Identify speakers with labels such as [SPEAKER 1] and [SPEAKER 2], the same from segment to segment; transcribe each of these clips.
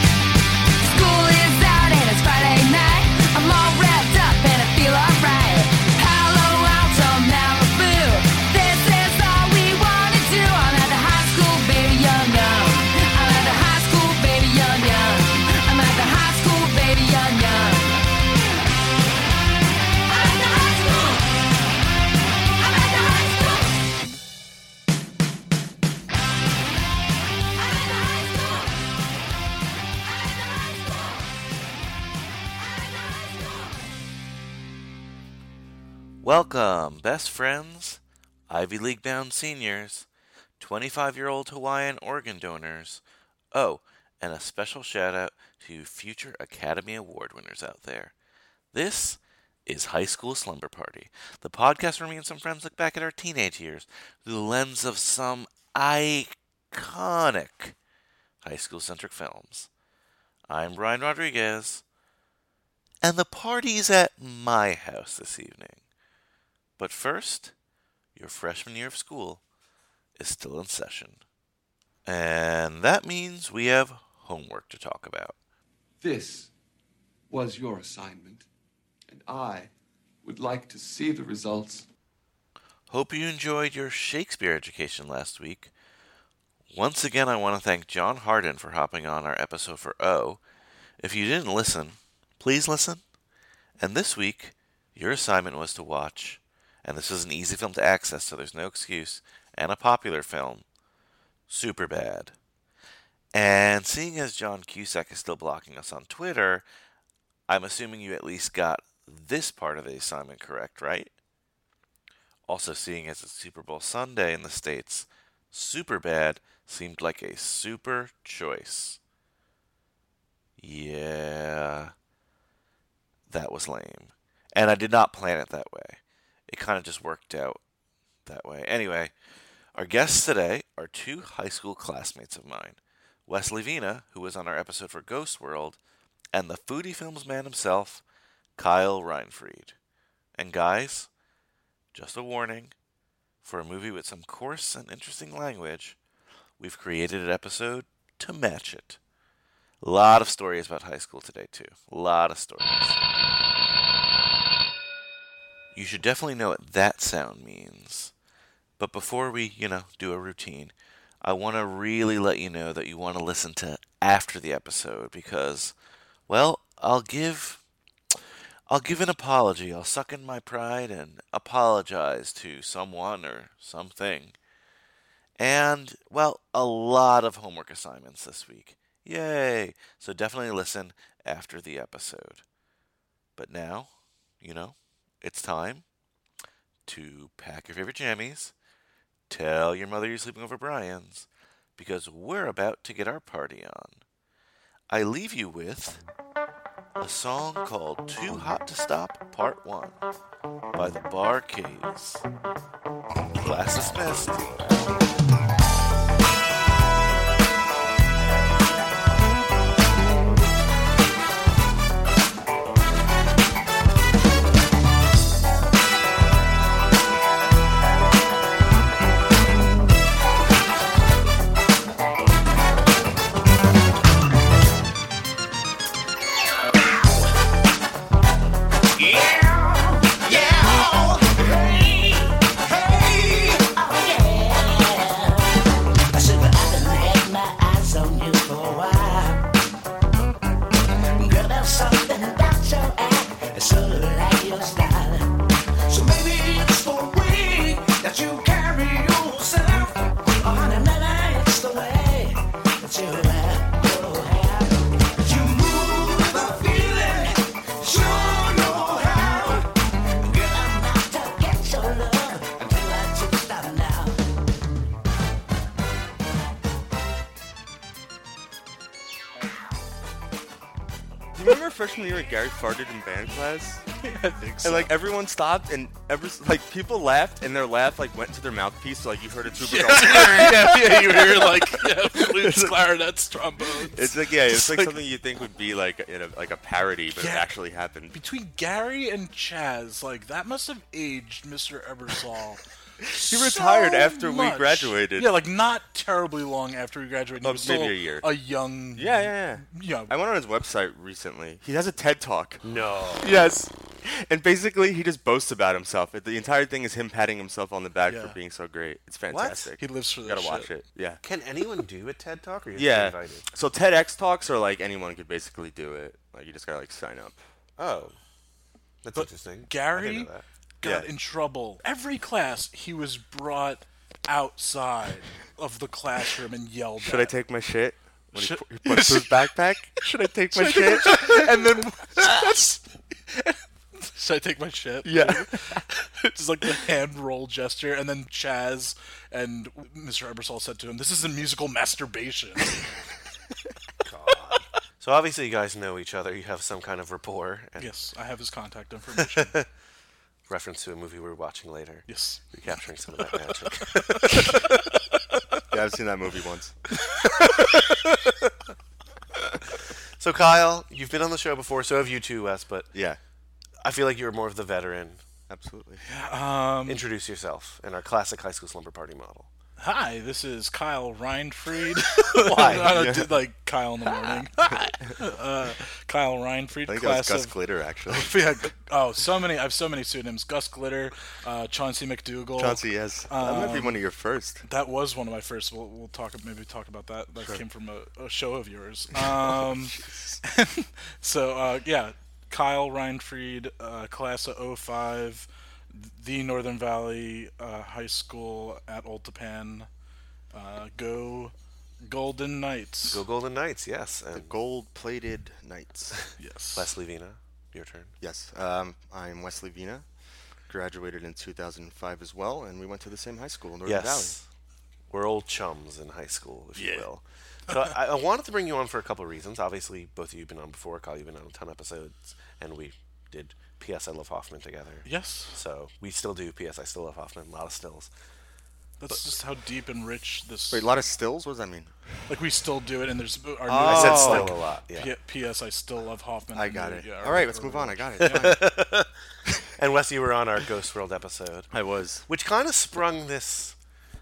[SPEAKER 1] School is out and it's Friday night. I'm all wrapped up and I feel alright. Palo Alto, Malibu. This is all we wanna do. I'm at the high school, baby, young, young. I'm at the high school, baby, young, young. I'm at the high school, baby, young, young. I'm at the high school. I'm at the high school. I'm at the high school. I'm at the high school. I'm at the high school.
[SPEAKER 2] Welcome, best friends, Ivy League bound seniors, 25 year old Hawaiian organ donors. Oh, and a special shout out to future Academy Award winners out there. This is High School Slumber Party, the podcast where me and some friends look back at our teenage years through the lens of some iconic high school centric films. I'm Brian Rodriguez, and the party's at my house this evening. But first, your freshman year of school is still in session. And that means we have homework to talk about.
[SPEAKER 3] This was your assignment, and I would like to see the results.
[SPEAKER 2] Hope you enjoyed your Shakespeare education last week. Once again, I want to thank John Harden for hopping on our episode for O. If you didn't listen, please listen. And this week, your assignment was to watch, and this is an easy film to access, so there's no excuse, and a popular film, Super Bad. And seeing as John Cusack is still blocking us on Twitter, I'm assuming you at least got this part of the assignment correct, right? Also, seeing as it's Super Bowl Sunday in the States, Superbad seemed like a super choice. Yeah. That was lame. And I did not plan it that way. It kind of just worked out that way. Anyway, our guests today are two high school classmates of mine Wesley Vina, who was on our episode for Ghost World, and the Foodie Films man himself, Kyle Reinfried. And guys, just a warning for a movie with some coarse and interesting language, we've created an episode to match it. A lot of stories about high school today, too. A lot of stories. You should definitely know what that sound means. But before we, you know, do a routine, I want to really let you know that you want to listen to after the episode because, well, I'll give I'll give an apology. I'll suck in my pride and apologize to someone or something. And, well, a lot of homework assignments this week. Yay! So definitely listen after the episode. But now, you know, it's time to pack your favorite jammies, tell your mother you're sleeping over Brian's, because we're about to get our party on. I leave you with a song called Too Hot to Stop Part 1 by the Bar Caves. Class dismissed.
[SPEAKER 4] Yeah, yeah, hey, hey, oh yeah.
[SPEAKER 5] Remember freshman year, Gary farted in band class,
[SPEAKER 6] I think so.
[SPEAKER 5] and like everyone stopped, and ever like people laughed, and their laugh like went to their mouthpiece, so like you heard a tuba. go,
[SPEAKER 6] yeah, yeah, you hear like yeah, flutes, clarinets, trombones.
[SPEAKER 5] It's like yeah, it's
[SPEAKER 6] It's
[SPEAKER 5] like,
[SPEAKER 6] like-
[SPEAKER 5] something you think would be like in a, like a parody, but
[SPEAKER 7] Yeah.
[SPEAKER 5] it actually happened.
[SPEAKER 7] Between Gary and Chaz, like that must have aged Mr. Ebersol. he
[SPEAKER 5] retired after we graduated.
[SPEAKER 7] Yeah, like not terribly long after we graduated. He
[SPEAKER 5] Uh,
[SPEAKER 7] was
[SPEAKER 5] maybe
[SPEAKER 7] still
[SPEAKER 5] a year.
[SPEAKER 7] A young.
[SPEAKER 5] Yeah, yeah,
[SPEAKER 7] Yeah.
[SPEAKER 5] yeah. I went on his website recently. He has a TED talk.
[SPEAKER 2] No.
[SPEAKER 5] Yes. And basically, he just boasts about himself. It- The entire thing is him patting himself on the back
[SPEAKER 7] Yeah.
[SPEAKER 5] for being so great. It's fantastic.
[SPEAKER 7] He lives for
[SPEAKER 5] You
[SPEAKER 7] that
[SPEAKER 5] gotta
[SPEAKER 7] shit.
[SPEAKER 5] watch it. Yeah.
[SPEAKER 2] Can anyone do a TED Talk? Or you have to be
[SPEAKER 5] Yeah.
[SPEAKER 2] Invited?
[SPEAKER 5] So TEDx talks are like anyone could basically do it. Like you just gotta like sign up.
[SPEAKER 2] Oh, that's interesting. I
[SPEAKER 7] Gary
[SPEAKER 2] didn't know that.
[SPEAKER 7] got
[SPEAKER 5] Yeah.
[SPEAKER 7] in trouble. Every class, he was brought outside of the classroom and yelled
[SPEAKER 5] Should
[SPEAKER 7] at.
[SPEAKER 5] I take my shit? When
[SPEAKER 7] Should-
[SPEAKER 5] he, pu- he puts his backpack. Should I take my shit? and then
[SPEAKER 7] That's. Should I take my shit?
[SPEAKER 5] yeah.
[SPEAKER 7] Just like the hand roll gesture, and then Chaz and Mr. Ebersol said to him, "This is a musical masturbation."
[SPEAKER 2] So obviously, you guys know each other. You have some kind of rapport. And
[SPEAKER 7] yes, I have his contact information.
[SPEAKER 2] Reference to a movie we're watching later.
[SPEAKER 7] Yes.
[SPEAKER 2] Recapturing some of that magic.
[SPEAKER 5] yeah. I've seen that movie once.
[SPEAKER 2] so Kyle, you've been on the show before. So have you too, Wes. But
[SPEAKER 5] Yeah.
[SPEAKER 2] I feel like you're more of the veteran.
[SPEAKER 5] Absolutely.
[SPEAKER 2] Introduce yourself in our classic high school slumber party model.
[SPEAKER 7] Hi, this is Kyle Reinfried.
[SPEAKER 2] Why?
[SPEAKER 7] I don't do like Kyle in the morning. Hi. uh, Kyle Reinfried,
[SPEAKER 5] I think that was
[SPEAKER 7] class
[SPEAKER 5] Gus
[SPEAKER 7] of
[SPEAKER 5] Glitter actually.
[SPEAKER 7] Yeah, oh, so many. I have so many pseudonyms. Gus Glitter, uh, Chauncey McDougal.
[SPEAKER 5] Chauncey, yes. that might be one of your first.
[SPEAKER 7] That was one of my first. We'll, we'll talk maybe talk about that. That came from a, a show of yours.
[SPEAKER 2] Oh,
[SPEAKER 7] Um, so uh, yeah, Kyle Reinfried, uh, class of 05, the Northern Valley uh, High School at Old Tapan. Uh, go Golden Knights.
[SPEAKER 2] Go Golden Knights, yes. And
[SPEAKER 5] Gold plated knights.
[SPEAKER 7] yes.
[SPEAKER 2] Leslie Vina, your turn.
[SPEAKER 5] yes, um, I'm Wesley Vina. Graduated in 2005 as well, and we went to the same high school, Northern
[SPEAKER 2] Yes. We're old chums in high school, if you will. So I, I wanted to bring you on for a couple of reasons. Obviously, both of you have been on before. Kyle, you've been on a ton of episodes, and we did P.S. I Love Hoffman together.
[SPEAKER 7] Yes.
[SPEAKER 2] So we still do P.S. I Still Love Hoffman, a lot of stills.
[SPEAKER 7] That's just how deep and rich this.
[SPEAKER 5] Valley. Wait, a lot of stills? What does that mean?
[SPEAKER 7] like we still do it, and there's our new.
[SPEAKER 2] I said
[SPEAKER 5] Oh.
[SPEAKER 2] still a lot, yeah.
[SPEAKER 7] P- P.S. I still love Hoffman.
[SPEAKER 5] I got
[SPEAKER 7] Yeah,
[SPEAKER 5] it.
[SPEAKER 7] yeah,
[SPEAKER 5] All right, let's move on. I got it. Fine.
[SPEAKER 2] And Wes, you were on our Ghost World episode,
[SPEAKER 5] I was.
[SPEAKER 2] which kind of sprung this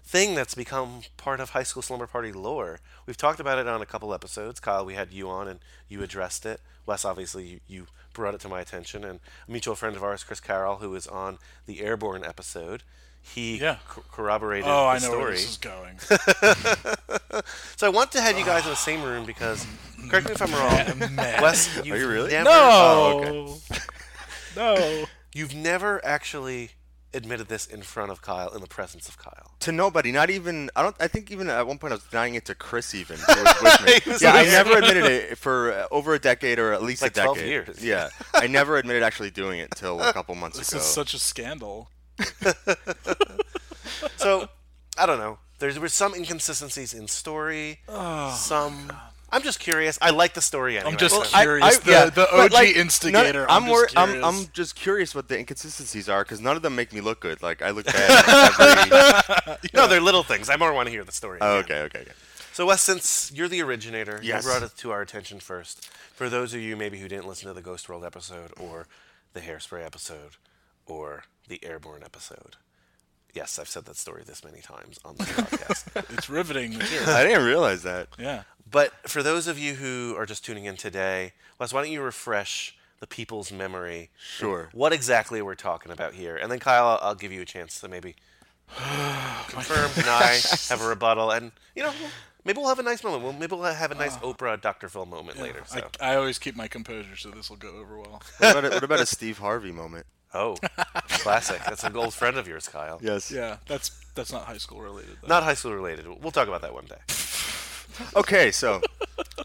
[SPEAKER 2] thing that's become part of high school slumber party lore. We've talked about it on a couple episodes. Kyle, we had you on, and you addressed it. Wes, obviously, you, you brought it to my attention, and a mutual friend of ours, Chris Carroll, who was on the Airborne episode, he
[SPEAKER 7] Yeah.
[SPEAKER 2] co- corroborated
[SPEAKER 7] Oh,
[SPEAKER 2] the
[SPEAKER 7] I know
[SPEAKER 2] story.
[SPEAKER 7] where this is going.
[SPEAKER 2] So I want to have you guys in the same roes because, correct me if I'm wrong, Wes, you've
[SPEAKER 5] you really?
[SPEAKER 2] never,
[SPEAKER 5] Oh,
[SPEAKER 7] no.
[SPEAKER 2] you've never actually admitted this in front of Kyle, in the presence of Kyle.
[SPEAKER 5] To nobody, not even. I don't. I think even at one point I was denying it to Chris. Even who was with me.
[SPEAKER 2] He was
[SPEAKER 5] yeah, I
[SPEAKER 2] like-
[SPEAKER 5] never admitted it for uh, over a decade or at least
[SPEAKER 2] Like
[SPEAKER 5] a
[SPEAKER 2] 12
[SPEAKER 5] decade.
[SPEAKER 2] years.
[SPEAKER 5] Yeah, I never admitted actually doing it till a couple months
[SPEAKER 7] This
[SPEAKER 5] ago.
[SPEAKER 7] is such a scandal.
[SPEAKER 2] So I don't know. There were some inconsistencies in story. some. I'm just curious. I like the story anyway.
[SPEAKER 7] Oh, I'm just
[SPEAKER 2] so-
[SPEAKER 5] I-
[SPEAKER 7] curious.
[SPEAKER 5] I-
[SPEAKER 7] the,
[SPEAKER 5] yeah,
[SPEAKER 7] the
[SPEAKER 5] but,
[SPEAKER 7] OG
[SPEAKER 5] like,
[SPEAKER 7] instigator.
[SPEAKER 5] none- I'm,
[SPEAKER 7] I'm,
[SPEAKER 5] wor-
[SPEAKER 7] just
[SPEAKER 5] I'm,
[SPEAKER 7] curious.
[SPEAKER 5] I'm just curious what the inconsistencies are because none of them make me look good. Like I look bad. at every-
[SPEAKER 2] no, they're little things. I more want to hear the story.
[SPEAKER 5] oh,
[SPEAKER 2] again.
[SPEAKER 5] okay, okay, okay.
[SPEAKER 2] So Wes, since you're the originator,
[SPEAKER 5] Yes.
[SPEAKER 2] you brought it to our attention first. For those of you maybe who didn't listen to the Ghost World episode or the Hairspray episode or the Airborne episode. Yes, I've said that story this many times on the podcast.
[SPEAKER 7] It's riveting material.
[SPEAKER 5] I didn't realize that.
[SPEAKER 7] yeah.
[SPEAKER 2] But for those of you who are just tuning in today, Wes, why don't you refresh the people's memory?
[SPEAKER 5] Sure.
[SPEAKER 2] What exactly we're talking about here? And then Kyle, I'll, I'll give you a chance to maybe confirm, deny, have a rebuttal, and you know, we'll- maybe we'll have a nice moment. We'll, maybe we'll have a nice
[SPEAKER 5] Ah.
[SPEAKER 2] Oprah, Dr. Phil moment later. So,
[SPEAKER 7] I, I always keep my composure, so this will go over well.
[SPEAKER 5] What about a, what about a Steve Harvey moment?
[SPEAKER 2] oh, classic. That's an old friend of yours, Kyle.
[SPEAKER 5] Yes.
[SPEAKER 7] Yeah, that's that's not high school related. Though.
[SPEAKER 2] Not high school related. We'll talk about that one day.
[SPEAKER 5] Okay, so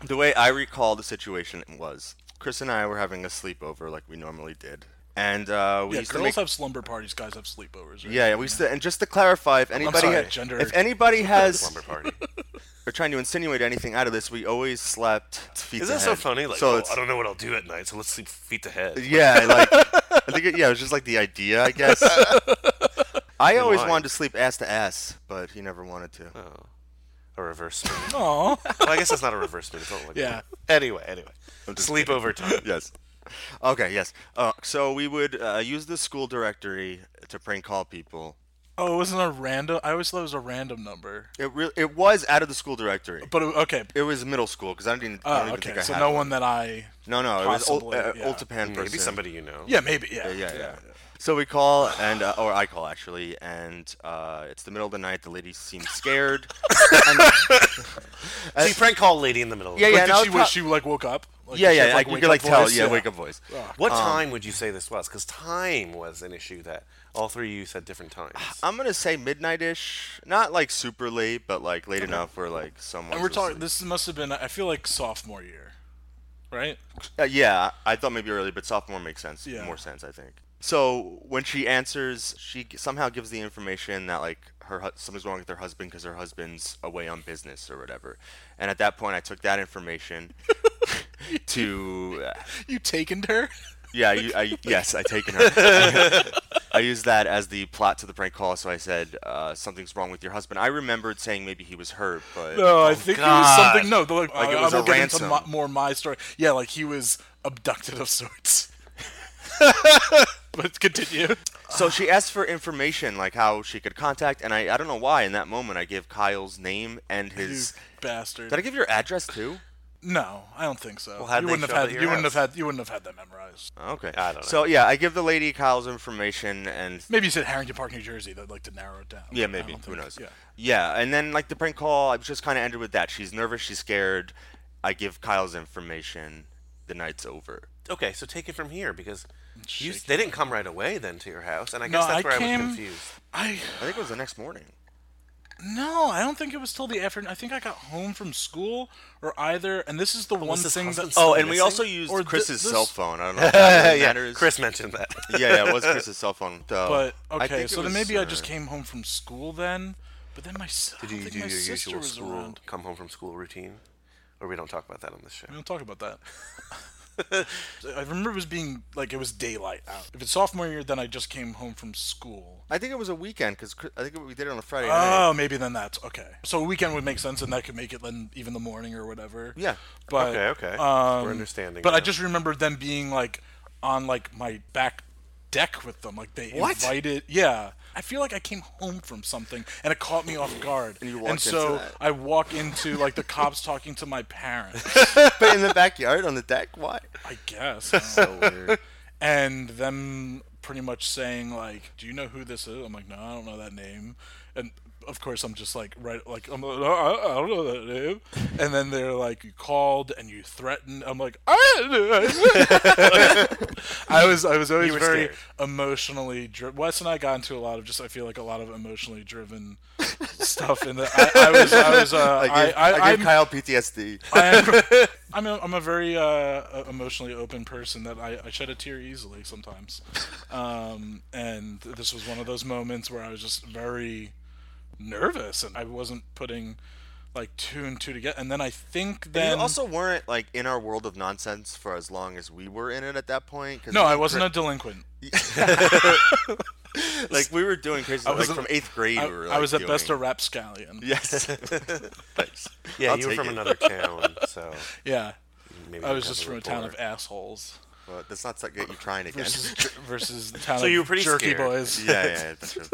[SPEAKER 5] the way I recall the situation was Chris and I were having a sleepover like we normally did, and uh, we
[SPEAKER 7] yeah,
[SPEAKER 5] used
[SPEAKER 7] girls
[SPEAKER 5] to make.
[SPEAKER 7] have slumber parties, guys have sleepovers. Right?
[SPEAKER 5] yeah, yeah, we used to, and just to clarify, if anybody,
[SPEAKER 7] sorry,
[SPEAKER 5] had-
[SPEAKER 7] gender-
[SPEAKER 5] if anybody has,
[SPEAKER 2] Slumber party.
[SPEAKER 5] are trying to insinuate anything out of this, we always slept feet
[SPEAKER 2] Isn't
[SPEAKER 5] to
[SPEAKER 2] that so
[SPEAKER 5] head.
[SPEAKER 2] funny? Like,
[SPEAKER 5] so
[SPEAKER 2] oh,
[SPEAKER 5] it's-
[SPEAKER 2] I don't know what I'll do at night, so let's sleep feet to head.
[SPEAKER 5] Yeah, like I think it, yeah, it was just like the idea, I guess. I always
[SPEAKER 2] line.
[SPEAKER 5] wanted to sleep ass to ass, but he never wanted to.
[SPEAKER 2] Oh. A reverse spoon.
[SPEAKER 7] Aw.
[SPEAKER 2] well, I guess that's not a reverse spoon. It's not like
[SPEAKER 7] Yeah.
[SPEAKER 2] Anyway, anyway.
[SPEAKER 5] just
[SPEAKER 2] Sleep over time.
[SPEAKER 5] yes. Okay, yes. Uh, so we would uh, use the school directory to prank call people.
[SPEAKER 7] Oh, it wasn't a random. I always thought it was a random number.
[SPEAKER 5] It re- it was out of the school directory.
[SPEAKER 7] But it- okay.
[SPEAKER 5] It was middle school because I didn't. Even, I
[SPEAKER 7] Oh,
[SPEAKER 5] don't even think
[SPEAKER 7] okay.
[SPEAKER 5] I
[SPEAKER 7] So
[SPEAKER 5] had
[SPEAKER 7] no one that I.
[SPEAKER 5] No, no, it was old,
[SPEAKER 7] possibly,
[SPEAKER 5] uh,
[SPEAKER 7] yeah.
[SPEAKER 5] old Japan person.
[SPEAKER 2] Maybe somebody you know.
[SPEAKER 7] Yeah, maybe. Yeah.
[SPEAKER 5] Yeah, yeah. So we call and uh, or I call actually, and uh, it's the middle of the night. The lady seems scared. and,
[SPEAKER 2] So you prank call lady in the middle. of the
[SPEAKER 5] Yeah,
[SPEAKER 2] night.
[SPEAKER 7] Like,
[SPEAKER 5] yeah. and I
[SPEAKER 7] did she
[SPEAKER 5] would
[SPEAKER 7] wish
[SPEAKER 5] pro-
[SPEAKER 7] she like woke up? Like,
[SPEAKER 5] yeah,
[SPEAKER 7] did she
[SPEAKER 5] yeah.
[SPEAKER 7] have,
[SPEAKER 5] Like, you
[SPEAKER 7] wake
[SPEAKER 5] could
[SPEAKER 7] up
[SPEAKER 5] like tell.
[SPEAKER 7] voice?
[SPEAKER 5] Yeah, wake up voice.
[SPEAKER 2] What time would you say this was? Because time was an issue that all three of you said different times.
[SPEAKER 5] I'm gonna say midnight ish. Not like super late, but like late enough where like someone.
[SPEAKER 7] And we're talking. This must have been. I feel like sophomore year, right?
[SPEAKER 5] Uh, yeah, I thought maybe early, but sophomore makes sense.
[SPEAKER 7] Yeah.
[SPEAKER 5] More sense, I think. So when she answers, she g- somehow gives the information that like her hu- something's wrong with her husband because her husband's away on business or whatever. And at that point, I took that information to uh,
[SPEAKER 7] You taken her?
[SPEAKER 5] yeah, you, I, yes, I taken her. I used that as the plot to the prank call. So I said uh, something's wrong with your husband. I remembered saying maybe he was hurt, but
[SPEAKER 7] No,
[SPEAKER 2] Oh,
[SPEAKER 7] I think it was something. No, they're like,
[SPEAKER 5] Like, it
[SPEAKER 7] I-
[SPEAKER 5] was
[SPEAKER 7] I
[SPEAKER 5] a
[SPEAKER 7] will get into
[SPEAKER 5] ransom.
[SPEAKER 7] my, more my story. Yeah, like he was abducted of sorts. but continue.
[SPEAKER 5] So she asked for information, like how she could contact, and I, I don't know why in that moment I gave Kyle's name and
[SPEAKER 7] You
[SPEAKER 5] his.
[SPEAKER 7] bastard.
[SPEAKER 5] Did I give your address too?
[SPEAKER 7] No, I don't think so.
[SPEAKER 2] how'd
[SPEAKER 7] you
[SPEAKER 2] they
[SPEAKER 7] wouldn't
[SPEAKER 2] show
[SPEAKER 7] have
[SPEAKER 2] that
[SPEAKER 7] had.
[SPEAKER 2] your
[SPEAKER 7] You wouldn't have
[SPEAKER 2] house?
[SPEAKER 7] had. You wouldn't have had that memorized.
[SPEAKER 5] Oh, Okay.
[SPEAKER 2] I don't know.
[SPEAKER 5] So yeah, I give the lady Kyle's information and
[SPEAKER 7] Maybe you said Harrington Park, New Jersey. They'd like to narrow it down.
[SPEAKER 5] yeah,
[SPEAKER 7] I
[SPEAKER 5] maybe
[SPEAKER 7] don't
[SPEAKER 5] who
[SPEAKER 7] think-
[SPEAKER 5] knows?
[SPEAKER 7] Yeah.
[SPEAKER 5] Yeah, and then like the prank call, I just kind of ended with that. She's nervous, she's scared. I give Kyle's information. The night's over.
[SPEAKER 2] okay, so take it from here because you,
[SPEAKER 7] Shake
[SPEAKER 2] they didn't come right away then to your house, and I
[SPEAKER 7] No,
[SPEAKER 2] guess that's
[SPEAKER 7] I
[SPEAKER 2] where I
[SPEAKER 7] came-
[SPEAKER 2] was confused.
[SPEAKER 7] I
[SPEAKER 5] I think it was the next morning.
[SPEAKER 7] no, I don't think it was till the afternoon. I think I got home from school or either. And this is the one
[SPEAKER 2] his
[SPEAKER 7] thing that.
[SPEAKER 2] husband's Oh,
[SPEAKER 5] And we
[SPEAKER 2] Missing?
[SPEAKER 5] also used
[SPEAKER 7] Or thi-
[SPEAKER 5] Chris's
[SPEAKER 7] this-
[SPEAKER 5] cell phone. I don't know. If that really
[SPEAKER 2] yeah,
[SPEAKER 5] matters.
[SPEAKER 2] Chris mentioned that.
[SPEAKER 5] Yeah, yeah, it was Chris's cell phone. though.
[SPEAKER 7] But
[SPEAKER 5] I
[SPEAKER 7] okay,
[SPEAKER 5] think it
[SPEAKER 7] so then
[SPEAKER 5] was,
[SPEAKER 7] maybe I
[SPEAKER 5] uh,
[SPEAKER 7] just came home from school then. But then my s- I
[SPEAKER 2] Did
[SPEAKER 7] don't
[SPEAKER 2] you
[SPEAKER 7] think
[SPEAKER 2] do
[SPEAKER 7] my
[SPEAKER 2] your
[SPEAKER 7] sister
[SPEAKER 2] usual
[SPEAKER 7] was
[SPEAKER 2] school
[SPEAKER 7] around.
[SPEAKER 2] come home from school routine? Or we don't talk about that on this show.
[SPEAKER 7] We don't talk about that. I remember it was being like it was daylight out. If it's sophomore year, then I just came home from school.
[SPEAKER 5] I think it was a weekend because I think we did it on a Friday night.
[SPEAKER 7] Oh, maybe then that's okay. So a weekend would make sense, and that could make it then even the morning or whatever.
[SPEAKER 5] Yeah.
[SPEAKER 7] But
[SPEAKER 2] Okay, okay.
[SPEAKER 7] Um,
[SPEAKER 2] We're understanding
[SPEAKER 7] But I
[SPEAKER 2] now.
[SPEAKER 7] just remember them being like on like my back deck with them. Like they
[SPEAKER 5] What?
[SPEAKER 7] invited. Yeah. I feel like I came home from something and it caught me off guard.
[SPEAKER 5] And you walked
[SPEAKER 7] so
[SPEAKER 5] into that.
[SPEAKER 7] I walk into like the cops talking to my parents.
[SPEAKER 5] but in the backyard on the deck, why?
[SPEAKER 7] I guess. I don't know. and them pretty much saying like, "Do you know who this is?" I'm like, "No, I don't know that name." And of course, I'm just like, right, like I'm like, no, I, I don't know that name. And then they're like, "You called and you threatened." I'm like, "I didn't do it." I was I was always
[SPEAKER 2] were
[SPEAKER 7] very
[SPEAKER 2] scared.
[SPEAKER 7] emotionally driven. Wes and I got into a lot of just I feel like a lot of emotionally driven stuff. And I, I was I was uh, I, I, I'm-
[SPEAKER 5] Kyle PTSD.
[SPEAKER 7] I am, I'm, a, I'm a very uh, emotionally open person that I, I shed a tear easily sometimes. Um, and this was one of those moments where I was just very nervous and I wasn't putting like two and two together. And then I think
[SPEAKER 5] You
[SPEAKER 7] then.
[SPEAKER 5] also weren't like in our world of nonsense for as long as we were in it at that point. 'cause
[SPEAKER 7] no,
[SPEAKER 5] we
[SPEAKER 7] I
[SPEAKER 5] were
[SPEAKER 7] wasn't a delinquent.
[SPEAKER 5] cra- like we were doing crazy. stuff,
[SPEAKER 7] was
[SPEAKER 5] like,
[SPEAKER 7] a-
[SPEAKER 5] from eighth grade.
[SPEAKER 7] I,
[SPEAKER 5] we were,
[SPEAKER 7] I
[SPEAKER 5] like,
[SPEAKER 7] was at
[SPEAKER 5] doing-
[SPEAKER 7] best a rapscallion. Yeah.
[SPEAKER 5] Yes. Thanks.
[SPEAKER 2] Yeah,
[SPEAKER 5] I'll
[SPEAKER 2] you were
[SPEAKER 5] take
[SPEAKER 2] from
[SPEAKER 5] it.
[SPEAKER 2] another town, so maybe
[SPEAKER 7] I was
[SPEAKER 2] you've
[SPEAKER 7] just from
[SPEAKER 2] never
[SPEAKER 7] a town of
[SPEAKER 2] before.
[SPEAKER 7] assholes
[SPEAKER 5] Well, let's not start- get you crying again.
[SPEAKER 7] versus versus the town
[SPEAKER 2] So
[SPEAKER 7] of
[SPEAKER 2] you were pretty
[SPEAKER 7] jerky
[SPEAKER 2] scared.
[SPEAKER 7] boys.
[SPEAKER 5] yeah, yeah. yeah, that's true.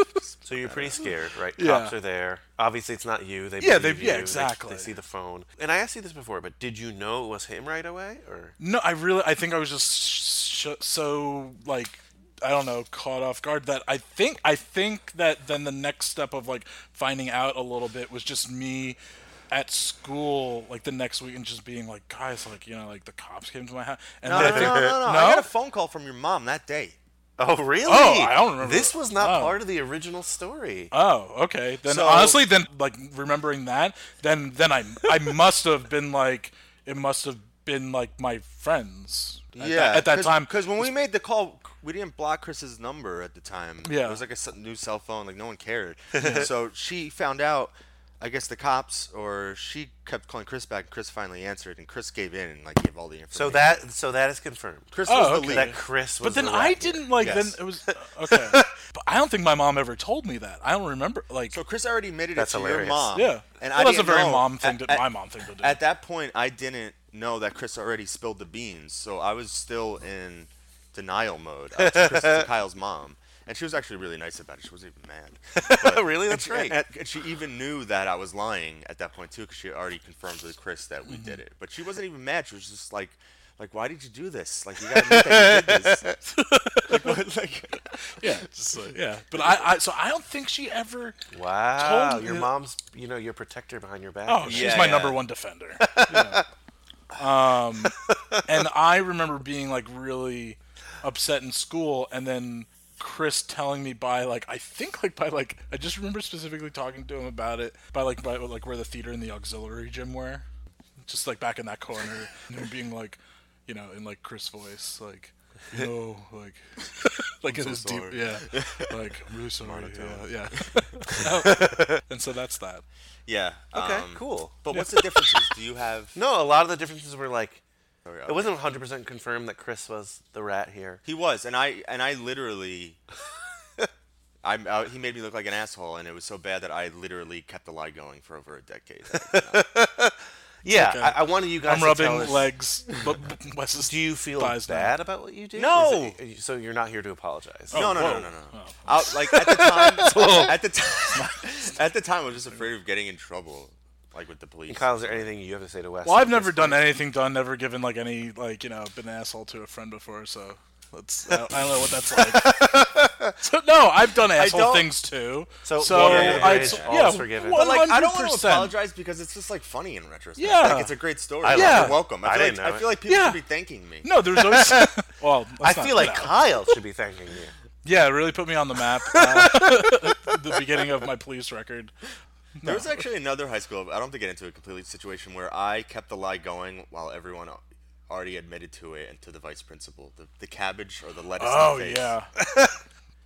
[SPEAKER 2] So you're pretty scared, right?
[SPEAKER 7] Yeah.
[SPEAKER 2] Cops are there. Obviously, it's not you. They
[SPEAKER 7] Yeah,
[SPEAKER 2] believe
[SPEAKER 7] they- yeah,
[SPEAKER 2] you.
[SPEAKER 7] exactly.
[SPEAKER 2] They, see the phone. And I asked you this before, but did you know it was him right away, or
[SPEAKER 7] No, I really, I think I was just sh- sh- so like, I don't know, caught off guard that I think, I think that then the next step of like finding out a little bit was just me at school like the next week and just being like, guys, like you know, like the cops came to my house and
[SPEAKER 5] No,
[SPEAKER 7] then
[SPEAKER 5] no,
[SPEAKER 7] I
[SPEAKER 5] no,
[SPEAKER 7] think,
[SPEAKER 5] no, no, no.
[SPEAKER 7] No?
[SPEAKER 5] I got a phone call from your mom that day.
[SPEAKER 2] Oh, really?
[SPEAKER 7] Oh, I don't remember
[SPEAKER 2] This
[SPEAKER 7] that.
[SPEAKER 2] was not
[SPEAKER 7] Oh.
[SPEAKER 2] part of the original story.
[SPEAKER 7] Oh, okay. Then
[SPEAKER 2] So-
[SPEAKER 7] honestly, then like remembering that, then then I I must have been like it must have been like my friends. At that, at that time,
[SPEAKER 5] because when we made the call, we didn't block Chris's number at the time.
[SPEAKER 7] Yeah.
[SPEAKER 5] it was like a s- new cell phone, like no one cared. so she found out. I I guess the cops or she kept calling Chris back, and Chris finally answered, and Chris gave in and like gave all the information.
[SPEAKER 2] So that so that is confirmed.
[SPEAKER 5] Chris
[SPEAKER 7] Oh,
[SPEAKER 5] was the
[SPEAKER 7] okay.
[SPEAKER 5] lead.
[SPEAKER 2] That Chris was.
[SPEAKER 7] But then
[SPEAKER 2] the
[SPEAKER 7] I
[SPEAKER 2] rat.
[SPEAKER 7] didn't like.
[SPEAKER 5] Yes.
[SPEAKER 7] Then it was uh, okay. but I don't think my mom ever told me that. I don't remember. Like,
[SPEAKER 5] So Chris already admitted
[SPEAKER 2] That's
[SPEAKER 5] it to
[SPEAKER 2] hilarious.
[SPEAKER 5] your mom.
[SPEAKER 7] yeah,
[SPEAKER 5] and
[SPEAKER 7] Well,
[SPEAKER 5] I
[SPEAKER 7] that's a
[SPEAKER 5] didn't
[SPEAKER 7] very
[SPEAKER 5] know.
[SPEAKER 7] mom thing. To,
[SPEAKER 5] At-
[SPEAKER 7] my mom thing to do.
[SPEAKER 5] At that point, I didn't know that Chris already spilled the beans, so I was still in denial mode. I was Chris to Kyle's mom, and she was actually really nice about it. She wasn't even mad. But-
[SPEAKER 2] Really? That's
[SPEAKER 5] and she,
[SPEAKER 2] great.
[SPEAKER 5] And, and she even knew that I was lying at that point too, because she already confirmed with Chris that we
[SPEAKER 7] Mm-hmm.
[SPEAKER 5] did it. But she wasn't even mad. She was just like. Like, why did you do this? Like, you gotta admit that you did this. like, what, like,
[SPEAKER 7] yeah, just like, yeah. But I, I, so I don't think she ever.
[SPEAKER 2] Wow,
[SPEAKER 7] told
[SPEAKER 2] your
[SPEAKER 7] me-
[SPEAKER 2] mom's you know your protector behind your back.
[SPEAKER 7] Oh, she's
[SPEAKER 5] Yeah,
[SPEAKER 7] my
[SPEAKER 5] yeah.
[SPEAKER 7] number one defender. Yeah. Um, and I remember being like really upset in school, and then Chris telling me by like I think like by like I just remember specifically talking to him about it by like by like where the theater and the auxiliary gym were, just like back in that corner, and him being like, you know, in like Chris' voice, like. No, like, like in his deep, yeah, like I'm really sorry, yeah, yeah. and so that's that.
[SPEAKER 5] yeah.
[SPEAKER 2] okay,
[SPEAKER 5] um,
[SPEAKER 2] cool.
[SPEAKER 5] But what's the differences? Do you have?
[SPEAKER 2] No, a lot of the differences were like
[SPEAKER 5] Sorry,
[SPEAKER 2] it wasn't 100 percent confirmed that Chris was the rat here.
[SPEAKER 5] He was, and I and I literally, I'm I, he made me look like an asshole, and it was so bad that I literally kept the lie going for over a decade.
[SPEAKER 2] Yeah,
[SPEAKER 7] Okay.
[SPEAKER 2] I, I wanted you guys.
[SPEAKER 7] I'm
[SPEAKER 2] to tell
[SPEAKER 7] rubbing
[SPEAKER 2] us-
[SPEAKER 7] legs. But Wes's
[SPEAKER 2] Do you feel
[SPEAKER 7] thighs now.
[SPEAKER 2] bad about what you did?
[SPEAKER 5] No!
[SPEAKER 2] Is it- so you're not here to apologize.
[SPEAKER 5] no, no, no, no, no, no. I, like at the time, at the time, at the time, I was just afraid of getting in trouble, like with the police.
[SPEAKER 2] Kyle, is there anything you have to say to Wes?
[SPEAKER 7] Well, I've
[SPEAKER 2] at
[SPEAKER 7] never
[SPEAKER 2] this
[SPEAKER 7] done
[SPEAKER 2] point?
[SPEAKER 7] anything done, never given like any like you know been an asshole to a friend before, so let's. I don't, I don't know what that's like. so no, I've done asshole
[SPEAKER 5] don't-
[SPEAKER 7] things too.
[SPEAKER 2] So,
[SPEAKER 7] so
[SPEAKER 2] water under the
[SPEAKER 7] I-
[SPEAKER 2] bridge,
[SPEAKER 7] so-
[SPEAKER 2] all's
[SPEAKER 7] yeah,
[SPEAKER 2] forgiven.
[SPEAKER 5] But, like, I don't want to
[SPEAKER 7] 100%.
[SPEAKER 5] apologize because it's just like funny in retrospect.
[SPEAKER 7] Yeah.
[SPEAKER 5] like, it's a great story.
[SPEAKER 2] I
[SPEAKER 5] like,
[SPEAKER 7] love
[SPEAKER 5] you're
[SPEAKER 7] it.
[SPEAKER 5] welcome. I,
[SPEAKER 2] I
[SPEAKER 5] feel
[SPEAKER 2] didn't
[SPEAKER 5] like,
[SPEAKER 2] know
[SPEAKER 5] I
[SPEAKER 2] it.
[SPEAKER 5] feel like people
[SPEAKER 7] Yeah.
[SPEAKER 5] should be thanking me.
[SPEAKER 7] No, there's always. well,
[SPEAKER 2] I
[SPEAKER 7] let's not
[SPEAKER 2] feel
[SPEAKER 7] do
[SPEAKER 2] like
[SPEAKER 7] that.
[SPEAKER 2] Kyle should be thanking you.
[SPEAKER 7] yeah, it really put me on the map. Uh, the beginning of my police record.
[SPEAKER 5] There was actually another high school. I don't think get into a completely situation where I kept the lie going while everyone al- already admitted to it and to the vice principal, the, the cabbage or the lettuce. in the
[SPEAKER 7] Oh
[SPEAKER 5] face.
[SPEAKER 7] yeah.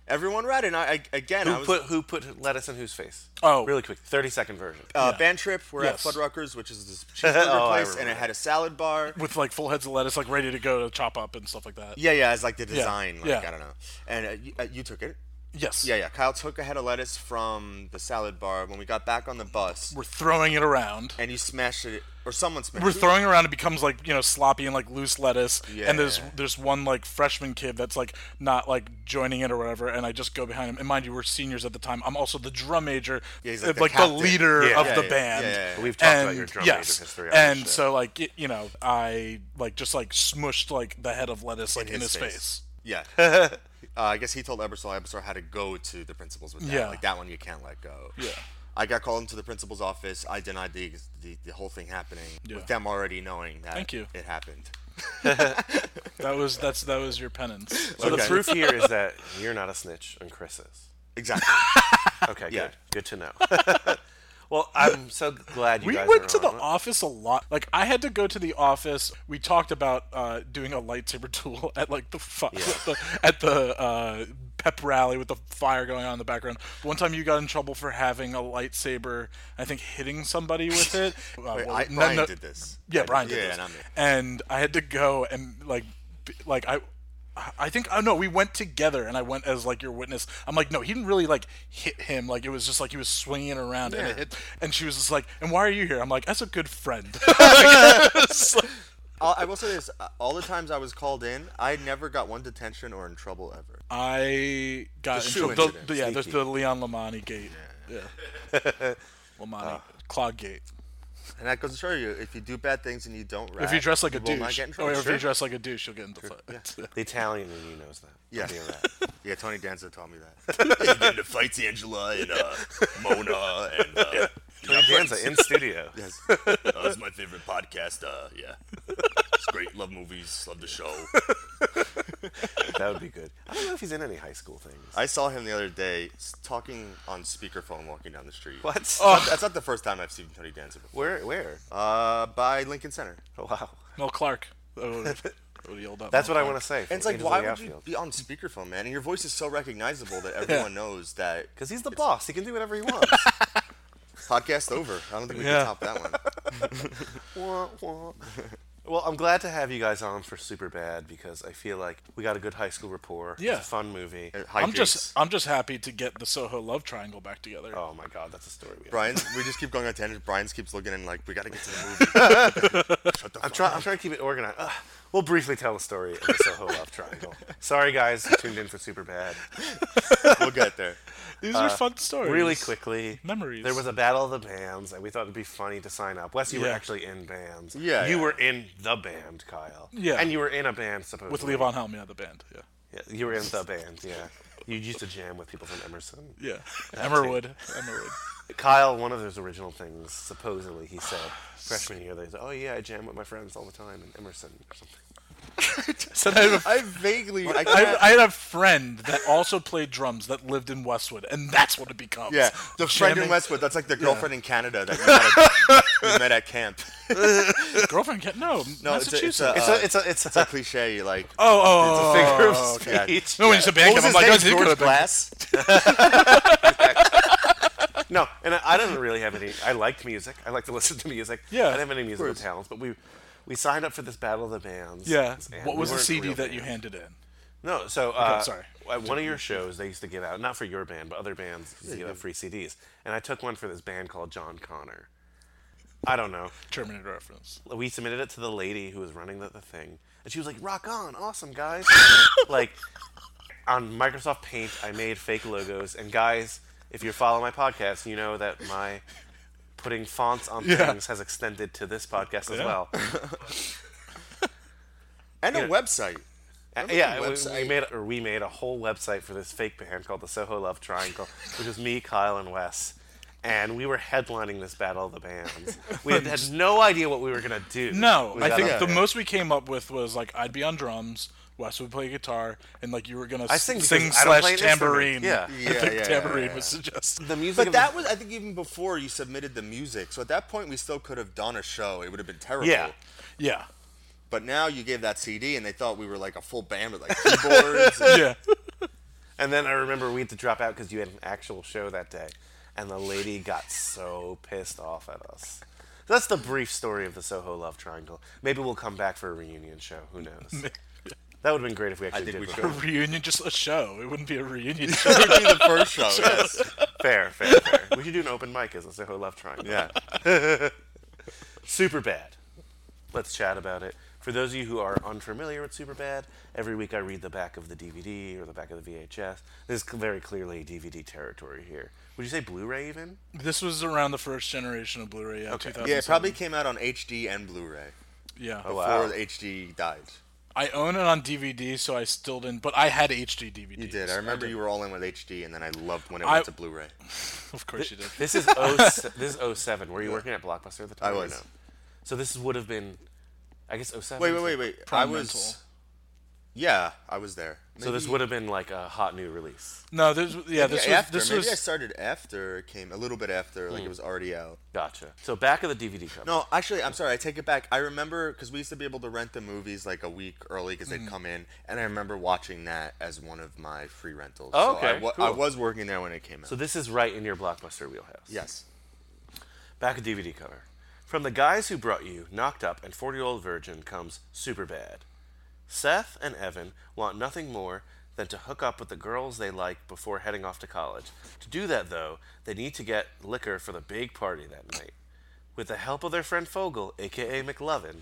[SPEAKER 5] everyone read it. And I, I again,
[SPEAKER 2] Who
[SPEAKER 5] I was
[SPEAKER 2] put who put lettuce in whose face?
[SPEAKER 7] Oh.
[SPEAKER 2] really quick, 30 second version.
[SPEAKER 5] uh, band trip. We're
[SPEAKER 7] Yes.
[SPEAKER 5] at Fuddruckers, which is this cheeseburger
[SPEAKER 2] Oh, I
[SPEAKER 5] place, and
[SPEAKER 2] remember
[SPEAKER 5] it had a salad bar.
[SPEAKER 7] With like full heads of lettuce, like ready to go to chop up and stuff like that.
[SPEAKER 5] Yeah, yeah, it's like the design. Like
[SPEAKER 7] yeah.
[SPEAKER 5] I don't know. And uh, you, uh, you took it.
[SPEAKER 7] Yes.
[SPEAKER 5] Yeah, yeah. Kyle took a head of lettuce from the salad bar when we got back on the bus,
[SPEAKER 7] We're throwing it around.
[SPEAKER 5] and you smashed it, or someone smashed.
[SPEAKER 7] we're
[SPEAKER 5] it.
[SPEAKER 7] throwing around it becomes like you know sloppy and like loose lettuce and there's
[SPEAKER 5] Yeah.
[SPEAKER 7] there's one like freshman kid that's like not like joining it or whatever and i just go behind him and mind you we're seniors at the time i'm also the drum major
[SPEAKER 5] Yeah, he's
[SPEAKER 7] uh,
[SPEAKER 5] like the
[SPEAKER 7] the,
[SPEAKER 5] captain.
[SPEAKER 7] leader
[SPEAKER 2] Yeah.
[SPEAKER 7] of
[SPEAKER 2] Yeah,
[SPEAKER 7] the
[SPEAKER 5] yeah,
[SPEAKER 7] band
[SPEAKER 5] yeah, yeah, yeah.
[SPEAKER 2] We've talked about
[SPEAKER 7] And-
[SPEAKER 2] your drum
[SPEAKER 7] yes.
[SPEAKER 2] major history. on this
[SPEAKER 7] and
[SPEAKER 2] show.
[SPEAKER 7] so like it, you know i like just like smushed like the head of lettuce like in, his,
[SPEAKER 5] his
[SPEAKER 7] face,
[SPEAKER 5] face. Yeah. uh, I guess he told Ebersol Ebersol had to go to the principal's with that.
[SPEAKER 7] Yeah.
[SPEAKER 5] Like that one you can't let go.
[SPEAKER 7] Yeah.
[SPEAKER 5] I got called into the principal's office. I denied the the, the whole thing happening
[SPEAKER 7] Yeah.
[SPEAKER 5] with them already knowing that
[SPEAKER 7] Thank you.
[SPEAKER 5] it happened.
[SPEAKER 7] that was that's that was your penance
[SPEAKER 2] So the
[SPEAKER 5] Okay.
[SPEAKER 2] proof here is that you're not a snitch and Chris is.
[SPEAKER 5] Exactly.
[SPEAKER 2] Okay,
[SPEAKER 5] Yeah.
[SPEAKER 2] good. Good to know. well, I'm so glad you
[SPEAKER 7] we
[SPEAKER 2] guys are
[SPEAKER 7] went to the
[SPEAKER 2] on it.
[SPEAKER 7] office a lot. Like I had to go to the office. We talked about uh, doing a lightsaber duel at like the, fu- at the at the uh, pep rally with the fire going on in the background. One time you got in trouble for having a lightsaber. I think hitting somebody with it. Uh,
[SPEAKER 5] Wait,
[SPEAKER 7] well,
[SPEAKER 5] I,
[SPEAKER 7] no-
[SPEAKER 5] Brian
[SPEAKER 7] no-
[SPEAKER 5] did this.
[SPEAKER 7] Yeah, Brian
[SPEAKER 5] yeah,
[SPEAKER 7] did this.
[SPEAKER 5] And I'm
[SPEAKER 7] And I had to go and like b- like I. I think oh no, we went together, and I went as like your witness. I'm like, no, he didn't really like hit him. Like it was just like he was swinging around, and it hit. And she was just like, and why are you here? I'm like, as a good friend. It's like-
[SPEAKER 5] I'll, I will say this: uh, all the times I was called in, I never got one detention or in trouble ever.
[SPEAKER 7] I got
[SPEAKER 5] The
[SPEAKER 7] in
[SPEAKER 5] shoe
[SPEAKER 7] trouble- the,
[SPEAKER 5] incident,
[SPEAKER 7] the, yeah, the,
[SPEAKER 2] sneaky.
[SPEAKER 7] the Leon Lamani gate. Yeah, Lamani
[SPEAKER 5] Ah.
[SPEAKER 7] Clog gate.
[SPEAKER 5] And that goes to show you: if you do bad things and you don't, rat,
[SPEAKER 7] If you dress like a
[SPEAKER 5] you will not
[SPEAKER 7] douche,
[SPEAKER 5] get in
[SPEAKER 7] or
[SPEAKER 5] trouble.
[SPEAKER 7] if
[SPEAKER 5] Sure.
[SPEAKER 7] you dress like a douche, you'll get into fight.
[SPEAKER 2] The Italian in you knows that.
[SPEAKER 5] Yeah.
[SPEAKER 2] Be a rat.
[SPEAKER 5] Yeah, Tony Danza taught me that. you get into fights, Angela and uh, Mona, and uh,
[SPEAKER 2] Tony Danza in studio.
[SPEAKER 5] yes, uh, it's my favorite podcast. Uh, yeah, it's great. Love movies. Love the show.
[SPEAKER 2] That would be good. I don't know if he's in any high school things.
[SPEAKER 5] I saw him the other day s- talking on speakerphone, walking down the street.
[SPEAKER 2] What?
[SPEAKER 5] That's not- that's not the first time I've seen Tony Danza before.
[SPEAKER 2] Where? Where?
[SPEAKER 5] Uh, by Lincoln Center.
[SPEAKER 2] Oh, wow.
[SPEAKER 7] Mel Clark. Oh, what he yelled out,
[SPEAKER 2] That's
[SPEAKER 7] Mel
[SPEAKER 2] what I
[SPEAKER 7] Clark.
[SPEAKER 2] want to say.
[SPEAKER 5] And it's like, why would you be on speakerphone, man? And your voice is so recognizable that everyone knows that.
[SPEAKER 2] Because he's the boss. He can do whatever he wants.
[SPEAKER 5] Podcast over. I don't think we can
[SPEAKER 7] Yeah.
[SPEAKER 5] top that one.
[SPEAKER 2] Wah, wah. well, I'm glad to have you guys on for Super Bad because I feel like we got a good high school rapport.
[SPEAKER 7] Yeah.
[SPEAKER 2] It's a fun movie.
[SPEAKER 5] Uh, high
[SPEAKER 7] I'm just
[SPEAKER 5] jinks.
[SPEAKER 7] I'm just happy to get the Soho love triangle back together.
[SPEAKER 2] Oh my God, that's a story. We have.
[SPEAKER 5] Brian. We just keep going on tangents. Brian keeps looking and like we gotta get to the movie. Shut the
[SPEAKER 2] I'm trying. I'm trying to keep it organized. Ugh. we'll briefly tell the story of the Soho Love Triangle. Sorry, guys, who tuned in for Super Bad.
[SPEAKER 5] fuck. We'll get there.
[SPEAKER 7] These are fun stories.
[SPEAKER 2] Really quickly,
[SPEAKER 7] Memories.
[SPEAKER 2] There was a battle of the bands, and we thought it'd be funny to sign up. Wes, you were
[SPEAKER 7] Yeah.
[SPEAKER 2] actually in bands.
[SPEAKER 5] Yeah,
[SPEAKER 2] you
[SPEAKER 5] yeah.
[SPEAKER 2] were in the band, Kyle.
[SPEAKER 7] Yeah.
[SPEAKER 2] and you were in a band supposedly
[SPEAKER 7] with Levon Helm, yeah, the band. Yeah.
[SPEAKER 2] Yeah, you were in the band. Yeah, you used to jam with people from Emerson.
[SPEAKER 7] Yeah. Emmerwood. Emmerwood.
[SPEAKER 2] Kyle, one of those original things, supposedly he said freshman year, they said, "Oh yeah, I jam with my friends all the time in Emerson or something."
[SPEAKER 7] Said I, have a-
[SPEAKER 5] I vaguely. I,
[SPEAKER 7] I,
[SPEAKER 5] can't-
[SPEAKER 7] I had a friend that also played drums that lived in Westwood, and that's what it becomes.
[SPEAKER 5] yeah, the friend in
[SPEAKER 7] Jamming-
[SPEAKER 5] Westwood. That's like the girlfriend in Canada that you, met at- you met at camp.
[SPEAKER 7] Girlfriend can't. No,
[SPEAKER 5] No, it's a-
[SPEAKER 7] Massachusetts.
[SPEAKER 5] it's a,
[SPEAKER 2] It's
[SPEAKER 5] uh,
[SPEAKER 2] a it's a it's a,
[SPEAKER 5] it's a cliche. Like
[SPEAKER 7] oh, oh,
[SPEAKER 2] figure
[SPEAKER 7] oh,
[SPEAKER 2] of
[SPEAKER 7] oh, okay.
[SPEAKER 2] speech.
[SPEAKER 7] No, when you said band
[SPEAKER 5] what was
[SPEAKER 7] camp, I'm
[SPEAKER 5] his name?
[SPEAKER 7] like, oh, he could
[SPEAKER 5] George
[SPEAKER 7] have been.
[SPEAKER 5] Glass.
[SPEAKER 2] No, and I, I didn't really have any. I liked music. I like to listen to music.
[SPEAKER 7] Yeah,
[SPEAKER 2] I didn't have any musical
[SPEAKER 7] course.
[SPEAKER 2] talents, but we we signed up for this battle of the bands.
[SPEAKER 7] Yeah.
[SPEAKER 2] and
[SPEAKER 7] What
[SPEAKER 2] we
[SPEAKER 7] was the
[SPEAKER 2] weren't
[SPEAKER 7] CD
[SPEAKER 2] real
[SPEAKER 7] that you
[SPEAKER 2] bands.
[SPEAKER 7] handed in?
[SPEAKER 2] No, so uh,
[SPEAKER 7] sorry.
[SPEAKER 2] At one of your shows, they used to give out not for your band, but other bands used to give out free CDs, and I took one for this band called John Connor. I don't know.
[SPEAKER 7] Terminator reference.
[SPEAKER 2] we submitted it to the lady who was running the, the thing, and she was like, "Rock on, awesome guys!" like on Microsoft Paint, I made fake logos, and guys, if you follow my podcast, you know that my putting fonts on
[SPEAKER 7] Yeah.
[SPEAKER 2] things has extended to this podcast as
[SPEAKER 7] Yeah.
[SPEAKER 2] well.
[SPEAKER 5] and a website.
[SPEAKER 2] Uh,
[SPEAKER 5] Remember
[SPEAKER 2] yeah,
[SPEAKER 5] the
[SPEAKER 2] we, we
[SPEAKER 5] website?
[SPEAKER 2] made or we made a whole website for this fake band called the Soho Love Triangle, which was me, Kyle, and Wes. And we were headlining this battle of the bands. We had, had no idea what we were gonna do.
[SPEAKER 7] No,
[SPEAKER 2] We
[SPEAKER 7] I
[SPEAKER 2] got
[SPEAKER 7] think
[SPEAKER 2] up
[SPEAKER 7] the
[SPEAKER 2] there.
[SPEAKER 7] most we came up with was like I'd be on drums, Wes would play guitar, and like you were gonna
[SPEAKER 2] I sing because I
[SPEAKER 7] sing
[SPEAKER 2] don't
[SPEAKER 7] slash
[SPEAKER 2] play an instrument.
[SPEAKER 7] tambourine.
[SPEAKER 2] Yeah.
[SPEAKER 7] I
[SPEAKER 5] Yeah,
[SPEAKER 7] think
[SPEAKER 5] yeah,
[SPEAKER 7] tambourine
[SPEAKER 5] yeah, yeah.
[SPEAKER 7] was suggested.
[SPEAKER 2] the music.
[SPEAKER 5] But
[SPEAKER 2] of
[SPEAKER 5] that was, I think, even before you submitted the music. So at that point, we still could have done a show. It would have been terrible.
[SPEAKER 2] Yeah.
[SPEAKER 7] yeah,
[SPEAKER 5] But now you gave that CD, and they thought we were like a full band with like keyboards. and-
[SPEAKER 7] yeah.
[SPEAKER 2] And then I remember we had to drop out because you had an actual show that day, and the lady got so pissed off at us. That's the brief story of the Soho Love Triangle. Maybe we'll come back for a reunion show. Who knows? that would have been great if we actually
[SPEAKER 5] think
[SPEAKER 2] did.
[SPEAKER 5] we
[SPEAKER 2] one.
[SPEAKER 5] should.
[SPEAKER 7] reunion, just a show. It wouldn't be a reunion. show.
[SPEAKER 5] It would be the first show. yes.
[SPEAKER 2] Fair, fair, fair. we should do an open mic as a Soho Love Triangle.
[SPEAKER 5] Yeah.
[SPEAKER 2] Super bad. Let's chat about it. For those of you who are unfamiliar with Superbad, every week I read the back of the DVD or the back of the VHS. This is very clearly DVD territory here. Would you say Blu-ray even?
[SPEAKER 7] this was around the first generation of Blu-ray. Yeah,
[SPEAKER 2] Okay.
[SPEAKER 5] Yeah, it probably came out on HD and Blu-ray
[SPEAKER 7] Yeah,
[SPEAKER 5] before
[SPEAKER 2] Oh, wow.
[SPEAKER 5] the HD died.
[SPEAKER 7] I own it on DVD, so I still didn't. But I had HD DVDs.
[SPEAKER 5] You did. I remember you were all in with HD, and then I loved when it
[SPEAKER 7] I-
[SPEAKER 5] went to Blu-ray.
[SPEAKER 7] Of course you did.
[SPEAKER 2] This is 0, this is 07. Were you working at Blockbuster at the time?
[SPEAKER 5] I
[SPEAKER 2] or
[SPEAKER 5] was.
[SPEAKER 2] no? So this would have been, I guess 07.
[SPEAKER 5] Wait, wait, wait, wait. I
[SPEAKER 7] Prime
[SPEAKER 5] was.
[SPEAKER 7] rental.
[SPEAKER 5] Yeah, I was there.
[SPEAKER 2] So this would have been like a hot new release.
[SPEAKER 7] No, this. Yeah,
[SPEAKER 5] Maybe
[SPEAKER 7] this was.
[SPEAKER 5] after.
[SPEAKER 7] This
[SPEAKER 5] Maybe I
[SPEAKER 7] was.
[SPEAKER 5] started after it came a little bit after,
[SPEAKER 2] Hmm.
[SPEAKER 5] like it was already out.
[SPEAKER 2] Gotcha. So back of the DVD cover.
[SPEAKER 5] No, actually, I'm sorry. I take it back. I remember because we used to be able to rent the movies like a week early because
[SPEAKER 2] Hmm.
[SPEAKER 5] they'd come in, and I remember watching that as one of my free rentals.
[SPEAKER 2] Oh,
[SPEAKER 5] so I,
[SPEAKER 2] okay,
[SPEAKER 5] wa- I
[SPEAKER 2] cool.
[SPEAKER 5] was working there when it came out.
[SPEAKER 2] So this is right in your Blockbuster wheelhouse.
[SPEAKER 5] yes,
[SPEAKER 2] Back of DVD cover. From the guys who brought you Knocked Up and 40 Year Old Virgin comes Superbad. Seth and Evan want nothing more than to hook up with the girls they like before heading off to college. To do that, though, they need to get liquor for the big party that night. With the help of their friend Fogel, aka McLovin,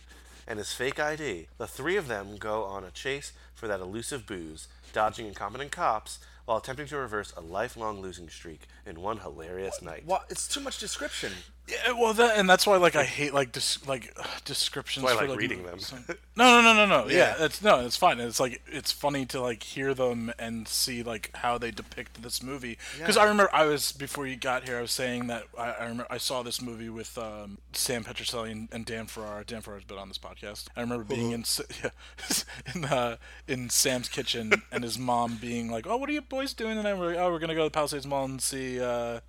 [SPEAKER 2] and his fake ID, the three of them go on a chase for that elusive booze, dodging incompetent cops while attempting to reverse a lifelong losing streak in one hilarious night.
[SPEAKER 5] Well, it's too much description.
[SPEAKER 7] Yeah, well, that, and that's why, like, I hate like dis- like uh, descriptions.
[SPEAKER 2] That's why I
[SPEAKER 7] for,
[SPEAKER 2] like reading them.
[SPEAKER 7] some- No, no, no, no, no.
[SPEAKER 5] Yeah.
[SPEAKER 7] yeah. it's no, it's fine. It's like it's funny to like hear them and see like how they depict this movie. Because I remember I was before you got here, I was saying that I, I remember I saw this movie with um, Sam Petroselli and, and Dan Farrar. Dan Farrar's been on this podcast. I remember being in S- yeah, in uh, in Sam's kitchen and his mom being like, "Oh, what are you boys doing tonight?" We're like, "Oh, we're gonna go to the Palisades Mall and see." Uh,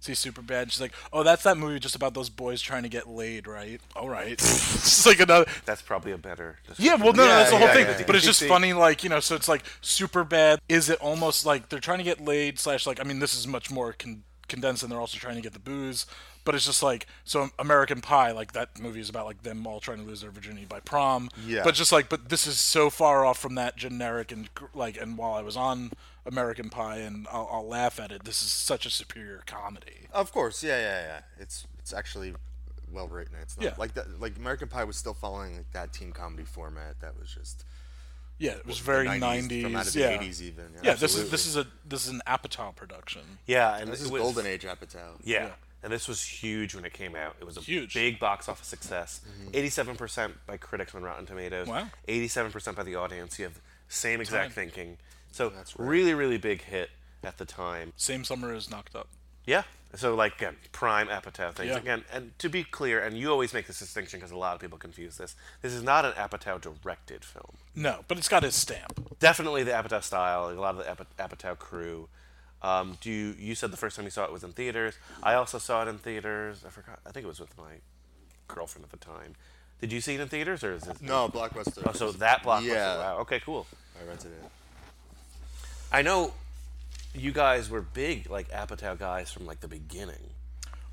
[SPEAKER 7] see super bad she's like oh that's that movie just about those boys trying to get laid right all right it's like another
[SPEAKER 2] That's probably a better. description.
[SPEAKER 7] yeah well no, no that's the
[SPEAKER 5] yeah,
[SPEAKER 7] whole
[SPEAKER 5] yeah,
[SPEAKER 7] thing
[SPEAKER 5] yeah, yeah.
[SPEAKER 7] but it's just
[SPEAKER 2] See?
[SPEAKER 7] funny like you know so it's like super bad is it almost like they're trying to get laid slash like i mean this is much more con- condensed and they're also trying to get the booze. But it's just like so American Pie, like that movie is about like them all trying to lose their virginity by prom.
[SPEAKER 5] Yeah.
[SPEAKER 7] But just like, but this is so far off from that generic and gr- like. And while I was on American Pie, and I'll, I'll laugh at it, this is such a superior comedy.
[SPEAKER 5] Of course, yeah, yeah, yeah. It's it's actually well written. It's not
[SPEAKER 7] Yeah.
[SPEAKER 5] like that. Like American Pie was still following like that teen comedy format. That was just
[SPEAKER 7] Yeah, it was very
[SPEAKER 5] the
[SPEAKER 7] 90s.
[SPEAKER 5] from out of the
[SPEAKER 7] yeah.
[SPEAKER 5] 80s even. Yeah,
[SPEAKER 7] Yeah, this
[SPEAKER 5] absolutely.
[SPEAKER 7] is this is a this is an Apatow production.
[SPEAKER 2] Yeah, and
[SPEAKER 5] this
[SPEAKER 2] it
[SPEAKER 5] is
[SPEAKER 2] was-
[SPEAKER 5] golden age Apatow.
[SPEAKER 2] Yeah.
[SPEAKER 7] Yeah.
[SPEAKER 2] And this was huge when it came out. It was a
[SPEAKER 7] Huge.
[SPEAKER 2] big box office success.
[SPEAKER 5] Mm-hmm.
[SPEAKER 2] 87% by critics on Rotten Tomatoes.
[SPEAKER 7] Wow.
[SPEAKER 2] 87% by the audience. You have the same exact thinking. So
[SPEAKER 5] right.
[SPEAKER 2] really, really big hit at the time.
[SPEAKER 7] Same summer as Knocked Up.
[SPEAKER 2] Yeah. So like again, prime Apatow things.
[SPEAKER 7] Yeah.
[SPEAKER 2] Again, and to be clear, and you always make this distinction because a lot of people confuse this. This is not an Apatow directed film.
[SPEAKER 7] No, but it's got his stamp.
[SPEAKER 2] Definitely the Apatow style. Like a lot of the Apa- Apatow crew. Um, do you, you said the first time you saw it was in theaters? I also saw it in theaters. I forgot. I think it was with my girlfriend at the time. Did you see it in theaters or is it?
[SPEAKER 5] No, Blockbuster.
[SPEAKER 2] Oh, so that blockbuster.
[SPEAKER 5] Yeah.
[SPEAKER 2] Wow. Okay. Cool.
[SPEAKER 5] I rented it.
[SPEAKER 2] I know you guys were big like Apatow guys from like the beginning.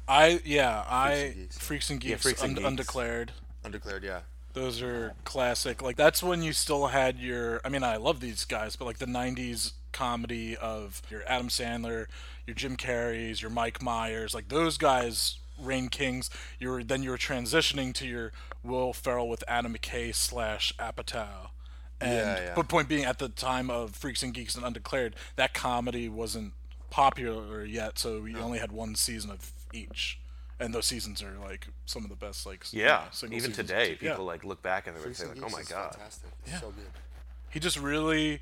[SPEAKER 7] I yeah, I
[SPEAKER 5] and Geeks.
[SPEAKER 7] Freaks and Geeks,
[SPEAKER 2] Freaks and
[SPEAKER 7] und-
[SPEAKER 2] Geeks.
[SPEAKER 7] Undeclared.
[SPEAKER 5] Undeclared, yeah.
[SPEAKER 7] Those are classic. Like that's when you still had your I mean I love these guys, but like the 90s comedy of your Adam Sandler, your Jim Carrey's, your Mike Myers, like those guys Rain Kings, you were then you were transitioning to your Will Ferrell with Adam McKay slash Apatow. And
[SPEAKER 5] yeah.
[SPEAKER 7] but point being at the time of Freaks and Geeks and Undeclared, that comedy wasn't popular yet, so you only had one season of each. And those seasons are like some of the best like s-
[SPEAKER 2] Yeah.
[SPEAKER 7] single
[SPEAKER 2] Even
[SPEAKER 7] seasons.
[SPEAKER 2] today,
[SPEAKER 7] Yeah.
[SPEAKER 2] people like look back and they would say like,
[SPEAKER 5] Freaks
[SPEAKER 2] "Oh
[SPEAKER 5] and
[SPEAKER 2] my
[SPEAKER 5] Geeks is
[SPEAKER 2] god."
[SPEAKER 5] Fantastic. It's so good.
[SPEAKER 7] he just really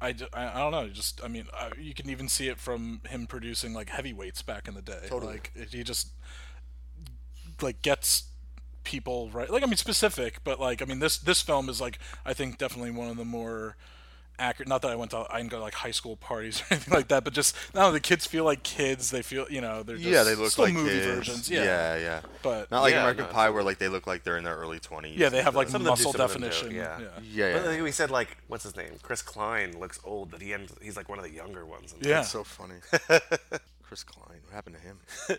[SPEAKER 7] I, d- I- I don't know just i mean I, you can even see it from him producing like heavyweights back in the day
[SPEAKER 5] Totally.
[SPEAKER 7] like it- he just like gets people right like i mean specific but like i mean this this film is like i think definitely one of the more accurate not that i went to i didn't go to like high school parties or anything like that but just now the kids feel like kids they feel you know they're just
[SPEAKER 5] Yeah, they look
[SPEAKER 7] still
[SPEAKER 5] like
[SPEAKER 7] movie
[SPEAKER 5] kids.
[SPEAKER 7] versions yeah,
[SPEAKER 5] yeah, yeah.
[SPEAKER 7] but
[SPEAKER 5] Not like
[SPEAKER 2] Yeah,
[SPEAKER 5] American
[SPEAKER 2] no,
[SPEAKER 5] Pie where like they look like they're in their early 20s.
[SPEAKER 7] yeah they have like
[SPEAKER 2] Some of them do,
[SPEAKER 7] muscle
[SPEAKER 2] some of them don't,
[SPEAKER 7] definition
[SPEAKER 2] yeah.
[SPEAKER 5] Yeah,
[SPEAKER 2] But I
[SPEAKER 5] yeah.
[SPEAKER 2] think we said like, what's his name? Chris Klein looks old, but he ends, he's like one of the younger ones. And
[SPEAKER 7] Yeah.
[SPEAKER 5] That's so funny. Chris Klein, what happened to him?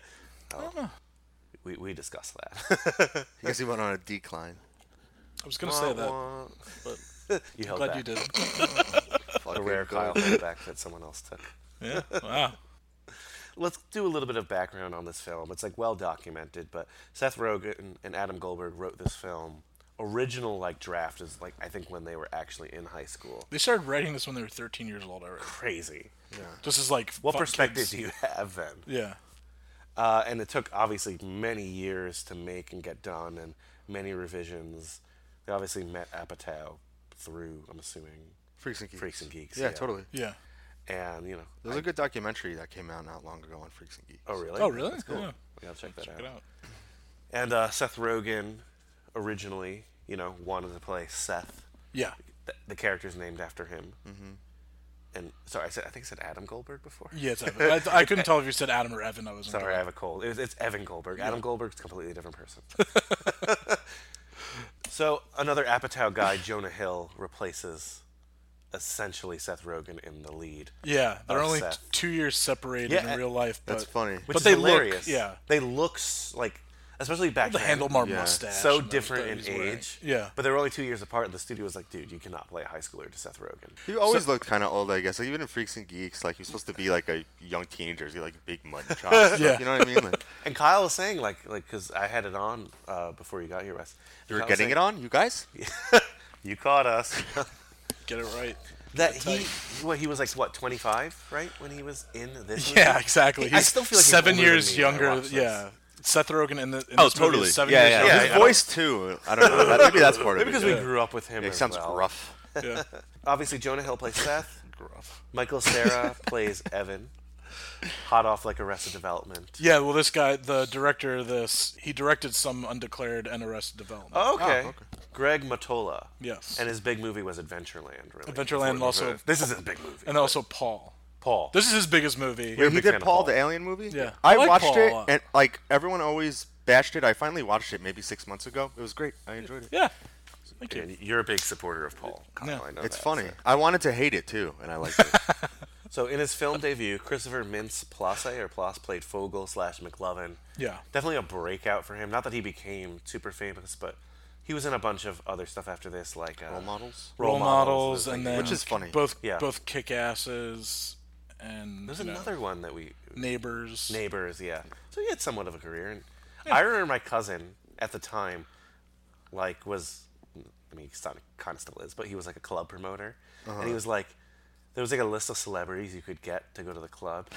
[SPEAKER 2] We, we discussed that.
[SPEAKER 5] I guess he went on a decline.
[SPEAKER 7] i was gonna say that but
[SPEAKER 2] you held
[SPEAKER 7] glad
[SPEAKER 2] back.
[SPEAKER 7] you did
[SPEAKER 2] The rare Kyle held back that someone else took.
[SPEAKER 7] yeah wow
[SPEAKER 2] Let's do a little bit of background on this film. It's like well documented, but Seth Rogen and Adam Goldberg wrote this film. Original like draft is like I think when they were actually in high school.
[SPEAKER 7] They started writing this when they were 13 years old already.
[SPEAKER 2] Crazy.
[SPEAKER 7] Just as like
[SPEAKER 2] What
[SPEAKER 7] fuck
[SPEAKER 2] perspective
[SPEAKER 7] kids.
[SPEAKER 2] do you have then?
[SPEAKER 7] Yeah,
[SPEAKER 2] Uh, and it took obviously many years to make and get done, and many revisions. They obviously met Apatow through, I'm assuming,
[SPEAKER 5] Freaks and Geeks.
[SPEAKER 2] Freaks and Geeks.
[SPEAKER 5] Yeah, totally.
[SPEAKER 7] yeah.
[SPEAKER 2] And you know,
[SPEAKER 5] There's a good documentary that came out not long ago on Freaks and Geeks.
[SPEAKER 2] oh really?
[SPEAKER 7] Oh really?
[SPEAKER 2] That's cool.
[SPEAKER 7] Yeah.
[SPEAKER 2] Yeah, I'll check that
[SPEAKER 7] Check it out.
[SPEAKER 2] And uh, Seth Rogen originally, you know, wanted to play Seth.
[SPEAKER 7] Yeah,
[SPEAKER 2] The, the character's named after him. Mm-hmm. And sorry, I said I think I said Adam Goldberg before.
[SPEAKER 7] yeah. It's Evan. I, I couldn't tell if you said Adam or Evan. I was
[SPEAKER 2] Sorry, I have a cold. It was, it's Evan Goldberg. Adam Goldberg's a completely different person. so another Apatow guy, Jonah Hill, replaces essentially Seth Rogen in the lead.
[SPEAKER 7] Yeah, they're
[SPEAKER 2] Of
[SPEAKER 7] only
[SPEAKER 2] Seth.
[SPEAKER 7] t- two years separated
[SPEAKER 2] Yeah,
[SPEAKER 7] in
[SPEAKER 2] and-
[SPEAKER 7] real life. But
[SPEAKER 5] That's funny.
[SPEAKER 2] Which
[SPEAKER 7] but
[SPEAKER 2] is
[SPEAKER 7] they
[SPEAKER 2] hilarious.
[SPEAKER 7] look. Yeah,
[SPEAKER 2] They look s- like, especially back
[SPEAKER 7] the
[SPEAKER 2] then,
[SPEAKER 7] handlebar
[SPEAKER 5] Yeah.
[SPEAKER 7] mustache.
[SPEAKER 2] So
[SPEAKER 7] and the-
[SPEAKER 2] different
[SPEAKER 7] that
[SPEAKER 2] in
[SPEAKER 7] he's wearing.
[SPEAKER 2] age.
[SPEAKER 7] Yeah,
[SPEAKER 2] But they were only two years apart, and the studio was like, dude, you cannot play a high schooler to Seth Rogen.
[SPEAKER 5] He always looked kind of old, I guess. Like even in Freaks and Geeks, like he was supposed to be like a young teenager. He's got, like big mud chops.
[SPEAKER 7] Yeah.
[SPEAKER 5] You know what I mean? Like
[SPEAKER 2] And Kyle was saying, like, like, because I had it on uh, before you got here, Wes.
[SPEAKER 5] you were getting it on, you guys.
[SPEAKER 2] You caught us.
[SPEAKER 7] get it right.
[SPEAKER 2] that he, what he was like, what, 25, right? When he was in this. movie?
[SPEAKER 7] Yeah, exactly.
[SPEAKER 2] I
[SPEAKER 7] He's
[SPEAKER 2] still feel like he's
[SPEAKER 7] seven
[SPEAKER 2] older than
[SPEAKER 7] years
[SPEAKER 2] me when I
[SPEAKER 7] younger.
[SPEAKER 2] watch this.
[SPEAKER 7] Yeah, Seth Rogen in the in
[SPEAKER 2] Oh,
[SPEAKER 7] this Movie is seven
[SPEAKER 5] Yeah,
[SPEAKER 7] years
[SPEAKER 5] yeah. His
[SPEAKER 7] younger.
[SPEAKER 2] I don't-
[SPEAKER 5] voice too. I don't know. That- Maybe that's part of
[SPEAKER 2] Maybe
[SPEAKER 5] it.
[SPEAKER 2] because
[SPEAKER 5] yeah.
[SPEAKER 2] we grew up with him.
[SPEAKER 5] Yeah, he
[SPEAKER 2] as
[SPEAKER 5] sounds
[SPEAKER 2] well.
[SPEAKER 5] gruff.
[SPEAKER 7] Yeah.
[SPEAKER 2] Obviously, Jonah Hill plays Seth.
[SPEAKER 7] Gruff.
[SPEAKER 2] Michael Sarah plays Evan. Hot off like Arrested Development.
[SPEAKER 7] Yeah, well, this guy, the director of this, he directed some undeclared and Arrested Development.
[SPEAKER 5] Oh,
[SPEAKER 2] Okay. Greg Matola.
[SPEAKER 7] Oh, Yes.
[SPEAKER 2] And his big movie was Adventureland. Really. Before it
[SPEAKER 7] Adventureland
[SPEAKER 2] was
[SPEAKER 7] also-
[SPEAKER 2] a- This is his big movie.
[SPEAKER 7] and also Paul.
[SPEAKER 2] Paul.
[SPEAKER 7] This is his biggest movie.
[SPEAKER 5] Wait,
[SPEAKER 2] a
[SPEAKER 5] he
[SPEAKER 2] big fan
[SPEAKER 5] did
[SPEAKER 2] of
[SPEAKER 5] Paul
[SPEAKER 2] Paul.
[SPEAKER 5] the Alien movie.
[SPEAKER 7] Yeah.
[SPEAKER 5] I,
[SPEAKER 7] I like
[SPEAKER 5] watched
[SPEAKER 7] Paul a
[SPEAKER 5] it,
[SPEAKER 7] lot.
[SPEAKER 5] and like everyone always bashed it. I finally watched it maybe six months ago. It was great. I enjoyed it.
[SPEAKER 7] Yeah. Thank you.
[SPEAKER 2] And you're a big supporter of Paul. Kyle,
[SPEAKER 7] Yeah.
[SPEAKER 2] I know
[SPEAKER 5] It's
[SPEAKER 2] that,
[SPEAKER 5] funny.
[SPEAKER 2] so.
[SPEAKER 5] I wanted to hate it too, and I liked it.
[SPEAKER 2] So in his film debut, Christopher Mintz Plasse or Plasse played Fogel slash McLovin.
[SPEAKER 7] Yeah.
[SPEAKER 2] Definitely a breakout for him. Not that he became super famous, but he was in a bunch of other stuff after this, like uh,
[SPEAKER 5] Role models?
[SPEAKER 7] Role models,
[SPEAKER 2] was, like,
[SPEAKER 7] and then
[SPEAKER 5] Which is funny.
[SPEAKER 7] Both
[SPEAKER 2] Yeah.
[SPEAKER 7] both kick asses and
[SPEAKER 2] there's
[SPEAKER 7] you know,
[SPEAKER 2] another one that we
[SPEAKER 7] neighbors.
[SPEAKER 2] neighbors. Yeah. So he had somewhat of a career, and I remember my cousin at the time, like was, I mean, he's not kind of still is, but he was like a club promoter, and
[SPEAKER 5] Uh-huh.
[SPEAKER 2] he was like, there was like a list of celebrities you could get to go to the club,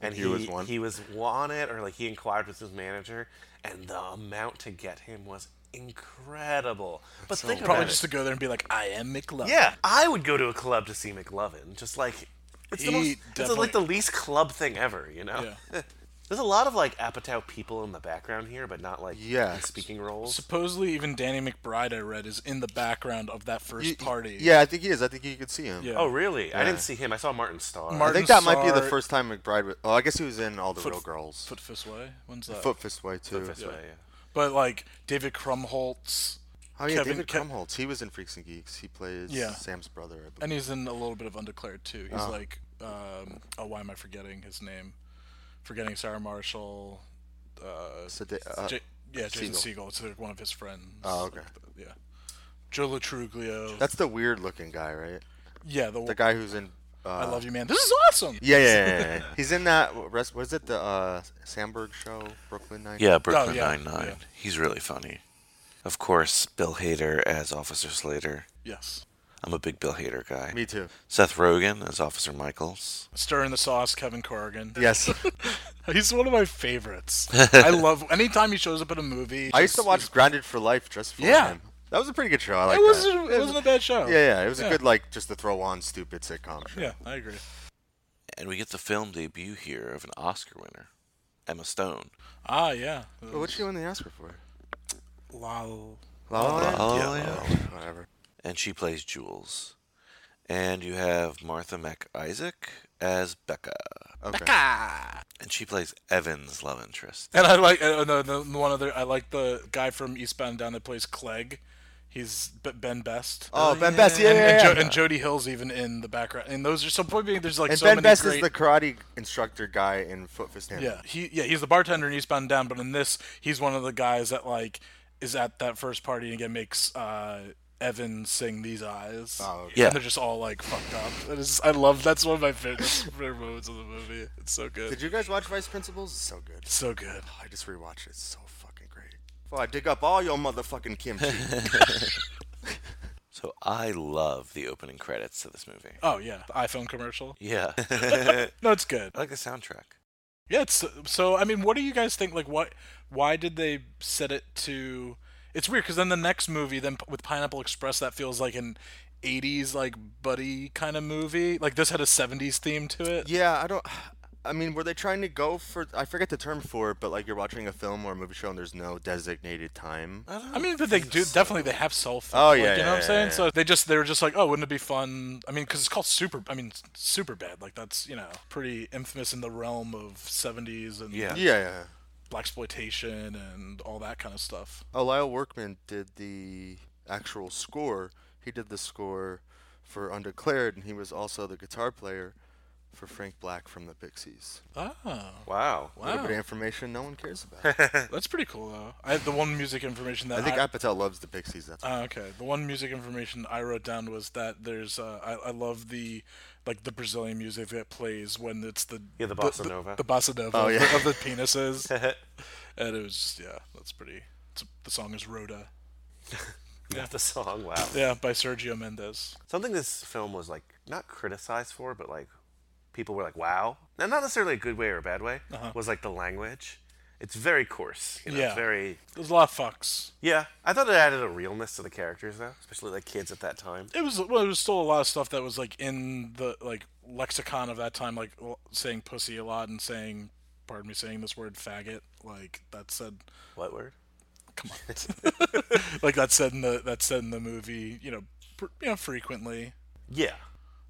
[SPEAKER 2] and
[SPEAKER 5] He was one?
[SPEAKER 2] He was on it, or like he inquired with his manager, and the amount to get him was incredible. But think about
[SPEAKER 7] Probably
[SPEAKER 2] it.
[SPEAKER 7] just to go there and be like, I am McLovin.
[SPEAKER 2] Yeah, I would go to a club to see McLovin. Just like it's the
[SPEAKER 7] He
[SPEAKER 2] most, it's like the
[SPEAKER 7] definitely-
[SPEAKER 2] least club thing ever. You know. There's a lot of like Apatow people in the background here, but not like
[SPEAKER 5] Yeah.
[SPEAKER 2] in speaking roles.
[SPEAKER 7] Supposedly, even Danny McBride, I read, is in the background of that first
[SPEAKER 5] Y-
[SPEAKER 7] party.
[SPEAKER 5] Yeah, I think he is. I think you could see him.
[SPEAKER 7] Yeah.
[SPEAKER 2] Oh really? I
[SPEAKER 5] Yeah.
[SPEAKER 2] didn't see him. I saw Martin Starr.
[SPEAKER 5] I
[SPEAKER 7] Martin
[SPEAKER 5] think that might be the
[SPEAKER 7] Starr-
[SPEAKER 5] first time McBride. Was, well, I guess he was in all the
[SPEAKER 7] Foot-
[SPEAKER 5] real girls.
[SPEAKER 7] Foot Fist Way? When's that?
[SPEAKER 5] Foot Fist Way too.
[SPEAKER 2] This way, yeah.
[SPEAKER 7] But like David Krumholtz,
[SPEAKER 5] Oh yeah,
[SPEAKER 7] Kevin-
[SPEAKER 5] David
[SPEAKER 7] Ke-
[SPEAKER 5] Krumholtz. He was in Freaks and Geeks. He plays
[SPEAKER 7] Yeah.
[SPEAKER 5] Sam's brother. I believe.
[SPEAKER 7] and he's in a little bit of Undeclared too.
[SPEAKER 5] Ah.
[SPEAKER 7] He's like, um, oh, why am I forgetting his name? Forgetting Sarah Marshall. Uh,
[SPEAKER 5] So da- uh,
[SPEAKER 7] J- yeah, Jason
[SPEAKER 5] Segel.
[SPEAKER 7] Segel. It's like one of his friends.
[SPEAKER 5] Oh,
[SPEAKER 7] like
[SPEAKER 5] okay.
[SPEAKER 7] the- yeah. Joe Latruglio.
[SPEAKER 5] That's the weird-looking guy, right?
[SPEAKER 7] yeah, the,
[SPEAKER 5] The guy who's in. Uh,
[SPEAKER 7] I love you, man. This is awesome.
[SPEAKER 5] Yeah, yeah, yeah, yeah, yeah. He's in that. what- rest- Was it the uh, Sandberg show, Brooklyn Nine?
[SPEAKER 6] Yeah, Brooklyn
[SPEAKER 7] Oh, yeah,
[SPEAKER 6] Nine Nine.
[SPEAKER 7] yeah.
[SPEAKER 6] He's really funny. Of course, Bill Hader as Officer Slater.
[SPEAKER 7] Yes.
[SPEAKER 6] I'm a big Bill Hader guy.
[SPEAKER 5] Me too.
[SPEAKER 6] Seth Rogen as Officer Michaels.
[SPEAKER 7] Stir in the sauce, Kevin Corrigan.
[SPEAKER 5] Yes.
[SPEAKER 7] He's one of my favorites. I love anytime he shows up in a movie.
[SPEAKER 5] I used to
[SPEAKER 7] just-
[SPEAKER 5] watch Grounded for Life just for
[SPEAKER 7] Yeah.
[SPEAKER 5] him. That was a pretty good show. I like
[SPEAKER 7] It was
[SPEAKER 5] that.
[SPEAKER 7] it wasn't a bad show.
[SPEAKER 5] Yeah, yeah. It was
[SPEAKER 7] Yeah.
[SPEAKER 5] a good like just to throw on stupid sitcom show.
[SPEAKER 7] Yeah, I agree.
[SPEAKER 6] And we get the film debut here of an Oscar winner, Emma Stone.
[SPEAKER 7] Ah, yeah.
[SPEAKER 5] But what'd she win the Oscar for?
[SPEAKER 7] Lol.
[SPEAKER 5] La La Land?
[SPEAKER 6] La La
[SPEAKER 2] Oh,
[SPEAKER 5] Yeah,
[SPEAKER 6] Land.
[SPEAKER 5] Whatever.
[SPEAKER 6] And she plays Jules. And you have Martha McIsaac as Becca.
[SPEAKER 5] Okay.
[SPEAKER 6] And she plays Evan's love interest.
[SPEAKER 7] And I like uh, no, no, one other. I like the guy from Eastbound and Down that plays Clegg. He's B- Ben Best.
[SPEAKER 5] Oh, Ben Best. Yeah,
[SPEAKER 7] and,
[SPEAKER 5] yeah,
[SPEAKER 7] and,
[SPEAKER 5] yeah.
[SPEAKER 7] Jo- and Jody Hill's even in the background. And those are so point being there's like
[SPEAKER 5] And
[SPEAKER 7] so
[SPEAKER 5] Ben
[SPEAKER 7] many
[SPEAKER 5] Best
[SPEAKER 7] great.
[SPEAKER 5] is the karate instructor guy in Foot Fist Hand.
[SPEAKER 7] yeah, he yeah he's the bartender in Eastbound and Down, but in this he's one of the guys that like is at that first party and again makes uh, Evan sing these eyes.
[SPEAKER 5] Oh, okay.
[SPEAKER 6] Yeah.
[SPEAKER 7] And they're just all like fucked up. It is, I love that's one of my favorite, that's my favorite moments of the movie. It's so good.
[SPEAKER 5] Did you guys watch Vice Principals? It's so good.
[SPEAKER 7] so good.
[SPEAKER 5] I just rewatched it. It's so fucking great. Oh, I dig up all your motherfucking kimchi.
[SPEAKER 6] So I love the opening credits to this movie.
[SPEAKER 7] Oh yeah, the iPhone commercial.
[SPEAKER 6] Yeah.
[SPEAKER 7] No, it's good.
[SPEAKER 6] I like the soundtrack.
[SPEAKER 7] Yeah, it's so. I mean, what do you guys think? Like, what? Why did they set it to? It's weird because then the next movie, then with Pineapple Express, that feels like an '80s like buddy kind of movie. Like this had a '70s theme to it.
[SPEAKER 5] yeah, I don't. I mean, were they trying to go for? I forget the term for it, but like you're watching a film or a movie show and there's no designated time.
[SPEAKER 7] I mean, but they do definitely they have cell phones.
[SPEAKER 5] Oh,
[SPEAKER 7] like,
[SPEAKER 5] yeah,
[SPEAKER 7] you
[SPEAKER 5] yeah,
[SPEAKER 7] know what I'm
[SPEAKER 5] yeah,
[SPEAKER 7] saying.
[SPEAKER 5] yeah.
[SPEAKER 7] So they just they were just like, oh, wouldn't it be fun? I mean, because it's called super. I mean, super bad. Like that's you know pretty infamous in the realm of '70s and
[SPEAKER 6] Yeah.
[SPEAKER 5] Yeah, yeah.
[SPEAKER 7] black exploitation and all that kind of stuff.
[SPEAKER 5] Oh, Lyle Workman did the actual score. He did the score for Undeclared, and he was also the guitar player for Frank Black from the Pixies.
[SPEAKER 7] Oh.
[SPEAKER 2] Wow.
[SPEAKER 5] A little
[SPEAKER 7] Wow.
[SPEAKER 5] bit of information no one cares about.
[SPEAKER 7] That's pretty cool though. I the one music information that
[SPEAKER 5] Eh. I think
[SPEAKER 7] I,
[SPEAKER 5] Apatow loves the Pixies. That's
[SPEAKER 7] Ah, okay. The one music information I wrote down was that there's uh, I, I love the like the Brazilian music that plays when it's the
[SPEAKER 2] Yeah, the bossa nova.
[SPEAKER 7] the, bossa nova
[SPEAKER 5] Oh,
[SPEAKER 7] of,
[SPEAKER 5] yeah.
[SPEAKER 7] the, of the penises, and it was just, yeah, that's pretty. It's, the song is Rhoda,
[SPEAKER 2] Not the song. Wow.
[SPEAKER 7] yeah, by Sergio Mendes.
[SPEAKER 2] Something this film was like not criticized for, but like people were like, "Wow," and not necessarily a good way or a bad way. Was like the language. It's very coarse. You know,
[SPEAKER 7] Yeah.
[SPEAKER 2] It's very
[SPEAKER 7] There's a lot of fucks.
[SPEAKER 2] Yeah, I thought it added a realness to the characters though, especially like kids at that time.
[SPEAKER 7] It was well, it was still a lot of stuff that was like in the like lexicon of that time, like l- saying pussy a lot and saying, pardon me, saying this word faggot. Like that said,
[SPEAKER 2] What word?
[SPEAKER 7] come on like that's said in the that's said in the movie you know pr- you know frequently
[SPEAKER 2] Yeah.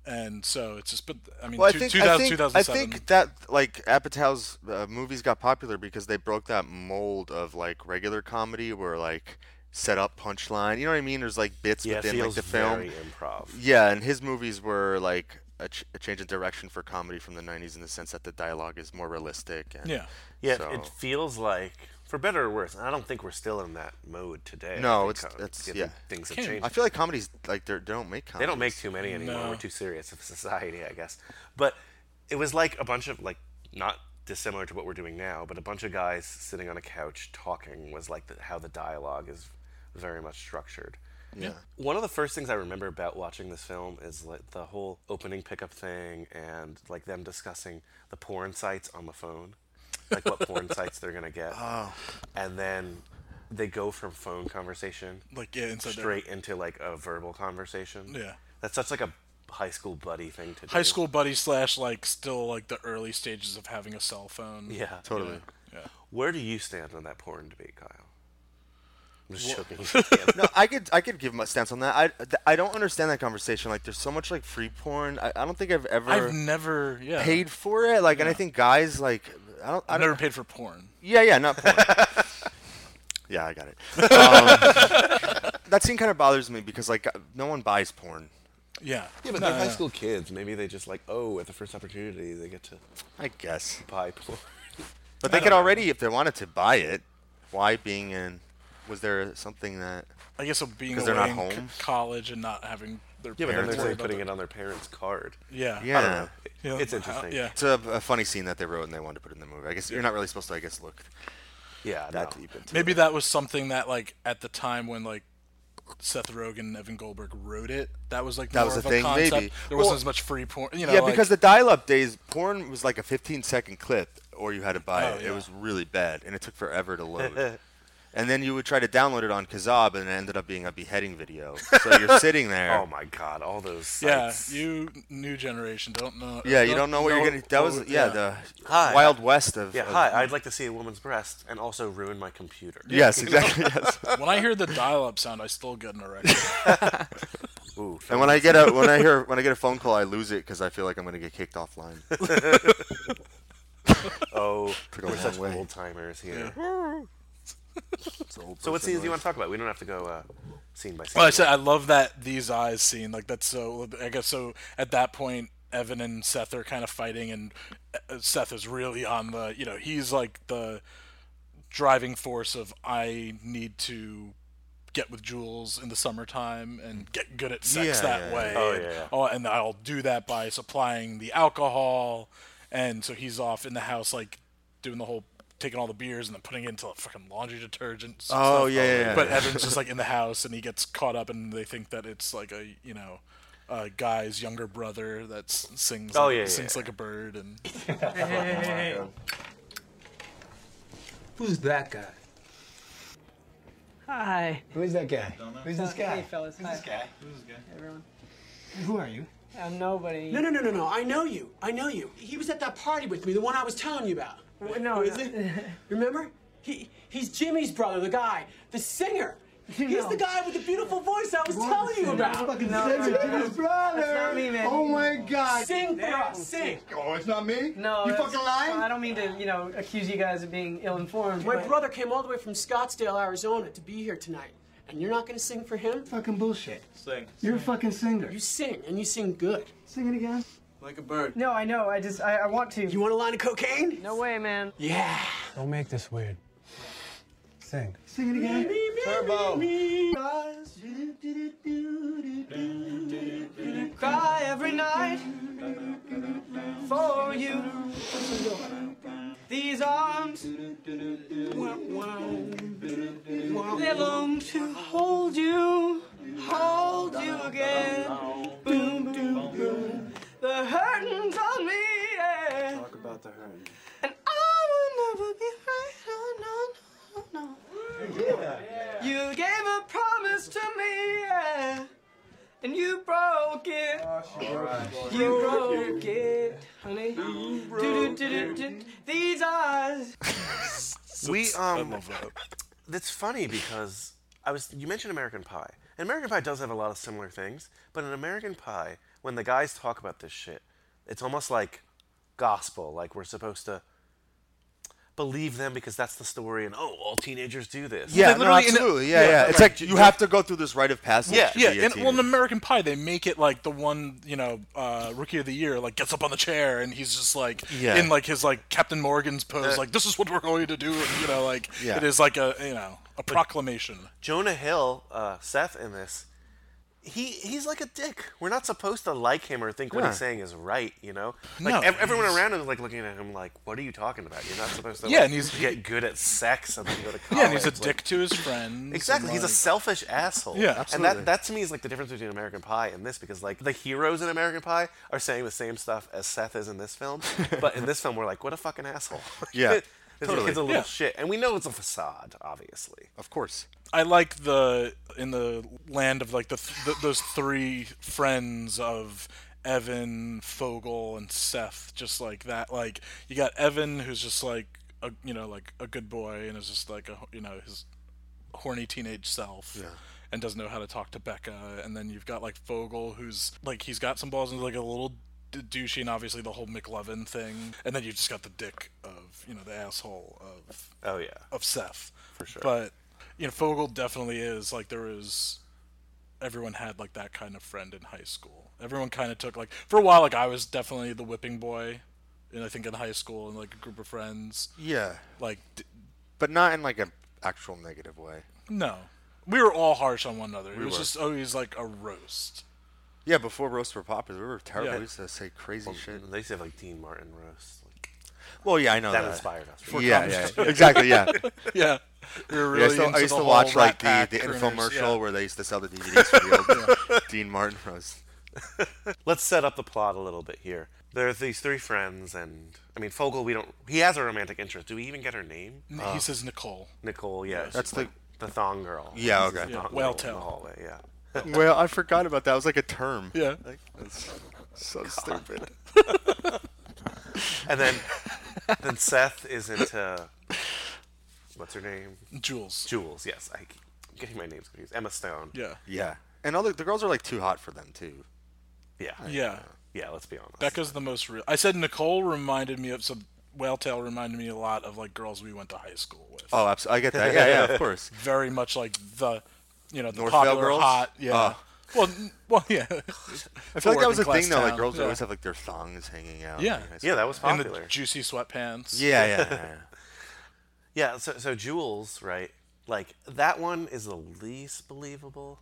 [SPEAKER 7] and so it's just but i mean
[SPEAKER 5] Well,
[SPEAKER 7] two,
[SPEAKER 5] I think
[SPEAKER 7] 2000,
[SPEAKER 5] I think, I
[SPEAKER 7] 2007
[SPEAKER 5] think that like Apatow's uh, movies got popular because they broke that mold of like regular comedy where like set up punchline. You know what I mean? There's like bits
[SPEAKER 2] Yeah, it
[SPEAKER 5] within like
[SPEAKER 2] feels
[SPEAKER 5] the film.
[SPEAKER 2] very improv.
[SPEAKER 5] Yeah, and his movies were like a, ch- a change in direction for comedy from the 90s in the sense that the dialogue is more realistic. And
[SPEAKER 7] Yeah.
[SPEAKER 2] Yeah,
[SPEAKER 5] so-
[SPEAKER 2] it feels like, for better or worse, and I don't think we're still in that mode today. I
[SPEAKER 5] No,
[SPEAKER 2] think
[SPEAKER 5] it's-
[SPEAKER 2] com-
[SPEAKER 5] it's-
[SPEAKER 2] think
[SPEAKER 5] yeah.
[SPEAKER 2] Things have
[SPEAKER 7] Can't-
[SPEAKER 2] changed.
[SPEAKER 5] I feel like comedies like they don't make comedies.
[SPEAKER 2] They don't make too many anymore.
[SPEAKER 7] No.
[SPEAKER 2] We're too serious of society, I guess. But it was like a bunch of like not dissimilar to what we're doing now, but a bunch of guys sitting on a couch talking was like the, how the dialogue is very much structured.
[SPEAKER 5] Yeah.
[SPEAKER 2] One of the first things I remember about watching this film is like the whole opening pickup thing and like them discussing the porn sites on the phone, like what porn sites they're gonna get, and then they go from phone conversation
[SPEAKER 7] Like yeah, inside their-
[SPEAKER 2] straight into like a verbal conversation.
[SPEAKER 7] Yeah.
[SPEAKER 2] That's such like a high school buddy thing to do.
[SPEAKER 7] high school buddy slash like still like the early stages of having a cell phone.
[SPEAKER 2] Yeah.
[SPEAKER 5] Totally.
[SPEAKER 2] Where do you stand on that porn debate, Kyle? I'm just joking.
[SPEAKER 5] no, I could I could give my stance on that. I th- I don't understand that conversation. Like, there's so much like free porn. I, I don't think I've ever
[SPEAKER 7] I've never yeah.
[SPEAKER 5] paid for it. Like, and I think guys like I don't. I
[SPEAKER 7] I've
[SPEAKER 5] don't
[SPEAKER 7] never paid for porn.
[SPEAKER 5] yeah, yeah, not porn. yeah, I got it. Um, that scene kind of bothers me because like no one buys porn.
[SPEAKER 7] Yeah.
[SPEAKER 2] yeah, but
[SPEAKER 7] No,
[SPEAKER 2] they're high
[SPEAKER 7] no.
[SPEAKER 2] school kids. Maybe they just like, oh, at the first opportunity, they get to
[SPEAKER 5] I guess,
[SPEAKER 2] buy porn.
[SPEAKER 5] but they could already if they wanted to buy it. Why being in? Was there something that?
[SPEAKER 7] I guess of being
[SPEAKER 5] 'Cause
[SPEAKER 7] away
[SPEAKER 5] they're not
[SPEAKER 7] in co-
[SPEAKER 5] home?
[SPEAKER 7] college and not having their
[SPEAKER 2] Yeah, but then
[SPEAKER 7] parents
[SPEAKER 2] they're
[SPEAKER 7] worry
[SPEAKER 2] like
[SPEAKER 7] about
[SPEAKER 2] putting
[SPEAKER 7] their-
[SPEAKER 2] it on their parents' card.
[SPEAKER 7] Yeah.
[SPEAKER 5] Yeah.
[SPEAKER 2] I don't know.
[SPEAKER 7] Yeah.
[SPEAKER 2] It's
[SPEAKER 7] How-
[SPEAKER 2] interesting.
[SPEAKER 7] Yeah.
[SPEAKER 5] It's a, a funny scene that they wrote and they wanted to put in the movie. I guess you're not really supposed to. I guess look
[SPEAKER 2] Yeah,
[SPEAKER 5] that
[SPEAKER 2] no.
[SPEAKER 5] deep into.
[SPEAKER 7] Maybe that was something that like at the time when like Seth Rogen and Evan Goldberg wrote it, that was like
[SPEAKER 5] That
[SPEAKER 7] more
[SPEAKER 5] was
[SPEAKER 7] of
[SPEAKER 5] the
[SPEAKER 7] a
[SPEAKER 5] thing,
[SPEAKER 7] concept.
[SPEAKER 5] maybe.
[SPEAKER 7] There wasn't
[SPEAKER 5] Well-
[SPEAKER 7] as much free porn, you know.
[SPEAKER 5] yeah,
[SPEAKER 7] like-
[SPEAKER 5] because the dial-up days, porn was like a 15-second clip, or you had to buy
[SPEAKER 7] Oh,
[SPEAKER 5] it.
[SPEAKER 7] yeah.
[SPEAKER 5] It was really bad, and it took forever to load. and then you would try to download it on Kazab, and it ended up being a beheading video. So you're sitting there.
[SPEAKER 2] Oh my god, all those
[SPEAKER 7] yeah,
[SPEAKER 2] sites.
[SPEAKER 7] you new generation don't know.
[SPEAKER 5] yeah, you don't know what you're gonna. That was
[SPEAKER 7] what-
[SPEAKER 5] yeah, the
[SPEAKER 2] Hi.
[SPEAKER 5] wild west of.
[SPEAKER 2] Yeah,
[SPEAKER 5] of-
[SPEAKER 2] hi, I'd like to see a woman's breast and also ruin my computer.
[SPEAKER 5] Yes, exactly. Yes.
[SPEAKER 7] when I hear the dial-up sound, I still get an erection.
[SPEAKER 2] Ooh,
[SPEAKER 5] And when I get a when I hear when I get a phone call, I lose it because I feel like I'm gonna get kicked offline.
[SPEAKER 2] oh,
[SPEAKER 5] Took a
[SPEAKER 2] we're
[SPEAKER 5] long
[SPEAKER 2] such
[SPEAKER 5] way.
[SPEAKER 2] old timers here. so what scenes do you want to talk about? We don't have to go uh, scene by scene.
[SPEAKER 7] Well, I said I love that these eyes scene. Like that's so. I guess so. At that point, Evan and Seth are kind of fighting, and uh, Seth is really on the. You know, he's like the driving force of I need to get with Jules in the summertime and get good at sex
[SPEAKER 5] Yeah,
[SPEAKER 7] that
[SPEAKER 5] yeah, yeah.
[SPEAKER 7] way.
[SPEAKER 2] Oh,
[SPEAKER 7] and,
[SPEAKER 2] yeah, yeah.
[SPEAKER 7] oh, and I'll do that by supplying the alcohol. And so he's off in the house, like doing the whole taking all the beers and then putting it into like, fucking laundry detergent. and
[SPEAKER 5] Oh,
[SPEAKER 7] stuff.
[SPEAKER 5] yeah, yeah, yeah.
[SPEAKER 7] But Evan's just like in the house and he gets caught up and they think that it's like a you know. A guy's younger brother that s- sings,
[SPEAKER 2] Oh,
[SPEAKER 7] like,
[SPEAKER 2] yeah, yeah,
[SPEAKER 7] sings
[SPEAKER 2] yeah.
[SPEAKER 7] like a bird, and
[SPEAKER 8] Who's that guy?
[SPEAKER 9] Hi.
[SPEAKER 8] Who's that guy? Who's this guy?
[SPEAKER 9] Hey, fellas. Hi. Everyone.
[SPEAKER 8] Who are you?
[SPEAKER 9] I'm nobody.
[SPEAKER 10] No, no, no, no, no. I know you. I know you. He was at that party with me, the one I was telling you about.
[SPEAKER 9] Wh- no,
[SPEAKER 10] Who is
[SPEAKER 9] no.
[SPEAKER 10] it? Remember? He he's Jimmy's brother, the guy, the singer. He's
[SPEAKER 9] No.
[SPEAKER 10] the guy with the beautiful voice I was telling you about.
[SPEAKER 8] Fucking
[SPEAKER 9] No,
[SPEAKER 8] send it
[SPEAKER 9] no,
[SPEAKER 8] to
[SPEAKER 9] no.
[SPEAKER 8] his brother.
[SPEAKER 9] That's not me, man.
[SPEAKER 8] Oh my god.
[SPEAKER 10] Sing for us, sing.
[SPEAKER 8] Oh, it's not me.
[SPEAKER 9] No.
[SPEAKER 8] you
[SPEAKER 9] that's-
[SPEAKER 8] fucking lying.
[SPEAKER 9] I don't mean to, you know, accuse you guys of being ill-informed.
[SPEAKER 10] My
[SPEAKER 9] but-
[SPEAKER 10] brother came all the way from Scottsdale, Arizona, to be here tonight, and you're not gonna sing for him.
[SPEAKER 8] Fucking bullshit. Sing. You're a fucking singer.
[SPEAKER 10] You sing, and you sing good.
[SPEAKER 8] sing it again.
[SPEAKER 9] No, I know. I just, I, I want to.
[SPEAKER 10] You want a line of cocaine?
[SPEAKER 9] No way, man.
[SPEAKER 10] Yeah.
[SPEAKER 8] Don't make this weird. Sing. Sing it again. Turbo.
[SPEAKER 9] Cry every night for you. These arms they long to hold you, hold you again. Boom, boom, boom. The hurting's on me. Yeah. Talk about the hurting. And I will never be right. No, no, no, no. You gave a promise to me. Yeah. And you broke it. You broke it, honey. Do-do-do-do-do. These eyes.
[SPEAKER 2] we um,
[SPEAKER 7] I love that.
[SPEAKER 2] that's funny because I was you mentioned American Pie. And American Pie does have a lot of similar things, but in American Pie, when the guys talk about this shit, it's almost like gospel, like we're supposed to believe them because that's the story, and oh, all teenagers do this.
[SPEAKER 5] Yeah, no,
[SPEAKER 7] Like, literally in a-
[SPEAKER 5] absolutely. yeah, yeah. It's like you have to go through this rite of passage.
[SPEAKER 2] Yeah,
[SPEAKER 5] to
[SPEAKER 7] Yeah,
[SPEAKER 5] be a
[SPEAKER 7] and well, in
[SPEAKER 5] teenager.
[SPEAKER 7] American Pie, they make it like the one you know, uh, rookie of the year, like gets up on the chair and he's just like
[SPEAKER 5] Yeah.
[SPEAKER 7] in like his like Captain Morgan's pose, like this is what we're going to do, and you know, like
[SPEAKER 5] Yeah.
[SPEAKER 7] it is like a you know a proclamation.
[SPEAKER 2] Jonah Hill, uh, Seth in this, he he's like a dick. We're not supposed to like him or think what
[SPEAKER 5] Yeah.
[SPEAKER 2] he's saying is right, you know.
[SPEAKER 7] No,
[SPEAKER 2] Like ev- everyone
[SPEAKER 7] he's-
[SPEAKER 2] around him is like looking at him like, "What are you talking about? You're not supposed to
[SPEAKER 7] Yeah,
[SPEAKER 2] like,
[SPEAKER 7] and he's-
[SPEAKER 2] get good at sex and then go to college."
[SPEAKER 7] Yeah, and he's a
[SPEAKER 2] Like,
[SPEAKER 7] dick to his friends. and,
[SPEAKER 2] Exactly, he's a
[SPEAKER 7] like-
[SPEAKER 2] selfish asshole.
[SPEAKER 7] Yeah,
[SPEAKER 2] And that, that to me is like the difference between American Pie and this because like the heroes in American Pie are saying the same stuff as Seth is in this film, but in this film we're like, what a fucking asshole.
[SPEAKER 5] Yeah,
[SPEAKER 2] this
[SPEAKER 5] totally.
[SPEAKER 2] kid's a little
[SPEAKER 7] Yeah.
[SPEAKER 2] shit, and we know it's a facade, obviously.
[SPEAKER 5] Of course.
[SPEAKER 7] I like the in the land of like the, th- th- those three friends of Evan, Fogel, and Seth. Just like that, like you got Evan, who's just like a you know like a good boy, and is just like a you know his horny teenage self. And doesn't know how to talk to Becca, and then you've got like Fogel, who's like he's got some balls and like a little d- douchey, and obviously the whole McLovin thing, and then you've just got the dick of you know the asshole of
[SPEAKER 2] Oh yeah.
[SPEAKER 7] of Seth. For sure. But you know, Fogel definitely is like there was everyone had like that kind of friend in high school. Everyone kind of took like for a while like I was definitely the whipping boy and I think in high school and like a group of friends
[SPEAKER 5] Yeah,
[SPEAKER 7] like d-
[SPEAKER 5] but not in like an actual negative way.
[SPEAKER 7] no. We were all harsh on one another. it was
[SPEAKER 5] were.
[SPEAKER 7] just always like a roast.
[SPEAKER 5] Yeah, before roasts were popular, we were terrible.
[SPEAKER 7] Yeah.
[SPEAKER 5] We used to say crazy shit.
[SPEAKER 2] They used to have like Dean Martin roast. Like,
[SPEAKER 5] Well, yeah, I know
[SPEAKER 2] that
[SPEAKER 5] that.
[SPEAKER 2] inspired us.
[SPEAKER 5] yeah, yeah, exactly. Yeah,
[SPEAKER 7] Yeah. We were
[SPEAKER 5] Yeah, I
[SPEAKER 7] really
[SPEAKER 5] used to, I
[SPEAKER 7] into
[SPEAKER 5] used
[SPEAKER 7] the
[SPEAKER 5] to
[SPEAKER 7] whole
[SPEAKER 5] watch
[SPEAKER 7] Rat
[SPEAKER 5] like the,
[SPEAKER 7] Pack
[SPEAKER 5] the
[SPEAKER 7] crooners,
[SPEAKER 5] infomercial
[SPEAKER 7] yeah.
[SPEAKER 5] where they used to sell the DVDs for the old Dean Martin roast.
[SPEAKER 2] Let's set up the plot a little bit here. There are these three friends, and I mean Fogel. We don't. He has a romantic interest. Do we even get her name?
[SPEAKER 7] And
[SPEAKER 5] uh,
[SPEAKER 7] He says Nicole.
[SPEAKER 2] Nicole. Yeah.
[SPEAKER 5] That's
[SPEAKER 2] That's
[SPEAKER 5] the-
[SPEAKER 2] the the thong girl.
[SPEAKER 5] Yeah,
[SPEAKER 2] She's
[SPEAKER 5] okay.
[SPEAKER 2] the thong
[SPEAKER 7] Yeah, whale
[SPEAKER 2] girl in
[SPEAKER 7] tail.
[SPEAKER 2] the hallway. Yeah.
[SPEAKER 5] Well, I forgot about that. It was like a term.
[SPEAKER 7] Yeah.
[SPEAKER 5] Like, that's so stupid.
[SPEAKER 2] And then then Seth is into what's her name?
[SPEAKER 7] Jules.
[SPEAKER 2] Jules. Yes, I keep getting my names confused. Emma Stone.
[SPEAKER 7] Yeah.
[SPEAKER 5] Yeah, and all the, the girls are like too hot for them too.
[SPEAKER 2] Yeah.
[SPEAKER 7] Yeah.
[SPEAKER 2] Yeah, Let's be honest.
[SPEAKER 7] Becca's the most real. I said Nicole reminded me of some Whale Tail reminded me a lot of like girls we went to high school with.
[SPEAKER 5] Oh, absolutely. I get that. Yeah, yeah, of course.
[SPEAKER 7] very much like the you know the
[SPEAKER 5] North
[SPEAKER 7] popular
[SPEAKER 5] Vale girls?
[SPEAKER 7] hot yeah
[SPEAKER 5] Oh.
[SPEAKER 7] well n- well yeah
[SPEAKER 5] I feel like that was a
[SPEAKER 7] working-class
[SPEAKER 5] thing though. Like
[SPEAKER 7] town.
[SPEAKER 5] girls would
[SPEAKER 7] Yeah.
[SPEAKER 5] always have like their thongs hanging out.
[SPEAKER 7] Yeah.
[SPEAKER 5] in high school.
[SPEAKER 2] Yeah, that was
[SPEAKER 7] and
[SPEAKER 2] popular.
[SPEAKER 7] the juicy sweatpants
[SPEAKER 5] Yeah, yeah, yeah.
[SPEAKER 2] Yeah, so so Jules, right? Like that one is the least believable.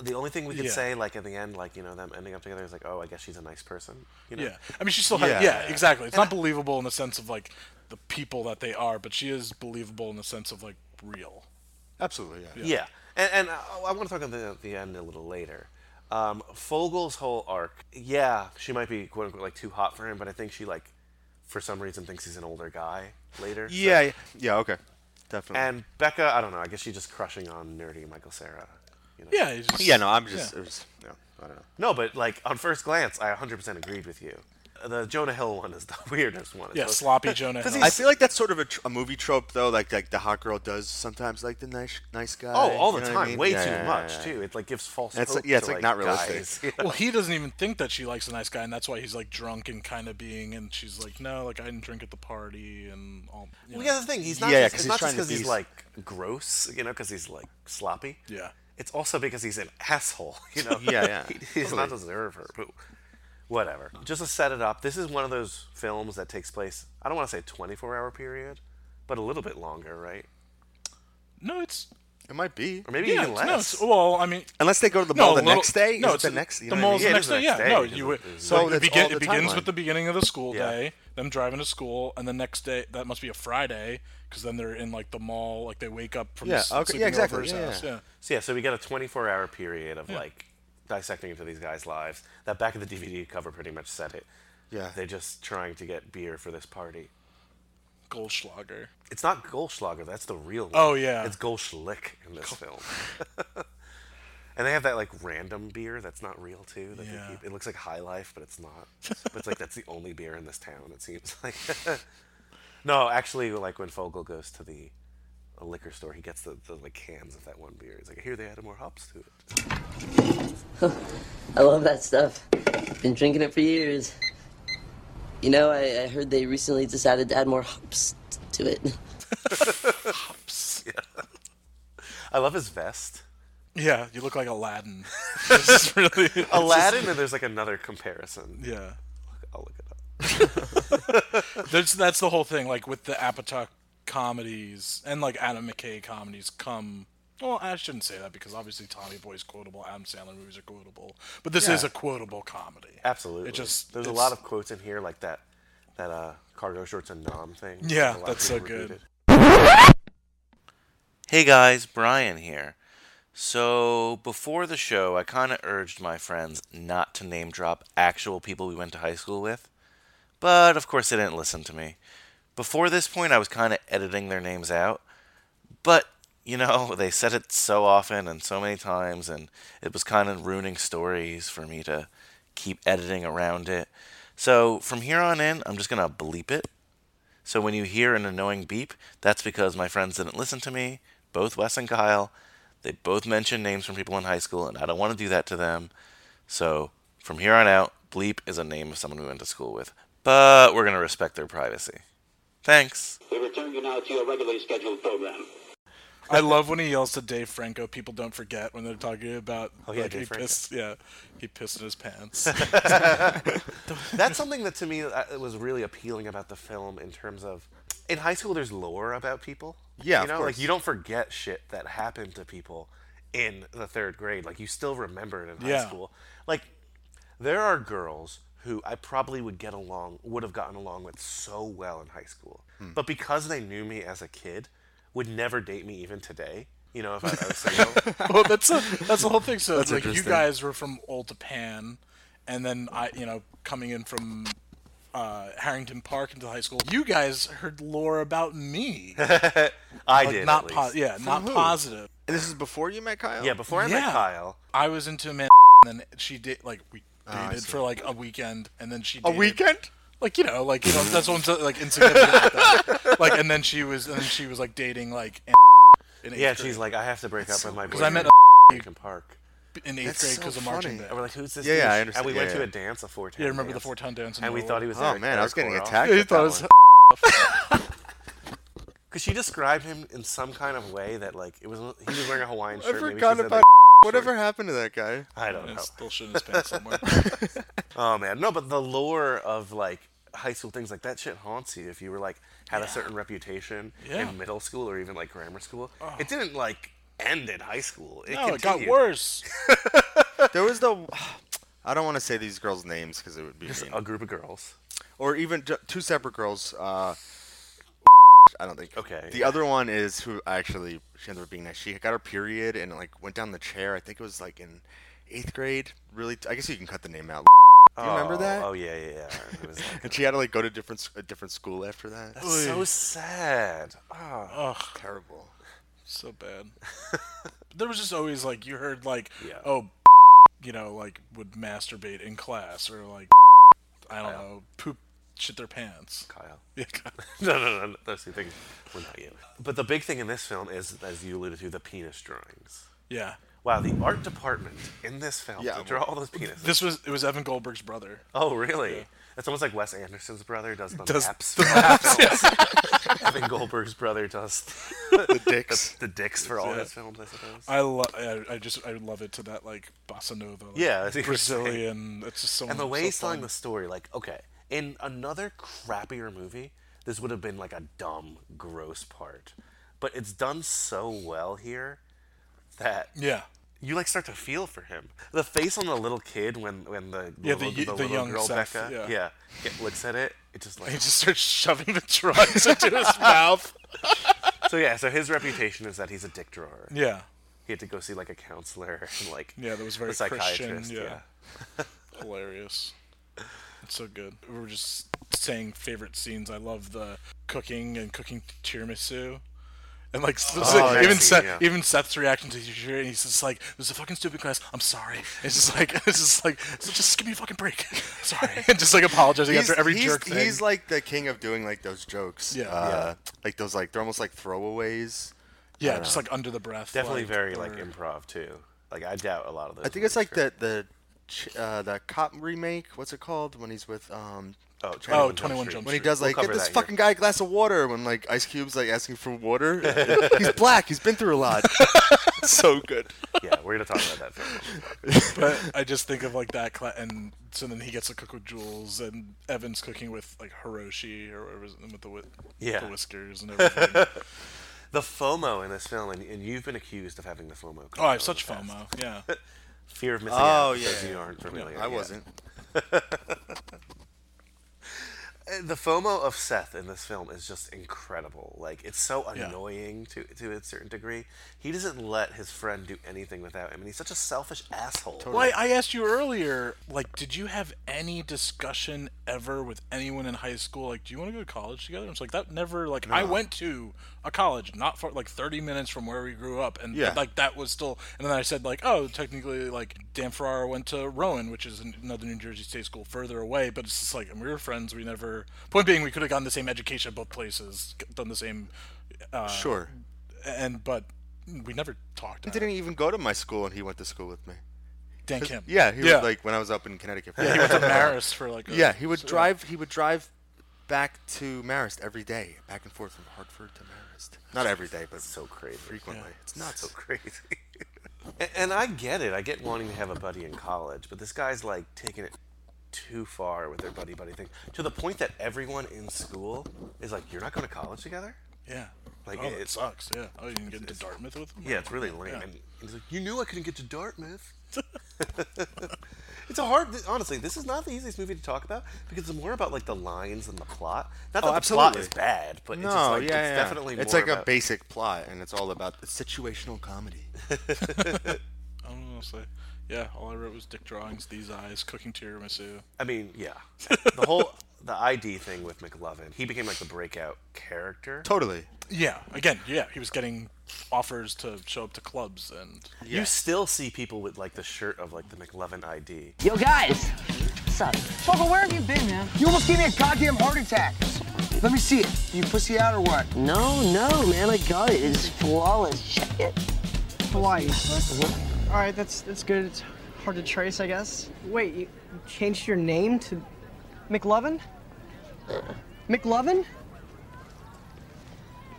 [SPEAKER 2] The only thing we could
[SPEAKER 7] Yeah.
[SPEAKER 2] say, like in the end, like you know them ending up together is like, oh, I guess she's a nice person. You know?
[SPEAKER 7] yeah I mean she still
[SPEAKER 5] Yeah.
[SPEAKER 7] had, yeah. exactly it's not believable in the sense of like the people that they are but she is believable in the sense of like real
[SPEAKER 5] Absolutely. Yeah.
[SPEAKER 2] Yeah, and, and uh, oh, I, I want to talk about the, the end a little later. Um, Fogel's whole arc, yeah, she might be quote unquote like too hot for him, but I think she like, for some reason, thinks he's an older guy later. so-
[SPEAKER 5] Yeah. Yeah. yeah, okay. Definitely.
[SPEAKER 2] And Becca, I don't know. I guess she's just crushing on nerdy Michael Sarah. You know?
[SPEAKER 7] yeah it's just,
[SPEAKER 5] yeah, no, I'm just.
[SPEAKER 7] yeah.
[SPEAKER 5] It was, no, I don't know.
[SPEAKER 2] No, but like on first glance, I 100% agreed with you. The Jonah Hill one is the weirdest one.
[SPEAKER 7] yeah
[SPEAKER 2] So-
[SPEAKER 7] sloppy Jonah Hill.
[SPEAKER 5] I feel like that's sort of a, tr- a movie trope though. Like like the hot girl does sometimes like the nice nice guy.
[SPEAKER 2] Oh, all
[SPEAKER 5] you know
[SPEAKER 2] the time,
[SPEAKER 5] what I mean?
[SPEAKER 2] way
[SPEAKER 5] Yeah,
[SPEAKER 2] too
[SPEAKER 5] yeah, yeah,
[SPEAKER 2] much
[SPEAKER 5] yeah.
[SPEAKER 2] too. It's like gives false
[SPEAKER 5] It's
[SPEAKER 2] hope.
[SPEAKER 5] like- yeah,
[SPEAKER 2] to,
[SPEAKER 5] it's, like, not realistic.
[SPEAKER 2] guys.
[SPEAKER 7] well he doesn't even think that she likes a nice guy and that's why he's like drunk and kind of being and she's like no like I didn't drink at the party and all you
[SPEAKER 2] Well,
[SPEAKER 7] know.
[SPEAKER 2] yeah, the thing he's not.
[SPEAKER 5] Yeah, yeah, 'cause
[SPEAKER 2] just, it's
[SPEAKER 5] he's
[SPEAKER 2] not just
[SPEAKER 5] trying to
[SPEAKER 2] because he's
[SPEAKER 5] be-
[SPEAKER 2] like gross, you know, because he's like sloppy.
[SPEAKER 7] Yeah.
[SPEAKER 2] It's also because he's an asshole, you know.
[SPEAKER 5] Yeah, yeah.
[SPEAKER 2] he, he does not deserve her. But whatever. Just to set it up, this is one of those films that takes place. I don't want to say 24-hour period, but a little bit longer, right?
[SPEAKER 7] no it's
[SPEAKER 5] It might be.
[SPEAKER 2] Or maybe
[SPEAKER 7] yeah
[SPEAKER 2] even
[SPEAKER 7] it's- no,
[SPEAKER 2] less.
[SPEAKER 7] it's- well I mean
[SPEAKER 5] Unless they go to the
[SPEAKER 7] No,
[SPEAKER 5] mall the
[SPEAKER 7] a little-
[SPEAKER 5] next day.
[SPEAKER 7] No,
[SPEAKER 5] Is it
[SPEAKER 7] it's
[SPEAKER 5] the next. You
[SPEAKER 7] The
[SPEAKER 5] know what I
[SPEAKER 7] mall's
[SPEAKER 5] mean?
[SPEAKER 7] the
[SPEAKER 2] Yeah, it
[SPEAKER 7] next
[SPEAKER 2] is the
[SPEAKER 7] day.
[SPEAKER 2] next
[SPEAKER 7] Yeah,
[SPEAKER 2] day,
[SPEAKER 7] no,
[SPEAKER 2] because
[SPEAKER 7] you.
[SPEAKER 2] it-
[SPEAKER 5] So
[SPEAKER 7] So it,
[SPEAKER 5] that's
[SPEAKER 7] begin-
[SPEAKER 5] all the
[SPEAKER 7] it begins
[SPEAKER 5] timeline.
[SPEAKER 7] with the beginning of the school
[SPEAKER 2] Yeah.
[SPEAKER 7] day, them driving to school, and the next day that must be a Friday because then they're in like the mall, like they wake up from
[SPEAKER 5] Yeah,
[SPEAKER 7] s-
[SPEAKER 5] okay, yeah,
[SPEAKER 7] sleeping over
[SPEAKER 5] exactly,
[SPEAKER 7] his
[SPEAKER 5] yeah,
[SPEAKER 7] house.
[SPEAKER 5] yeah.
[SPEAKER 7] Yeah.
[SPEAKER 2] So yeah, so we get a 24-hour period of like dissecting into these guys' lives. That back of the DVD cover pretty much said it.
[SPEAKER 5] Yeah.
[SPEAKER 2] They're just trying to get beer for this party.
[SPEAKER 7] Goldschlager.
[SPEAKER 2] It's not Goldschlager. That's the real one.
[SPEAKER 7] Oh, yeah.
[SPEAKER 2] It's Goldschlick in this film. and they have that like random beer that's not real too. That
[SPEAKER 7] Yeah.
[SPEAKER 2] they keep. It looks like High Life, but it's not. but it's like that's the only beer in this town. It seems like. no, actually, like when Fogel goes to the uh, liquor store, he gets the, the like cans of that one beer. He's like, here they added more hops to it.
[SPEAKER 11] I love that stuff. Been drinking it for years. You know, I, I heard they recently decided to add more hops t- to it.
[SPEAKER 7] Hops.
[SPEAKER 2] I love his vest.
[SPEAKER 7] Yeah, you look like Aladdin. This is really it's
[SPEAKER 2] Aladdin,
[SPEAKER 7] just-
[SPEAKER 2] and there's like another comparison.
[SPEAKER 7] yeah,
[SPEAKER 2] I'll look it up.
[SPEAKER 7] There's, that's the whole thing. Like with the Apatow comedies and like Adam McKay comedies come. Well, I shouldn't say that because obviously Tommy Boy's quotable, Adam Sandler movies are quotable, but this
[SPEAKER 2] Yeah.
[SPEAKER 7] is a quotable comedy.
[SPEAKER 2] Absolutely.
[SPEAKER 7] It just
[SPEAKER 2] there's a
[SPEAKER 7] it's-
[SPEAKER 2] lot of quotes in here like that that uh cargo shorts and nom thing. A
[SPEAKER 7] Yeah,
[SPEAKER 2] lot of
[SPEAKER 7] that's so
[SPEAKER 2] people repeat
[SPEAKER 7] good.
[SPEAKER 2] it.
[SPEAKER 6] Hey guys, Brian here. So, before the show, I kind of urged my friends not to name drop actual people we went to high school with, but of course they didn't listen to me. Before this point, I was kind of editing their names out, but you know, they said it so often and so many times, and it was kind of ruining stories for me to keep editing around it. So, from here on in, I'm just going to bleep it. So when you hear an annoying beep, that's because my friends didn't listen to me, both Wes and Kyle. They both mentioned names from people in high school, and I don't want to do that to them. So from here on out, Bleep is a name of someone we went to school with. But we're going to respect their privacy. Thanks.
[SPEAKER 12] We return you now to your regularly scheduled program.
[SPEAKER 7] I love when he yells to Dave Franco. People don't forget when they're talking about.
[SPEAKER 2] Oh, yeah,
[SPEAKER 7] like,
[SPEAKER 2] Dave
[SPEAKER 7] he
[SPEAKER 2] Franco.
[SPEAKER 7] pissed. Yeah, he pissed in his pants.
[SPEAKER 2] That's something that to me uh, was really appealing about the film in terms of in high school there's lore about people.
[SPEAKER 5] Yeah,
[SPEAKER 2] you
[SPEAKER 5] of
[SPEAKER 2] know,
[SPEAKER 5] course.
[SPEAKER 2] like you don't forget shit that happened to people in the third grade. Like you still remember it in high
[SPEAKER 7] Yeah.
[SPEAKER 2] school. Like there are girls who I probably would get along would have gotten along with so well in high school,
[SPEAKER 7] Hmm.
[SPEAKER 2] but because they knew me as a kid, would never date me even today. You know, if I, I was single.
[SPEAKER 7] well, that's a, that's the whole thing. So
[SPEAKER 5] That's
[SPEAKER 7] like you
[SPEAKER 5] interesting.
[SPEAKER 7] guys were from Old Japan, and then I, you know, coming in from uh, Harrington Park into high school, you guys heard lore about me.
[SPEAKER 2] I
[SPEAKER 7] Like,
[SPEAKER 2] did at
[SPEAKER 7] not
[SPEAKER 2] least.
[SPEAKER 7] po- yeah, not
[SPEAKER 5] who?
[SPEAKER 7] positive.
[SPEAKER 5] And this is before you met Kyle.
[SPEAKER 2] Yeah, before I
[SPEAKER 7] Yeah.
[SPEAKER 2] met Kyle,
[SPEAKER 7] I was into a man, and then she did like we
[SPEAKER 5] Ah, I
[SPEAKER 7] dated
[SPEAKER 5] see.
[SPEAKER 7] for like a weekend, and then she
[SPEAKER 5] a
[SPEAKER 7] dated,
[SPEAKER 5] weekend.
[SPEAKER 7] Like you know, like you know, that's what I'm saying, like insignificant. like, that. Like, and then she was, and then she was like dating like. an- In eighth
[SPEAKER 2] yeah,
[SPEAKER 7] grade.
[SPEAKER 2] she's like, I have to break up with my boyfriend.
[SPEAKER 7] 'Cause I met
[SPEAKER 2] at Lincoln Park.
[SPEAKER 7] in eighth
[SPEAKER 5] That's
[SPEAKER 7] grade
[SPEAKER 5] so
[SPEAKER 7] because of marching
[SPEAKER 5] funny.
[SPEAKER 7] band.
[SPEAKER 2] And we're like, who's this?
[SPEAKER 5] Yeah, yeah,
[SPEAKER 2] douche?
[SPEAKER 5] I understand.
[SPEAKER 2] And we
[SPEAKER 5] Yeah,
[SPEAKER 2] went
[SPEAKER 5] yeah.
[SPEAKER 2] to a dance, a four-town.
[SPEAKER 7] Yeah, remember the
[SPEAKER 2] dance.
[SPEAKER 7] four ton dance? in
[SPEAKER 2] And we
[SPEAKER 7] Norway?
[SPEAKER 2] thought he was.
[SPEAKER 5] Oh man, I was getting attacked.
[SPEAKER 7] He
[SPEAKER 5] at
[SPEAKER 7] thought
[SPEAKER 5] that
[SPEAKER 7] it was
[SPEAKER 5] one.
[SPEAKER 2] Because she described him in some kind of way that like it was. He was wearing a Hawaiian shirt.
[SPEAKER 5] I
[SPEAKER 2] maybe she
[SPEAKER 5] forgot
[SPEAKER 2] said,
[SPEAKER 5] about.
[SPEAKER 2] like,
[SPEAKER 5] Whatever happened to that guy?
[SPEAKER 2] I don't know.
[SPEAKER 7] still shit in his pants somewhere.
[SPEAKER 2] Oh man, no, but the lore of like high school things like that shit haunts you if you were like had a certain reputation
[SPEAKER 7] Yeah. Oh.
[SPEAKER 2] in middle school or even like grammar school. It didn't like end in high school. It
[SPEAKER 7] no, it got
[SPEAKER 2] continued.
[SPEAKER 7] worse.
[SPEAKER 5] There was the. I don't want to say these girls' names because it would be mean.
[SPEAKER 2] A group of girls.
[SPEAKER 5] or even ju- two separate girls. Uh, I don't think.
[SPEAKER 2] Okay,
[SPEAKER 5] The
[SPEAKER 2] yeah.
[SPEAKER 5] other one is who actually she ended up being nice. She got her period and like went down the chair. I think it was like in eighth grade. Really, I guess you can cut the name out. Do you remember
[SPEAKER 2] Oh,
[SPEAKER 5] that?
[SPEAKER 2] Oh yeah, yeah, yeah. It was like,
[SPEAKER 5] And she had to like go to different s- a different school after that.
[SPEAKER 2] that's so sad. Oh.
[SPEAKER 7] Ah,
[SPEAKER 5] terrible.
[SPEAKER 7] so bad. There was just always like you heard like
[SPEAKER 2] Yeah.
[SPEAKER 7] oh, you know like would masturbate in class or like I don't know poop shit their pants.
[SPEAKER 2] Kyle.
[SPEAKER 7] Yeah,
[SPEAKER 2] no, no, no, no. Those two things were not you. But the big thing in this film is, as you alluded to, the penis drawings.
[SPEAKER 7] yeah.
[SPEAKER 2] Wow, the art department in this film
[SPEAKER 5] Yeah,
[SPEAKER 2] to draw all those penises.
[SPEAKER 7] This was it was Evan Goldberg's brother.
[SPEAKER 2] oh, really? That's almost like Wes Anderson's brother does the
[SPEAKER 7] Does
[SPEAKER 2] maps.
[SPEAKER 7] the
[SPEAKER 2] for all his films. Evan Goldberg's brother does the,
[SPEAKER 5] dicks.
[SPEAKER 2] the, dicks for all
[SPEAKER 7] Yeah.
[SPEAKER 2] his films, I suppose.
[SPEAKER 7] I love I, I just I love it to that like bossa nova. Like,
[SPEAKER 2] Yeah, I see what you're saying.
[SPEAKER 7] Brazilian. It's just so
[SPEAKER 2] and the way
[SPEAKER 7] so
[SPEAKER 2] he's telling
[SPEAKER 7] fun.
[SPEAKER 2] the story, like, okay, in another crappier movie, this would have been like a dumb, gross part, but it's done so well here that
[SPEAKER 7] yeah.
[SPEAKER 2] you like start to feel for him. The face on the little kid when when the
[SPEAKER 7] Yeah, the
[SPEAKER 2] little,
[SPEAKER 7] y- the
[SPEAKER 2] little
[SPEAKER 7] young
[SPEAKER 2] girl
[SPEAKER 7] Seth,
[SPEAKER 2] Becca
[SPEAKER 7] yeah.
[SPEAKER 2] it looks at it. It just like
[SPEAKER 7] He just starts shoving the drugs into his mouth.
[SPEAKER 2] so yeah. So his reputation is that he's a dick drawer.
[SPEAKER 7] Yeah.
[SPEAKER 2] He had to go see like a counselor and like
[SPEAKER 7] Yeah, that was very
[SPEAKER 2] a psychiatrist.
[SPEAKER 7] Christian, yeah. hilarious. It's so good. We were just saying favorite scenes. I love the cooking and cooking tiramisu. And like so- so
[SPEAKER 2] yeah,
[SPEAKER 7] even
[SPEAKER 2] I see,
[SPEAKER 7] Seth,
[SPEAKER 2] yeah.
[SPEAKER 7] even Seth's reaction to Yujiro, and he's just like, "This is a fucking stupid class. I'm sorry." It's just like, it's just like, so just give me a fucking break. Sorry, and just like apologizing
[SPEAKER 5] He's,
[SPEAKER 7] after every
[SPEAKER 5] he's,
[SPEAKER 7] jerk thing.
[SPEAKER 5] he's like the king of doing like those jokes.
[SPEAKER 7] Yeah.
[SPEAKER 5] Uh, Like those like they're almost like throwaways.
[SPEAKER 7] yeah, just like under the breath.
[SPEAKER 2] Definitely
[SPEAKER 7] like,
[SPEAKER 2] very
[SPEAKER 7] or-
[SPEAKER 2] like improv too. Like I doubt a lot of those.
[SPEAKER 5] I think it's
[SPEAKER 2] movies
[SPEAKER 5] like the the ch- uh, the cop remake. What's it called when he's with um
[SPEAKER 2] are-
[SPEAKER 5] Oh,
[SPEAKER 7] 21 Jump 21 Street. Jump
[SPEAKER 5] When he
[SPEAKER 7] Street.
[SPEAKER 5] does
[SPEAKER 7] We'll
[SPEAKER 5] like,
[SPEAKER 7] cover
[SPEAKER 5] get this
[SPEAKER 7] that here.
[SPEAKER 5] fucking guy a glass of water. When like Ice Cube's like asking for water. he's black. He's been through a lot. so good.
[SPEAKER 2] Yeah, we're gonna talk about that. For
[SPEAKER 7] but I just think of like that, cla- and so then he gets to cook with Jules, and Evan's cooking with like Hiroshi or whatever his- with the whi-
[SPEAKER 2] Yeah.
[SPEAKER 7] the whiskers and everything.
[SPEAKER 2] the FOMO in this film, and, and you've been accused of having the FOMO.
[SPEAKER 7] oh, I have such FOMO. Yeah.
[SPEAKER 2] Fear of missing out.
[SPEAKER 7] Oh,
[SPEAKER 2] because
[SPEAKER 7] yeah,
[SPEAKER 2] you
[SPEAKER 7] yeah.
[SPEAKER 2] aren't
[SPEAKER 7] Yeah,
[SPEAKER 2] familiar.
[SPEAKER 7] I wasn't.
[SPEAKER 2] Uh, the FOMO of Seth in this film is just incredible. Like it's so
[SPEAKER 7] Yeah.
[SPEAKER 2] annoying to to a certain degree. He doesn't let his friend do anything without him, and he's such a selfish asshole.
[SPEAKER 7] Well, I, I asked you earlier, like, did you have any discussion ever with anyone in high school? Like, do you want to go to college together? And it's like that never. Like, I
[SPEAKER 2] No.
[SPEAKER 7] went to a college not far, like thirty minutes from where we grew up, and
[SPEAKER 2] Yeah.
[SPEAKER 7] like that was still. And then I said, like, oh, technically, like Dan Ferrara went to Rowan, which is an- another New Jersey State school further away, but it's just like, and we were friends. We never. Point being, we could have gotten the same education at both places, done the same. Uh,
[SPEAKER 5] Sure.
[SPEAKER 7] And but we never talked.
[SPEAKER 5] He didn't even go to my school, and he went to school with me.
[SPEAKER 7] Dan
[SPEAKER 5] 'Cause-
[SPEAKER 7] Kim.
[SPEAKER 5] Yeah, he
[SPEAKER 7] Yeah.
[SPEAKER 5] was like when I was up in Connecticut.
[SPEAKER 7] Yeah, he went to Marist for, like, a-
[SPEAKER 5] yeah, he would
[SPEAKER 7] so-
[SPEAKER 5] drive. He would drive back to Marist every day, back and forth from Hartford to Marist. Not every day, but
[SPEAKER 2] so crazy
[SPEAKER 5] frequently. It's
[SPEAKER 2] not
[SPEAKER 5] nuts.
[SPEAKER 2] so crazy. and, and I get it. I get wanting to have a buddy in college, but this guy's like taking it too far with their buddy buddy thing to the point that everyone in school is like, "You're not going to college together."
[SPEAKER 7] Yeah.
[SPEAKER 2] Like
[SPEAKER 7] oh,
[SPEAKER 2] it,
[SPEAKER 7] it sucks. Yeah. Oh, you didn't get into Dartmouth with them.
[SPEAKER 2] Yeah, it's really lame.
[SPEAKER 7] Yeah.
[SPEAKER 2] And he's like, "You knew I couldn't get to Dartmouth." it's a hard. Honestly, this is not the easiest movie to talk about because it's more about like the lines and the plot. Not that
[SPEAKER 5] oh,
[SPEAKER 2] the
[SPEAKER 5] absolutely.
[SPEAKER 2] plot is bad, but
[SPEAKER 5] no,
[SPEAKER 2] it's, just like,
[SPEAKER 5] yeah,
[SPEAKER 2] it's
[SPEAKER 5] yeah.
[SPEAKER 2] definitely
[SPEAKER 5] it's
[SPEAKER 2] more
[SPEAKER 5] like
[SPEAKER 2] about-
[SPEAKER 5] a basic plot, and it's all about the situational comedy.
[SPEAKER 7] I don't know. So, yeah, all I wrote was dick drawings, these eyes, cooking tiramisu.
[SPEAKER 2] I mean, yeah. The whole the ID thing with McLovin, he became like the breakout character.
[SPEAKER 5] Totally.
[SPEAKER 7] Yeah. Again, yeah, he was getting offers to show up to clubs and.
[SPEAKER 2] You still see people with like the shirt of like the McLovin ID.
[SPEAKER 13] Yo, guys! What's up?
[SPEAKER 14] Bubba, where have you been, man? You almost gave me a goddamn heart attack. Let me see it. You pussy out or what?
[SPEAKER 11] No, no, man, I got it. It's flawless. Check it.
[SPEAKER 14] Hawaii. All right, that's that's good. It's hard to trace, I guess. Wait, you you changed your name to McLovin? McLovin?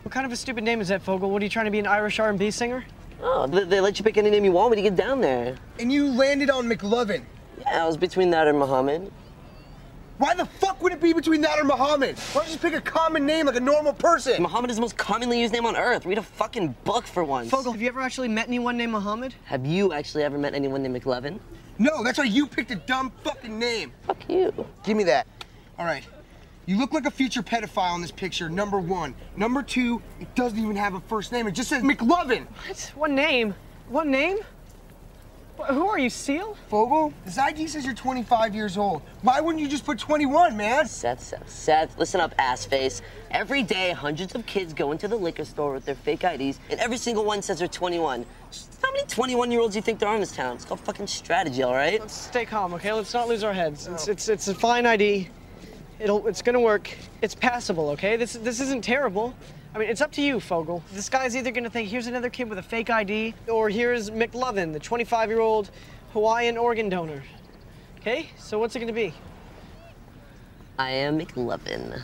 [SPEAKER 14] What kind of a stupid name is that, Fogel? What are you trying to be an Irish R&B singer?
[SPEAKER 11] Oh, they, they let you pick any name you want when you get down there.
[SPEAKER 14] And you landed on McLovin.
[SPEAKER 11] Yeah, I was between that and Muhammad.
[SPEAKER 14] Why the fuck would it be between that or Muhammad? Why don't you just pick a common name like a normal person?
[SPEAKER 11] Muhammad is the most commonly used name on earth. Read a fucking book for once.
[SPEAKER 14] Fogel, have you ever actually met anyone named Muhammad?
[SPEAKER 11] Have you actually ever met anyone named McLovin?
[SPEAKER 14] No, that's why you picked a dumb fucking name. Fuck you. Give me that. All right. You look like a future pedophile in this picture, number one. Number two, it doesn't even have a first name. It just says McLovin. What? One name? One name? Who are you, Seal? Fogel, this ID says you're 25 years old. Why wouldn't you just put 21, man?
[SPEAKER 11] Seth, Seth, Seth, listen up, ass face. Every day, hundreds of kids go into the liquor store with their fake IDs, and every single one says they're 21. Just How many 21 year olds do you think there are in this town? It's called fucking strategy, all right?
[SPEAKER 14] Stay calm, okay? Let's not lose our heads.
[SPEAKER 1] Oh.
[SPEAKER 14] It's, it's, it's a fine ID. It'll, it's gonna work. It's passable, okay? This, this isn't terrible. I mean, it's up to you, Fogel. This guy's either gonna think here's another kid with a fake ID, or here's McLovin, the 25 year old Hawaiian organ donor. Okay? So what's it gonna be?
[SPEAKER 11] I am McLovin.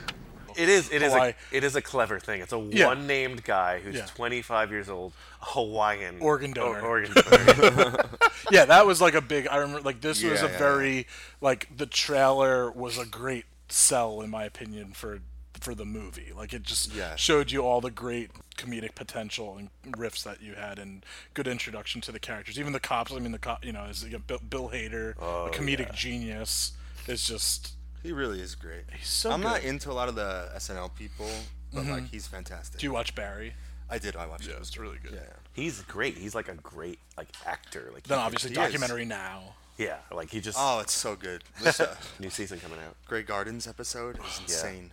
[SPEAKER 2] It is it is
[SPEAKER 11] Hawaii.
[SPEAKER 2] a, it is a clever thing. It's a
[SPEAKER 11] Yeah.
[SPEAKER 2] one named guy who's
[SPEAKER 7] Yeah.
[SPEAKER 2] 25 years old, Hawaiian
[SPEAKER 7] Organ
[SPEAKER 2] or-
[SPEAKER 7] donor.
[SPEAKER 2] organ donor.
[SPEAKER 7] yeah, that was like a big. I remember like this was
[SPEAKER 2] Yeah,
[SPEAKER 7] a
[SPEAKER 2] yeah.
[SPEAKER 7] very like the trailer was a great sell in my opinion for for the movie. Like it just
[SPEAKER 5] Yeah.
[SPEAKER 7] showed you all the great comedic potential and riffs that you had and good introduction to the characters. Even the cops. I mean the cop. You know, is like, Bill, Bill Hader,
[SPEAKER 5] Oh,
[SPEAKER 7] a comedic
[SPEAKER 5] yeah.
[SPEAKER 7] genius, is just.
[SPEAKER 5] He really is great. He's
[SPEAKER 7] so
[SPEAKER 5] I'm not
[SPEAKER 7] good.
[SPEAKER 5] into a lot of the SNL people, but like
[SPEAKER 7] Mhm.
[SPEAKER 5] he's fantastic.
[SPEAKER 7] Do you watch Barry?
[SPEAKER 5] I did. I watched. Yeah, it.
[SPEAKER 7] it's really good.
[SPEAKER 5] Yeah.
[SPEAKER 2] He's great. He's like a great like actor. Like
[SPEAKER 7] Then
[SPEAKER 2] he-
[SPEAKER 7] obviously
[SPEAKER 2] he is.
[SPEAKER 7] documentary now.
[SPEAKER 2] Yeah, like he just
[SPEAKER 5] Oh, it's so good. This, uh,
[SPEAKER 2] new season coming out.
[SPEAKER 5] Grey Gardens episode is
[SPEAKER 2] Yeah.
[SPEAKER 5] insane.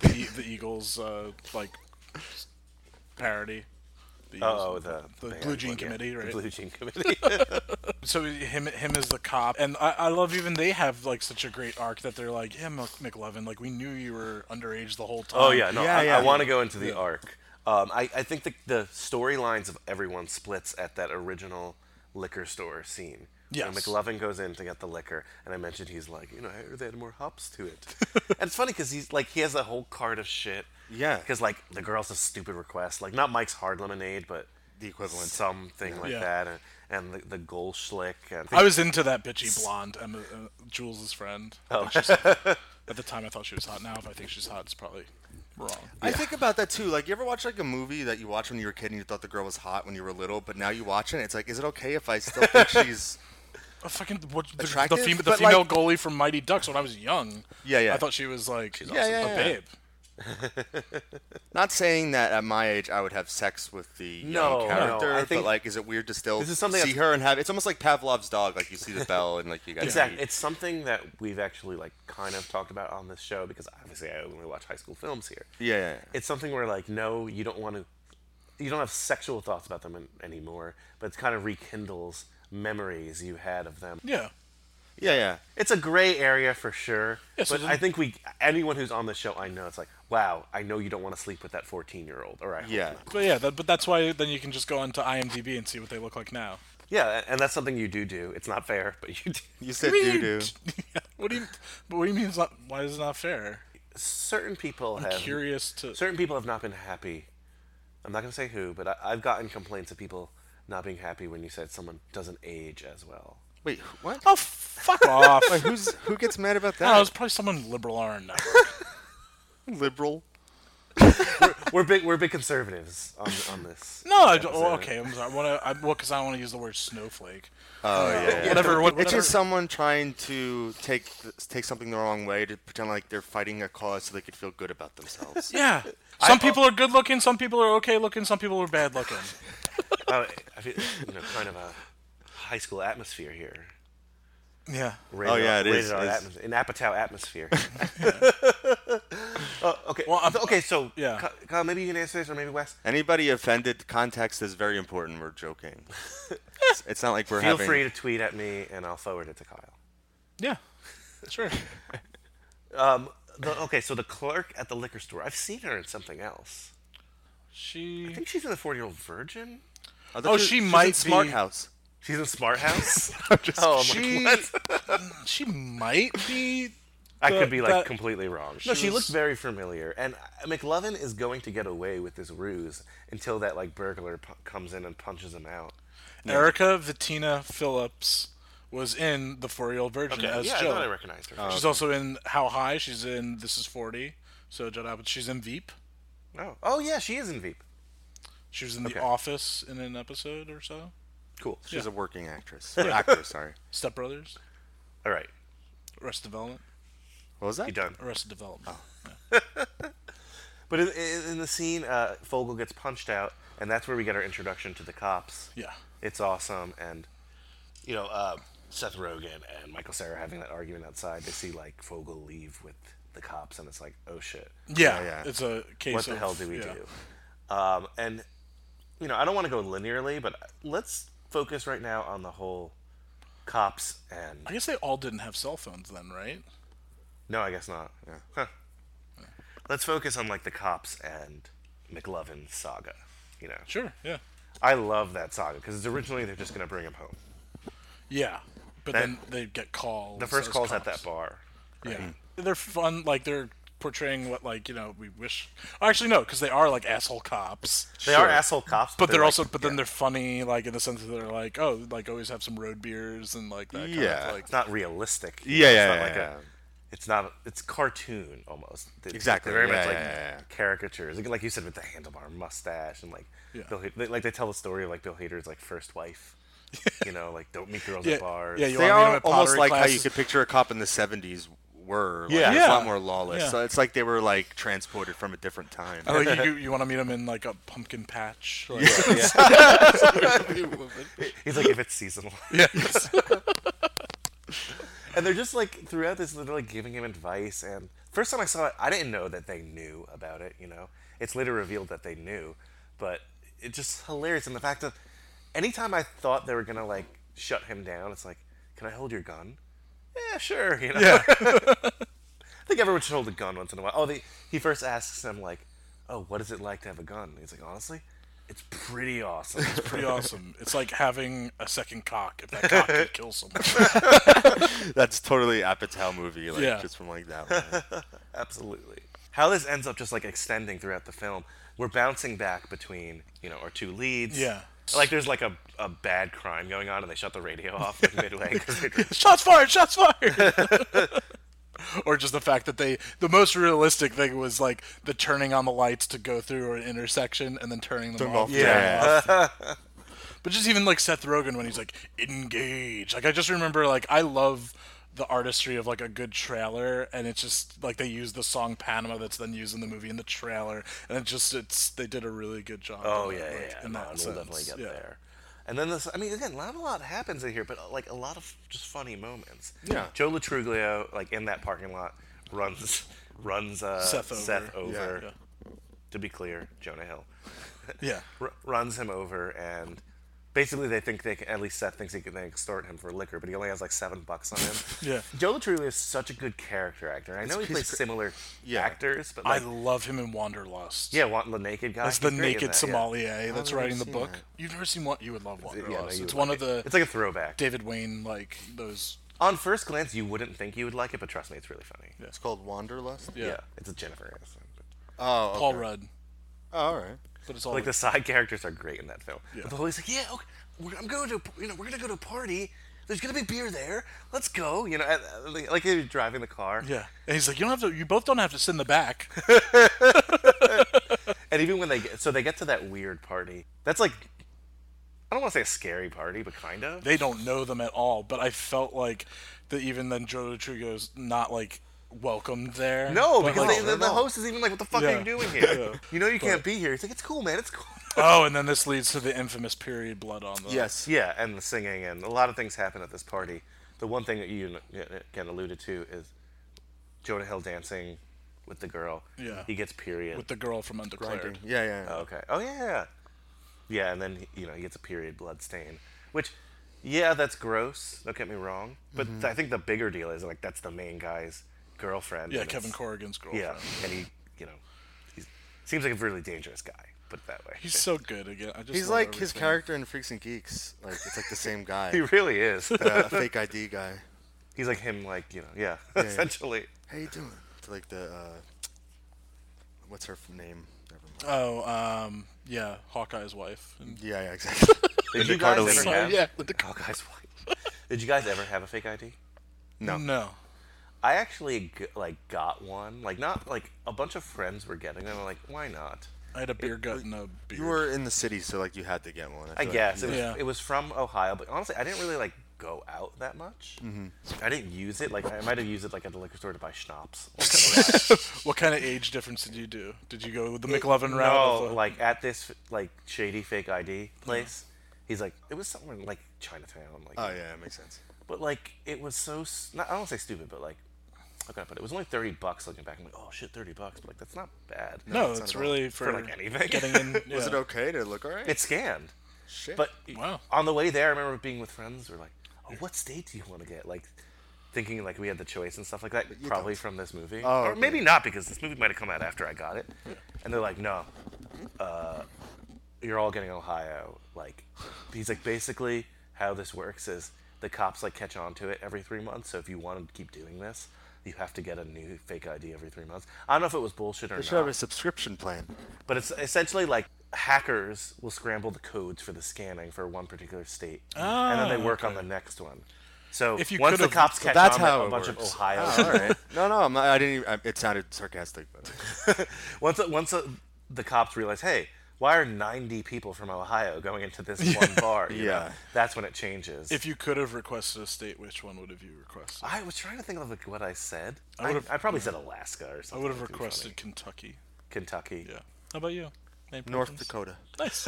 [SPEAKER 7] The, E- the Eagles uh, like parody. The Eagles-
[SPEAKER 2] Oh, the-
[SPEAKER 7] the
[SPEAKER 2] the
[SPEAKER 7] Blue
[SPEAKER 2] band
[SPEAKER 7] Jean
[SPEAKER 2] one, yeah.
[SPEAKER 7] Committee,
[SPEAKER 2] The
[SPEAKER 7] right?
[SPEAKER 2] Blue Jean Committee.
[SPEAKER 7] so him him is the cop, and I, I love even they have like such a great arc that they're like, yeah, Mc, McLovin, like we knew you were underage the whole time.
[SPEAKER 2] Oh yeah, no, I, want to go into the arc. Um, I, I think the, the storylines of everyone splits at that original liquor store scene And
[SPEAKER 7] Yes.
[SPEAKER 2] McLovin goes in to get the liquor, and I mentioned he's like, you know, I heard they had more hops to it. and it's funny because he's like, he has a whole cart of shit.
[SPEAKER 5] Yeah.
[SPEAKER 2] Because like the girls have stupid requests, like not Mike's hard lemonade, but the
[SPEAKER 5] equivalent.
[SPEAKER 2] something like
[SPEAKER 7] Yeah.
[SPEAKER 2] that, and, and the, the Goldschlick. And
[SPEAKER 7] I was into that bitchy blonde, Emma, uh, Jules' friend. I
[SPEAKER 2] Oh.
[SPEAKER 7] think she's hot. at the time, I thought she was hot. Now, if I think she's hot, it's probably wrong.
[SPEAKER 5] I think about that too. Like, you ever watch like a movie that you watched when you were a kid and you thought the girl was hot when you were little, but now you watch it, it's like, is it okay if I still think she's
[SPEAKER 7] A fucking what, the, the, fema-
[SPEAKER 5] Attractive,
[SPEAKER 7] the female,
[SPEAKER 5] but, like-
[SPEAKER 7] goalie from Mighty Ducks when I was young.
[SPEAKER 5] Yeah, yeah.
[SPEAKER 7] I thought she was like
[SPEAKER 5] Yeah, yeah,
[SPEAKER 7] a
[SPEAKER 5] yeah.
[SPEAKER 7] babe.
[SPEAKER 5] Not saying that at my age I would have sex with the young
[SPEAKER 2] No, no,
[SPEAKER 5] character,
[SPEAKER 2] I think-
[SPEAKER 5] but like, is it weird to still
[SPEAKER 2] This is something
[SPEAKER 5] see
[SPEAKER 2] that's-
[SPEAKER 5] her and have? It's almost like Pavlov's dog. Like you see the bell and like you guys.
[SPEAKER 2] exactly.
[SPEAKER 5] eat.
[SPEAKER 2] It's something that we've actually like kind of talked about on this show because obviously I only watch high school films here.
[SPEAKER 5] Yeah, yeah, yeah.
[SPEAKER 2] It's something where like no, you don't want to, you don't have sexual thoughts about them an anymore, but it kind of rekindles memories you had of them.
[SPEAKER 7] Yeah.
[SPEAKER 5] Yeah, yeah.
[SPEAKER 2] It's a gray area for sure,
[SPEAKER 7] Yeah, so
[SPEAKER 2] but
[SPEAKER 7] then-
[SPEAKER 2] I think we anyone who's on the show, I know it's like, wow, I know you don't want to sleep with that fourteen-year-old, or I hope
[SPEAKER 5] Yeah.
[SPEAKER 2] not.
[SPEAKER 7] But yeah, that, but that's why then you can just go onto IMDb and see what they look like now.
[SPEAKER 2] yeah, and that's something you do do. It's not fair, but you do.
[SPEAKER 5] You
[SPEAKER 7] said What do you do do? What do you? But what do you mean? It's not, why is it not fair?
[SPEAKER 2] Certain people
[SPEAKER 7] I'm
[SPEAKER 2] have
[SPEAKER 7] curious to.
[SPEAKER 2] certain people have not been happy. I'm not gonna say who, but I, I've gotten complaints of people not being happy when you said someone doesn't age as well.
[SPEAKER 5] Wait, wh- what?
[SPEAKER 7] Oh, fuck off!
[SPEAKER 5] Wait, who's who gets mad about
[SPEAKER 7] I don't know,
[SPEAKER 5] that?
[SPEAKER 7] it's probably someone liberal or network. Uh,
[SPEAKER 5] liberal.
[SPEAKER 2] we're big, we're big conservatives on, on this.
[SPEAKER 7] No, I,
[SPEAKER 2] episode.
[SPEAKER 7] oh, okay. I'm sorry. I want to. I, well, because I don't want to use the word snowflake.
[SPEAKER 5] Oh
[SPEAKER 7] Uh,
[SPEAKER 5] yeah, yeah.
[SPEAKER 7] Whatever. what-
[SPEAKER 5] It's
[SPEAKER 7] whatever.
[SPEAKER 5] just someone trying to take th- take something the wrong way to pretend like they're fighting a cause so they could feel good about themselves.
[SPEAKER 7] yeah.
[SPEAKER 5] I-
[SPEAKER 7] Some people are good looking. Some people are okay looking. Some people are bad looking.
[SPEAKER 2] Oh, I feel you know, kind of a high school atmosphere here.
[SPEAKER 7] Yeah.
[SPEAKER 2] Rated
[SPEAKER 5] Oh, yeah,
[SPEAKER 2] R-
[SPEAKER 5] it is,
[SPEAKER 2] rated R
[SPEAKER 5] it is.
[SPEAKER 2] atmos- an Apatow atmosphere. Oh, okay. okay. So
[SPEAKER 7] yeah.
[SPEAKER 2] Kyle- Kyle, maybe you can answer this, or maybe Wes.
[SPEAKER 5] Anybody offended? Context is very important. We're joking. It's- it's not like we're
[SPEAKER 2] Feel
[SPEAKER 5] having.
[SPEAKER 2] free to tweet at me, and I'll forward it to Kyle.
[SPEAKER 7] Yeah. Sure.
[SPEAKER 2] Um, the, okay, so the clerk at the liquor store. I've seen her in something else.
[SPEAKER 7] She.
[SPEAKER 2] I think she's in the Forty Year Old Virgin.
[SPEAKER 5] I thought
[SPEAKER 7] Oh,
[SPEAKER 5] she,
[SPEAKER 7] she
[SPEAKER 5] she's in
[SPEAKER 7] might
[SPEAKER 5] Smart
[SPEAKER 7] be-
[SPEAKER 5] House.
[SPEAKER 2] She's in Smart House.
[SPEAKER 5] oh,
[SPEAKER 2] oh, I'm
[SPEAKER 7] She.
[SPEAKER 2] like, what?
[SPEAKER 7] she might be.
[SPEAKER 2] I
[SPEAKER 7] the-
[SPEAKER 2] could be like
[SPEAKER 7] that-
[SPEAKER 2] completely wrong. No, she
[SPEAKER 7] was-
[SPEAKER 2] looks very familiar, and uh, McLovin is going to get away with this ruse until that like burglar p- comes in and punches him out.
[SPEAKER 7] Erica Vitina Phillips was in The Four Year Old Virgin as
[SPEAKER 2] yeah, I
[SPEAKER 7] Jill.
[SPEAKER 2] thought I recognized her.
[SPEAKER 7] She's also in How High. She's in This Is 40. So, Judd Apatow. She's in Veep.
[SPEAKER 2] oh. oh, yeah, she is in Veep.
[SPEAKER 7] She was in
[SPEAKER 2] Okay.
[SPEAKER 7] The Office in an episode or so.
[SPEAKER 2] Cool.
[SPEAKER 5] She's a working actress.
[SPEAKER 7] Yeah.
[SPEAKER 5] Actor, sorry.
[SPEAKER 7] Step Brothers.
[SPEAKER 2] All right,
[SPEAKER 7] Arrested Development.
[SPEAKER 5] What was that?
[SPEAKER 2] you done.
[SPEAKER 7] Arrested Development.
[SPEAKER 2] Oh. But in, in, in the scene, uh, Fogel gets punched out, and that's where we get our introduction to the cops.
[SPEAKER 7] Yeah.
[SPEAKER 2] It's awesome, and you know, uh, Seth Rogen and Michael Sarah having that argument outside. They see like Fogel leave with the cops, and it's like, oh shit.
[SPEAKER 7] Yeah,
[SPEAKER 5] Yeah, yeah.
[SPEAKER 7] it's a case.
[SPEAKER 2] what the
[SPEAKER 7] of-
[SPEAKER 2] hell do we
[SPEAKER 7] yeah.
[SPEAKER 2] do? Um, and you know, I don't want to go linearly, but let's focus right now on the whole cops and
[SPEAKER 7] I guess they all didn't have cell phones then, right?
[SPEAKER 2] no, I guess not. Yeah. Huh. Let's focus on like the cops and McLovin saga. You know,
[SPEAKER 7] Sure. Yeah.
[SPEAKER 2] I love that saga because originally they're just gonna bring him home.
[SPEAKER 7] Yeah, but
[SPEAKER 2] Then-
[SPEAKER 7] then, they get called.
[SPEAKER 2] The first
[SPEAKER 7] as
[SPEAKER 2] call's at
[SPEAKER 7] cops.
[SPEAKER 2] that bar.
[SPEAKER 7] Yeah, they're fun. Like they're portraying what like you know we wish. Actually, no, because they are like asshole cops.
[SPEAKER 2] They are asshole cops,
[SPEAKER 7] But they're,
[SPEAKER 2] like-
[SPEAKER 7] also, but then
[SPEAKER 2] yeah.
[SPEAKER 7] they're funny, like in the sense that they're like, oh, like always have some road beers and like that. Kind
[SPEAKER 5] Yeah.
[SPEAKER 7] of, like,
[SPEAKER 2] it's not realistic. you
[SPEAKER 5] Yeah, yeah,
[SPEAKER 2] know, it's
[SPEAKER 5] yeah,
[SPEAKER 2] not
[SPEAKER 5] yeah.
[SPEAKER 2] A, it's not. It's cartoon almost. It's-
[SPEAKER 5] Exactly,
[SPEAKER 2] They're very
[SPEAKER 5] yeah,
[SPEAKER 2] much like
[SPEAKER 5] yeah, yeah, yeah.
[SPEAKER 2] caricatures, like, like you said with the handlebar mustache and like
[SPEAKER 7] Yeah.
[SPEAKER 2] Bill. Hader, they, like they tell the story of like Bill Hader's like first wife. you know, like don't meet girls
[SPEAKER 7] Yeah,
[SPEAKER 2] at bars.
[SPEAKER 7] yeah, you
[SPEAKER 5] They
[SPEAKER 7] wanna meet 'em
[SPEAKER 5] are
[SPEAKER 7] at
[SPEAKER 5] almost
[SPEAKER 7] pottery
[SPEAKER 5] like how you
[SPEAKER 7] classes.
[SPEAKER 5] could picture a cop in the 70s were. Like,
[SPEAKER 2] Yeah.
[SPEAKER 5] It was a lot
[SPEAKER 7] Yeah.
[SPEAKER 5] more lawless.
[SPEAKER 7] Yeah.
[SPEAKER 5] So it's like they were like transported from a different time.
[SPEAKER 7] Oh, you, you, you want to meet him in like a pumpkin patch? Like,
[SPEAKER 2] He's like if it's seasonal.
[SPEAKER 7] yeah.
[SPEAKER 2] and they're just like throughout this they're like giving him advice and first time i saw it i didn't know that they knew about it you know it's later revealed that they knew but it's just hilarious and the fact that anytime i thought they were gonna like shut him down it's like can i hold your gun yeah sure you know
[SPEAKER 7] Yeah.
[SPEAKER 2] i think everyone should hold a gun once in a while oh they, he first asks them like oh what is it like to have a gun he's like honestly It's pretty awesome.
[SPEAKER 7] It's pretty awesome. It's like having a second cock if that cock could kill someone.
[SPEAKER 5] That's totally Apatow movie, like
[SPEAKER 2] Yeah.
[SPEAKER 5] just from like that one.
[SPEAKER 2] Absolutely. How this ends up just like extending throughout the film. We're bouncing back between, you know, our two leads.
[SPEAKER 7] Yeah.
[SPEAKER 2] Like there's like a, a bad crime going on and they shut the radio off like midway. 'cause they drink.
[SPEAKER 7] shots fired! Shots fired! or just the fact that they the most realistic thing was like the turning on the lights to go through an intersection and then turning them
[SPEAKER 5] Turn
[SPEAKER 7] off.
[SPEAKER 5] off, yeah.
[SPEAKER 7] turning off. but just even like Seth Rogen when he's like engage. Like I just remember like I love the artistry of like a good trailer and it's just like they use the song Panama that's then used in the movie in the trailer and it just it's they did a really good job.
[SPEAKER 2] Oh
[SPEAKER 7] of it,
[SPEAKER 2] yeah, yeah,
[SPEAKER 7] like,
[SPEAKER 2] yeah.
[SPEAKER 7] in
[SPEAKER 2] No,
[SPEAKER 7] that
[SPEAKER 2] we'll
[SPEAKER 7] sense.
[SPEAKER 2] definitely get
[SPEAKER 7] Yeah.
[SPEAKER 2] there. And then this, I mean, again, not a lot happens in here, but uh, like a lot of just funny moments.
[SPEAKER 7] Yeah.
[SPEAKER 2] Joe Latruglio, like in that parking lot, runs runs uh,
[SPEAKER 7] Seth
[SPEAKER 2] Seth
[SPEAKER 7] over.
[SPEAKER 2] over.
[SPEAKER 7] Yeah.
[SPEAKER 2] To be clear, Jonah Hill.
[SPEAKER 7] Yeah.
[SPEAKER 2] R- runs him over, and basically they think they can. At least Seth thinks he can they extort him for liquor, but he only has like seven bucks on him.
[SPEAKER 7] Yeah.
[SPEAKER 2] Joe Latruglio is such a good character actor. I
[SPEAKER 7] He's-
[SPEAKER 2] know he
[SPEAKER 7] he's
[SPEAKER 2] plays
[SPEAKER 7] gr-
[SPEAKER 2] similar actors, but
[SPEAKER 7] I
[SPEAKER 2] like,
[SPEAKER 7] love him in Wanderlust.
[SPEAKER 2] yeah, want the naked guy.
[SPEAKER 7] That's the
[SPEAKER 2] he's great in
[SPEAKER 7] naked
[SPEAKER 2] that, yeah.
[SPEAKER 7] sommelier
[SPEAKER 2] I've
[SPEAKER 7] that's
[SPEAKER 2] never
[SPEAKER 7] writing the
[SPEAKER 2] seen
[SPEAKER 7] book.
[SPEAKER 2] that.
[SPEAKER 7] You've never seen what you would love Wanderlust.
[SPEAKER 2] yeah, no, you would
[SPEAKER 7] it's one
[SPEAKER 2] like
[SPEAKER 7] of the.
[SPEAKER 2] It's like a throwback.
[SPEAKER 7] David Wayne like those.
[SPEAKER 2] On first glance, you wouldn't think you would like it, but trust me, it's really funny.
[SPEAKER 5] It's called Wanderlust.
[SPEAKER 2] Yeah,
[SPEAKER 7] Yeah.
[SPEAKER 2] it's a Jennifer Aniston.
[SPEAKER 5] Oh, okay.
[SPEAKER 7] Paul Rudd.
[SPEAKER 5] Oh, all right.
[SPEAKER 7] But it's
[SPEAKER 2] like the side characters are great in that film.
[SPEAKER 7] Yeah.
[SPEAKER 2] But the whole he's like, yeah, okay, we're, I'm going to, a- you know, we're gonna go to a party. There's gonna be beer there. Let's go. You know, and, uh, like- like you're driving the car.
[SPEAKER 7] Yeah, and he's like, you don't have to. You both don't have to sit in the back.
[SPEAKER 2] And even when they get, so they get to that weird party. That's like, I don't want to say a scary party, but kind of.
[SPEAKER 7] they don't know them at all. But I felt like that even then, Joe Trugo's not like welcomed there.
[SPEAKER 2] No,
[SPEAKER 7] but,
[SPEAKER 2] because
[SPEAKER 7] like-
[SPEAKER 2] they, the, the host is even like, what the fuck are
[SPEAKER 7] Yeah.
[SPEAKER 2] you doing here?
[SPEAKER 7] Yeah.
[SPEAKER 2] You know you
[SPEAKER 7] But-
[SPEAKER 2] can't be here. He's like, it's cool, man. It's cool.
[SPEAKER 7] Oh, and then this leads to the infamous period blood on them.
[SPEAKER 2] Yes. Yeah, and the singing, and a lot of things happen at this party. The one thing that you again alluded to is Jonah Hill dancing with the girl.
[SPEAKER 7] Yeah.
[SPEAKER 2] He gets period.
[SPEAKER 7] with the girl from Undeclared.
[SPEAKER 2] Grinding.
[SPEAKER 5] Yeah, yeah.
[SPEAKER 2] Oh, okay. Oh yeah, yeah, yeah. Yeah, and then he- you know he gets a period blood stain, which, yeah, that's gross. Don't get me wrong, but
[SPEAKER 7] Mhm.
[SPEAKER 2] I think the bigger deal is like that's the main guy's girlfriend.
[SPEAKER 7] Yeah,
[SPEAKER 2] and
[SPEAKER 7] Kevin
[SPEAKER 2] it's-
[SPEAKER 7] Corrigan's
[SPEAKER 2] Yeah,
[SPEAKER 7] girlfriend.
[SPEAKER 2] and he, you know, he seems like a really dangerous guy. Put it that way.
[SPEAKER 7] He's so good again. I just
[SPEAKER 5] He's
[SPEAKER 7] love
[SPEAKER 5] like his
[SPEAKER 7] everything.
[SPEAKER 5] character in Freaks and Geeks. Like it's like the same guy.
[SPEAKER 2] He really is. Uh,
[SPEAKER 5] The fake ID guy.
[SPEAKER 2] He's like him, like you know, yeah,
[SPEAKER 5] Yeah, yeah.
[SPEAKER 2] essentially.
[SPEAKER 5] How you doing? It's like the uh, what's her f- name? Never mind.
[SPEAKER 7] Oh, um, yeah, Hawkeye's wife. And-
[SPEAKER 5] Yeah, yeah, exactly.
[SPEAKER 2] Did you guys ever
[SPEAKER 7] Sorry,
[SPEAKER 2] have?
[SPEAKER 7] yeah,
[SPEAKER 2] Hawkeye's wife. Did you guys ever have a fake ID?
[SPEAKER 5] No.
[SPEAKER 7] No.
[SPEAKER 2] I actually g- like got one. Like not like a bunch of friends were getting them. I'm like, why not?
[SPEAKER 7] I had a beer gut and a beer.
[SPEAKER 5] You were in the city, so like you had to get one. feel
[SPEAKER 2] I
[SPEAKER 5] like.
[SPEAKER 2] guess it was, it was from Ohio, but honestly, I didn't really like go out that much.
[SPEAKER 7] Mm-hmm.
[SPEAKER 5] Mhm.
[SPEAKER 2] I didn't use it. Like I might have used it like at the liquor store to buy schnapps.
[SPEAKER 7] What kind of age difference did you do? Did you go the McLovin route?
[SPEAKER 2] no,
[SPEAKER 7] of the-
[SPEAKER 2] like at this like shady fake ID place.
[SPEAKER 7] Mm-hmm.
[SPEAKER 2] He's like, it was somewhere in like Chinatown. Like,
[SPEAKER 7] Uh.
[SPEAKER 5] Oh yeah, it makes sense.
[SPEAKER 2] But like, it was so s- not, I don't want to say stupid, but like, how can I put it? It was only thirty bucks looking back. I'm like, oh shit, thirty bucks. But like, that's not bad.
[SPEAKER 7] No, No, it's it's not at really all. for
[SPEAKER 2] like anything.
[SPEAKER 7] getting in-
[SPEAKER 5] Was it okay to look alright?
[SPEAKER 2] It scanned.
[SPEAKER 5] Shit.
[SPEAKER 2] But on the way there, I remember being with friends. We're like, oh, what state do you want to get? Like, thinking like we had the choice and stuff like that. Probably from this movie,
[SPEAKER 5] Oh,
[SPEAKER 2] or
[SPEAKER 5] okay.
[SPEAKER 2] maybe not because this movie might have come out after I got it. And they're like, no, uh, you're all getting Ohio. Like, he's like, basically, how this works is the cops like catch on to it every three months. So if you want to keep doing this, you have to get a new fake ID every three months. I don't know if it was bullshit
[SPEAKER 5] They
[SPEAKER 2] or not.
[SPEAKER 5] should have a subscription plan.
[SPEAKER 2] But it's essentially like hackers will scramble the codes for the scanning for one particular state, and then they
[SPEAKER 5] Ah,
[SPEAKER 2] work on the next one. So
[SPEAKER 5] If you
[SPEAKER 2] once the
[SPEAKER 5] could've-
[SPEAKER 2] cops
[SPEAKER 5] so
[SPEAKER 2] catch
[SPEAKER 5] that's
[SPEAKER 2] on,
[SPEAKER 5] how
[SPEAKER 2] a
[SPEAKER 5] it
[SPEAKER 2] bunch
[SPEAKER 5] works.
[SPEAKER 2] of Ohio.
[SPEAKER 5] Oh, all right. No, no, I'm not, I didn't. Even, I, it sounded sarcastic, but
[SPEAKER 2] once once uh the cops realize, hey, why are 90 people from Ohio going into this one bar? you know?
[SPEAKER 5] Yeah.
[SPEAKER 2] that's when it changes.
[SPEAKER 7] if you could have requested a state, which one would have you requested?
[SPEAKER 2] I was trying to think of like what I said.
[SPEAKER 7] I
[SPEAKER 2] I,
[SPEAKER 7] would've-
[SPEAKER 2] I probably
[SPEAKER 7] yeah.
[SPEAKER 2] said Alaska or
[SPEAKER 7] I
[SPEAKER 2] something.
[SPEAKER 7] would have
[SPEAKER 2] to be
[SPEAKER 7] requested
[SPEAKER 2] funny.
[SPEAKER 7] Kentucky.
[SPEAKER 2] Kentucky. Yeah.
[SPEAKER 7] How about you? Name
[SPEAKER 5] North
[SPEAKER 7] preference?
[SPEAKER 5] Dakota.
[SPEAKER 7] Nice.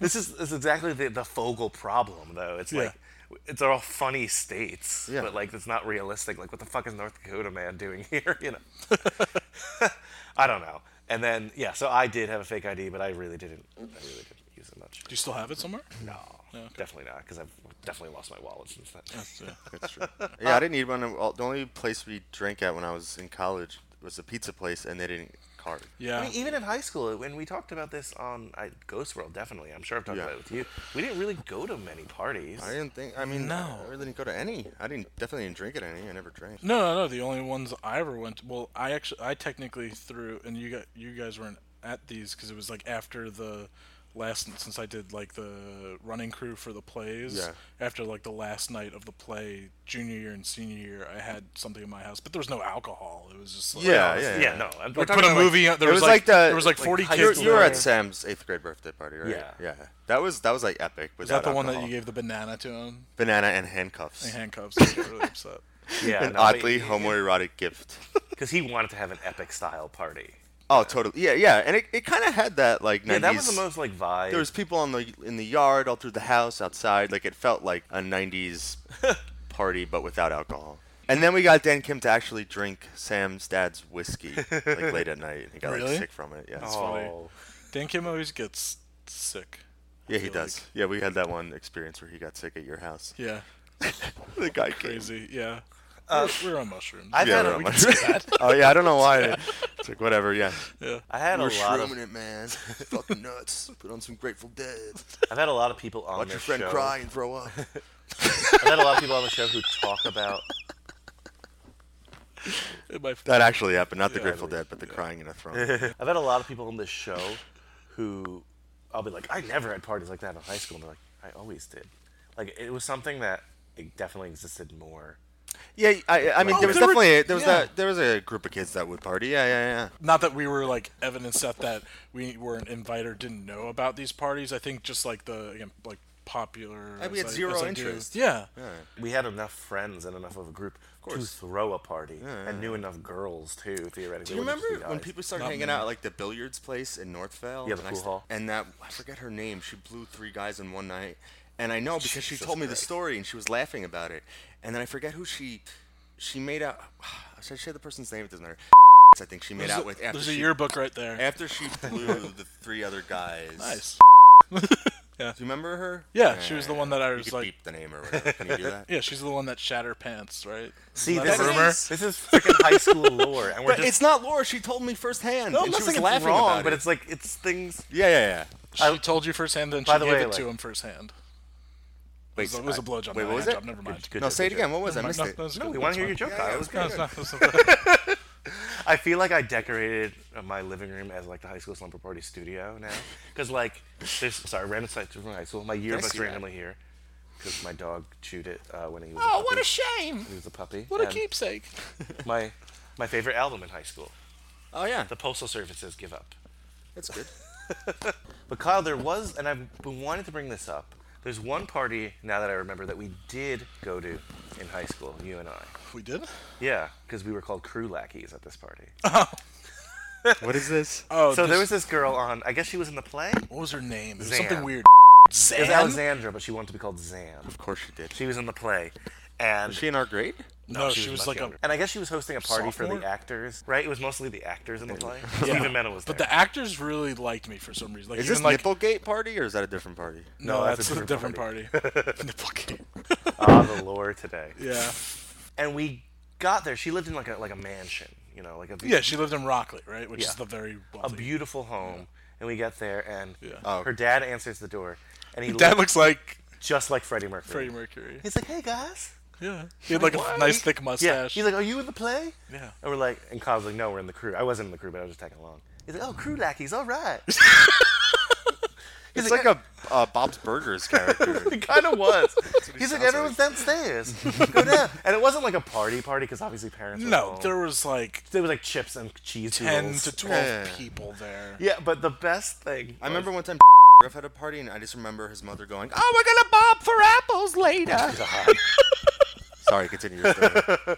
[SPEAKER 2] this is this is exactly the the Fogel problem though. It's
[SPEAKER 7] Yeah.
[SPEAKER 2] like it's all funny states,
[SPEAKER 5] Yeah.
[SPEAKER 2] but like it's not realistic. Like what the fuck is North Dakota man doing here? You know, I don't know. And then yeah, so I did have a fake ID, but I really didn't. I really didn't use it much.
[SPEAKER 7] Do you still have it somewhere?
[SPEAKER 2] No, definitely not, because I've definitely lost my wallet since then.
[SPEAKER 5] That's true. yeah, I didn't need one. The only place we drank at when I was in college was a pizza place, and they didn't hard.
[SPEAKER 2] I mean, even in high school, when we talked about this on I, Ghost World, definitely. I'm sure I've talked
[SPEAKER 5] Yeah.
[SPEAKER 2] about it with you. We didn't really go to many parties.
[SPEAKER 5] I didn't think. I mean, no. I really didn't go to any. I didn't definitely didn't drink at any. I never drank.
[SPEAKER 7] No, no, no. The only ones I ever went. To, well, I actually, I technically threw, and you got, you guys weren't at these because it was like after the last, since I did like the running crew for the plays.
[SPEAKER 5] Yeah.
[SPEAKER 7] After like the last night of the play, junior year and senior year, I had something in my house, but there was no alcohol. It was just like,
[SPEAKER 5] yeah, yeah, yeah,
[SPEAKER 7] We put a movie. on- There
[SPEAKER 5] It
[SPEAKER 7] was, like, there was like forty
[SPEAKER 5] high
[SPEAKER 7] kids.
[SPEAKER 5] school. You were at
[SPEAKER 7] there.
[SPEAKER 5] Sam's eighth grade birthday party, right?
[SPEAKER 7] Yeah.
[SPEAKER 5] yeah. That was that was like epic.
[SPEAKER 7] Was that
[SPEAKER 5] without
[SPEAKER 7] the one that
[SPEAKER 5] alcohol.
[SPEAKER 7] you gave the banana to him?
[SPEAKER 5] banana and handcuffs?
[SPEAKER 7] And handcuffs. I was really upset.
[SPEAKER 5] an oddly homoerotic gift.
[SPEAKER 2] Because he wanted to have an epic style party.
[SPEAKER 5] Oh, totally. Yeah, yeah, and it, it kind of had that like. 90s.
[SPEAKER 2] Yeah, that was the most, like, vibe.
[SPEAKER 5] There was people on the in the yard, all through the house, outside. Like it felt like a '90s party, but without alcohol. And then we got Dan Kim to actually drink Sam's dad's whiskey like late at night. He got
[SPEAKER 7] really?
[SPEAKER 5] like sick from it. Yeah,
[SPEAKER 2] Oh.
[SPEAKER 7] That's funny. Dan Kim always gets sick.
[SPEAKER 5] Yeah,
[SPEAKER 7] I
[SPEAKER 5] he
[SPEAKER 7] feel
[SPEAKER 5] does. Yeah, we had that one experience where he got sick at your house.
[SPEAKER 7] Yeah.
[SPEAKER 5] the guy
[SPEAKER 7] crazy. Yeah.
[SPEAKER 2] Uh,
[SPEAKER 7] we're, we're on mushrooms.
[SPEAKER 2] I've had
[SPEAKER 5] we're
[SPEAKER 2] a-
[SPEAKER 5] on
[SPEAKER 2] we can
[SPEAKER 5] mushroom-
[SPEAKER 2] say that.
[SPEAKER 5] oh yeah, I don't know why. It's like whatever. Yeah.
[SPEAKER 7] Yeah.
[SPEAKER 2] I had a
[SPEAKER 5] We're
[SPEAKER 2] lot of-
[SPEAKER 5] shrooming it, man. Fucking nuts. Put on some Grateful Dead.
[SPEAKER 2] I've had a lot of people on
[SPEAKER 5] Watch
[SPEAKER 2] this
[SPEAKER 5] your friend
[SPEAKER 2] show-
[SPEAKER 5] cry and throw up.
[SPEAKER 2] I've had a lot of people on the show who talk about
[SPEAKER 7] It might-
[SPEAKER 5] That actually happened. Not the
[SPEAKER 2] Yeah.
[SPEAKER 5] Grateful Dead, but the crying in a throne.
[SPEAKER 2] I've had a lot of people on this show who I'll be like, I never had parties like that in high school. And they're like, I always did. Like, it was something that it definitely existed more.
[SPEAKER 5] Yeah, I, I mean,
[SPEAKER 2] Oh,
[SPEAKER 5] there was
[SPEAKER 2] there were-
[SPEAKER 5] definitely a, there was
[SPEAKER 2] yeah.
[SPEAKER 5] that there was a group of kids that would party. Yeah, yeah,
[SPEAKER 7] Not that we were like evidence that that we weren't invited or didn't know about these parties. I think just like the again, like popular.
[SPEAKER 5] yeah.
[SPEAKER 7] as I- as I do. Yeah.
[SPEAKER 2] We had enough friends and enough of a group to
[SPEAKER 5] course.
[SPEAKER 2] throw a party
[SPEAKER 5] Yeah,
[SPEAKER 2] and
[SPEAKER 5] yeah.
[SPEAKER 2] knew enough girls, too, theoretically.
[SPEAKER 5] Do you
[SPEAKER 2] it wouldn't
[SPEAKER 5] remember
[SPEAKER 2] just be
[SPEAKER 5] when
[SPEAKER 2] guys.
[SPEAKER 5] people started hanging out at like the billiards place in Northvale?
[SPEAKER 2] Yeah, the
[SPEAKER 5] and I
[SPEAKER 2] pool
[SPEAKER 5] st-
[SPEAKER 2] hall.
[SPEAKER 5] And that I forget her name. She blew three guys in one night, and I know because she told me the story and she was laughing about it. And then I forget who she she made out. I should say the person's name. It doesn't matter. I think she made
[SPEAKER 7] There's
[SPEAKER 5] out
[SPEAKER 7] a-
[SPEAKER 5] with after
[SPEAKER 7] there's a
[SPEAKER 5] she-
[SPEAKER 7] yearbook right there.
[SPEAKER 5] After she blew the three other guys.
[SPEAKER 7] Nice. yeah.
[SPEAKER 5] Do you remember her?
[SPEAKER 7] Yeah, she was
[SPEAKER 5] Yeah,
[SPEAKER 7] the one that I
[SPEAKER 5] you
[SPEAKER 7] was
[SPEAKER 5] could
[SPEAKER 7] like.
[SPEAKER 5] beep the name or whatever. Can you do that?
[SPEAKER 7] yeah, she's the one that shat her pants, right?
[SPEAKER 2] See,
[SPEAKER 7] Isn't
[SPEAKER 2] this
[SPEAKER 7] that a
[SPEAKER 2] is-
[SPEAKER 7] rumor?
[SPEAKER 2] this is freaking high school lore, and we're
[SPEAKER 5] but
[SPEAKER 2] just-
[SPEAKER 5] it's not lore. She told me firsthand.
[SPEAKER 2] No, I'm
[SPEAKER 5] and
[SPEAKER 2] not
[SPEAKER 5] she
[SPEAKER 2] saying
[SPEAKER 5] was
[SPEAKER 2] it's
[SPEAKER 5] laughing
[SPEAKER 2] wrong,
[SPEAKER 5] about
[SPEAKER 2] but
[SPEAKER 5] it.
[SPEAKER 2] it's like it's things.
[SPEAKER 5] Yeah, yeah, yeah.
[SPEAKER 7] She told you firsthand, then she
[SPEAKER 2] By the
[SPEAKER 7] gave
[SPEAKER 2] way,
[SPEAKER 7] it to
[SPEAKER 2] like-
[SPEAKER 7] him firsthand.
[SPEAKER 5] Wait,
[SPEAKER 7] it was, it was a
[SPEAKER 5] I-
[SPEAKER 7] blowjob.
[SPEAKER 5] wait, what
[SPEAKER 7] not a
[SPEAKER 5] was
[SPEAKER 7] hand
[SPEAKER 5] it?
[SPEAKER 7] job, Never mind.
[SPEAKER 5] Good- No, good say it job. again, what was it? I
[SPEAKER 7] Never mind.
[SPEAKER 5] missed it.
[SPEAKER 7] No, that's
[SPEAKER 5] No,
[SPEAKER 7] good,
[SPEAKER 5] we wanna
[SPEAKER 7] that's
[SPEAKER 5] hear your
[SPEAKER 7] fine.
[SPEAKER 5] joke, Kyle. It was
[SPEAKER 7] No,
[SPEAKER 5] good.
[SPEAKER 7] it's not- it's not-
[SPEAKER 2] I feel like I decorated uh, my living room as like the high school slumber party studio now, because like there's sorry random sites from high school. My yearbook's
[SPEAKER 5] see that?
[SPEAKER 2] randomly here, because my dog chewed it uh, when he was.
[SPEAKER 7] Oh,
[SPEAKER 2] a
[SPEAKER 7] what a
[SPEAKER 2] puppy.
[SPEAKER 7] shame.
[SPEAKER 2] He was a puppy. Um,
[SPEAKER 7] What a
[SPEAKER 2] and
[SPEAKER 7] keepsake.
[SPEAKER 2] My my favorite album in high school.
[SPEAKER 5] Oh yeah.
[SPEAKER 2] The Postal Services Give Up.
[SPEAKER 5] That's good.
[SPEAKER 2] But Kyle, there was, and I've been wanting to bring this up. There's one party now that I remember that we did go to in high school, you and I.
[SPEAKER 7] We did?
[SPEAKER 2] Yeah, because we were called crew lackeys at this party.
[SPEAKER 5] what is this?
[SPEAKER 7] Oh,
[SPEAKER 2] so there was
[SPEAKER 7] this-
[SPEAKER 2] this girl on. I guess she was in the play.
[SPEAKER 7] What was her name? It was
[SPEAKER 2] Zan.
[SPEAKER 7] something weird.
[SPEAKER 2] It was
[SPEAKER 7] Zan?
[SPEAKER 2] Alexandra, but she wanted to be called Zan.
[SPEAKER 5] Of course she did.
[SPEAKER 2] She was in the play, and
[SPEAKER 5] she in our grade?
[SPEAKER 7] No, she was
[SPEAKER 2] much
[SPEAKER 7] like a-
[SPEAKER 2] younger. And I guess she was hosting a party for the
[SPEAKER 7] Sophomore?
[SPEAKER 2] actors, right? It was mostly the actors in the play.
[SPEAKER 7] Yeah.
[SPEAKER 2] Stephen Mennel was there.
[SPEAKER 7] But the actors really liked me for some reason. Like
[SPEAKER 5] is
[SPEAKER 7] even
[SPEAKER 5] this
[SPEAKER 7] like
[SPEAKER 5] Nipplegate party or is that a different party?
[SPEAKER 7] no, that's, a different party. Nipplegate.
[SPEAKER 2] ah, the lore today.
[SPEAKER 7] Yeah.
[SPEAKER 2] And we got there. She lived in like a like a mansion, you know, like a
[SPEAKER 7] Yeah, she lived in Rockley, right? Which is
[SPEAKER 2] Yeah.
[SPEAKER 7] the very
[SPEAKER 2] a
[SPEAKER 7] wealthy.
[SPEAKER 2] beautiful home. And we get there, and
[SPEAKER 7] Oh.
[SPEAKER 2] her dad answers the door, and he
[SPEAKER 7] Her dad
[SPEAKER 2] looked
[SPEAKER 7] looks like
[SPEAKER 2] just like Freddie Mercury.
[SPEAKER 7] Freddie Mercury.
[SPEAKER 2] He's like, hey guys.
[SPEAKER 7] Yeah. He had like a
[SPEAKER 2] What?
[SPEAKER 7] nice thick
[SPEAKER 2] Yeah.
[SPEAKER 7] mustache.
[SPEAKER 2] He's like, are you in the play?
[SPEAKER 7] Yeah.
[SPEAKER 2] And we're like, and Kyle's like, no, we're in the crew. I wasn't in the crew, but I was just tagging along. He's like, oh, crew lackeys, all right.
[SPEAKER 5] It's like a uh, Bob's Burgers character.
[SPEAKER 2] it kind of was.
[SPEAKER 5] what he
[SPEAKER 2] He's like,
[SPEAKER 5] sounds
[SPEAKER 2] everyone's downstairs. Go down. And it wasn't like a party party because obviously parents. Were
[SPEAKER 7] No,
[SPEAKER 2] home.
[SPEAKER 7] there was like
[SPEAKER 2] there was like chips and cheese.
[SPEAKER 7] ten
[SPEAKER 2] doodles.
[SPEAKER 7] to twelve people there.
[SPEAKER 2] Yeah, but the best thing.
[SPEAKER 5] I remember
[SPEAKER 2] was-
[SPEAKER 5] one time Griff had a party and I just remember his mother going, "Oh, we're gonna bob for apples later."
[SPEAKER 2] God.
[SPEAKER 5] Sorry, continue your story.
[SPEAKER 7] Such a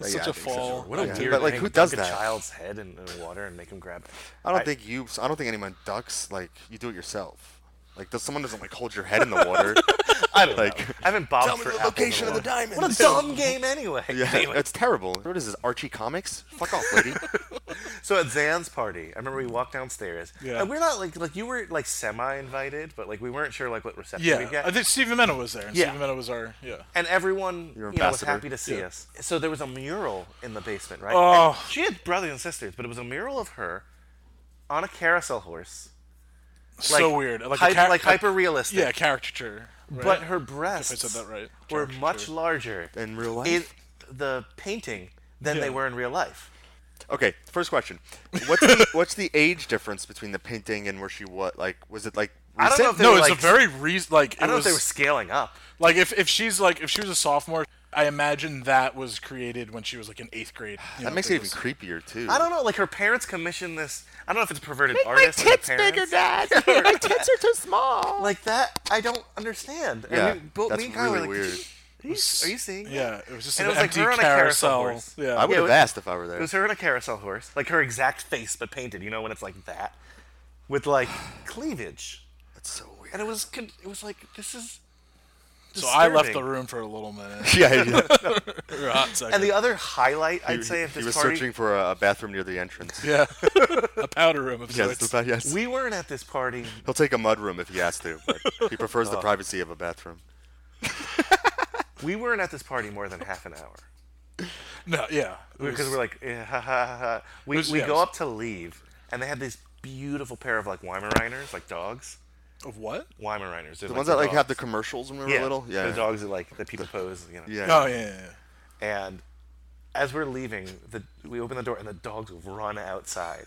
[SPEAKER 5] I think
[SPEAKER 7] fall. Oh,
[SPEAKER 2] What a
[SPEAKER 5] Yeah.
[SPEAKER 2] weird
[SPEAKER 5] But, like,
[SPEAKER 2] thing,
[SPEAKER 5] who
[SPEAKER 2] dunk
[SPEAKER 5] does
[SPEAKER 2] a
[SPEAKER 5] that?
[SPEAKER 2] child's head in, in water and make him grab it.
[SPEAKER 5] I don't think you. I don't think anyone ducks. Like you do it yourself. Like does, someone doesn't like hold your head in the water.
[SPEAKER 2] I don't
[SPEAKER 5] like,
[SPEAKER 2] know. I haven't bobbed
[SPEAKER 5] Tell me
[SPEAKER 2] for
[SPEAKER 5] the
[SPEAKER 2] apples
[SPEAKER 5] location
[SPEAKER 2] in
[SPEAKER 5] of the
[SPEAKER 2] water.
[SPEAKER 5] diamond.
[SPEAKER 2] What a dumb game anyway.
[SPEAKER 5] Yeah,
[SPEAKER 2] Anyway.
[SPEAKER 5] that's terrible. What is this, Archie Comics? Fuck off, lady.
[SPEAKER 2] So at Zan's party, I remember we walked downstairs.
[SPEAKER 7] Yeah.
[SPEAKER 2] And we're not like like you were like semi invited, but like we weren't sure like what reception
[SPEAKER 7] Yeah.
[SPEAKER 2] we'd get.
[SPEAKER 7] I think Stephen Mena was there and
[SPEAKER 2] Yeah.
[SPEAKER 7] Stephen Mena was our yeah.
[SPEAKER 2] and everyone
[SPEAKER 5] Your
[SPEAKER 2] you know, was
[SPEAKER 5] ambassador.
[SPEAKER 2] happy to see
[SPEAKER 7] Yeah.
[SPEAKER 2] us. So there was a mural in the basement, right?
[SPEAKER 7] Oh.
[SPEAKER 2] And she had brothers and sisters, but it was a mural of her on a carousel horse.
[SPEAKER 7] so weird. Like,
[SPEAKER 2] hype-
[SPEAKER 7] a char-
[SPEAKER 2] like hyper realistic.
[SPEAKER 7] Yeah, caricature. right?
[SPEAKER 2] But her breasts
[SPEAKER 7] If I said that right.
[SPEAKER 2] were much larger
[SPEAKER 5] in real life.
[SPEAKER 2] in the painting than
[SPEAKER 5] Yeah.
[SPEAKER 2] they were in real life.
[SPEAKER 5] Okay, first question. What's the, what's the age difference between the painting and where she what like was it like
[SPEAKER 7] I don't know
[SPEAKER 5] recent?
[SPEAKER 7] if they No, were, it's like- a very reason like
[SPEAKER 2] I don't
[SPEAKER 7] it
[SPEAKER 2] know if they
[SPEAKER 7] was-
[SPEAKER 2] were scaling up.
[SPEAKER 7] Like if, if she's like if she was a sophomore, I imagine that was created when she was like in eighth grade. you
[SPEAKER 5] That
[SPEAKER 7] know,
[SPEAKER 5] makes
[SPEAKER 7] there
[SPEAKER 5] it even
[SPEAKER 7] was-
[SPEAKER 5] creepier too.
[SPEAKER 2] I don't know. Like her parents commissioned this. I don't know if it's a perverted
[SPEAKER 7] Make my
[SPEAKER 2] artist. or the
[SPEAKER 7] tits bigger,
[SPEAKER 2] parents.
[SPEAKER 7] Dad.
[SPEAKER 15] My tits are too small.
[SPEAKER 2] Like that, I don't understand. And
[SPEAKER 5] Yeah,
[SPEAKER 2] we- both-
[SPEAKER 5] that's
[SPEAKER 2] me and Kyle were
[SPEAKER 5] really
[SPEAKER 2] like,
[SPEAKER 5] weird.
[SPEAKER 2] "Did you- Are you, are you seeing?
[SPEAKER 7] Yeah,
[SPEAKER 2] that?"
[SPEAKER 7] it was just
[SPEAKER 2] And
[SPEAKER 7] an
[SPEAKER 2] it was
[SPEAKER 7] empty
[SPEAKER 2] like her on a carousel.
[SPEAKER 7] carousel.
[SPEAKER 2] horse.
[SPEAKER 7] Yeah. I would've
[SPEAKER 2] It was-
[SPEAKER 7] asked if I were there.
[SPEAKER 2] It was her on a carousel horse, like her exact face but painted. You know when it's like that, with like cleavage.
[SPEAKER 5] That's so weird.
[SPEAKER 2] And it was, con- it was like this is.
[SPEAKER 7] So I left the
[SPEAKER 2] disturbing.
[SPEAKER 7] room for a little minute. For a hot second.
[SPEAKER 2] and the other highlight
[SPEAKER 5] He-
[SPEAKER 2] I'd say of
[SPEAKER 5] he
[SPEAKER 2] this
[SPEAKER 5] was
[SPEAKER 2] party.
[SPEAKER 5] searching for a, a bathroom near the entrance.
[SPEAKER 7] Yeah. a powder room of
[SPEAKER 5] Yes,
[SPEAKER 7] sorts.
[SPEAKER 5] the, ba- yes.
[SPEAKER 2] We weren't at this party.
[SPEAKER 5] He'll take a mud room if he has to, but he prefers the
[SPEAKER 2] Oh.
[SPEAKER 5] privacy of a bathroom.
[SPEAKER 2] We weren't at this party more than half an hour.
[SPEAKER 7] No, yeah, it
[SPEAKER 2] because
[SPEAKER 7] was-
[SPEAKER 2] we're like, eh, ha ha ha. ha. We
[SPEAKER 7] It was-
[SPEAKER 2] we
[SPEAKER 7] yeah, it
[SPEAKER 2] go
[SPEAKER 7] was-
[SPEAKER 2] up to leave, and they had this beautiful pair of like Weimaraners, like dogs.
[SPEAKER 7] Of what?
[SPEAKER 2] Weimaraners. They're
[SPEAKER 5] The ones that, like, have
[SPEAKER 2] dogs.
[SPEAKER 5] the commercials when we were
[SPEAKER 2] yeah.
[SPEAKER 5] little? Yeah.
[SPEAKER 2] The dogs that like that people pose. You know.
[SPEAKER 5] Yeah. Oh, yeah,
[SPEAKER 2] And as we're leaving, the we open the door and the dogs run outside.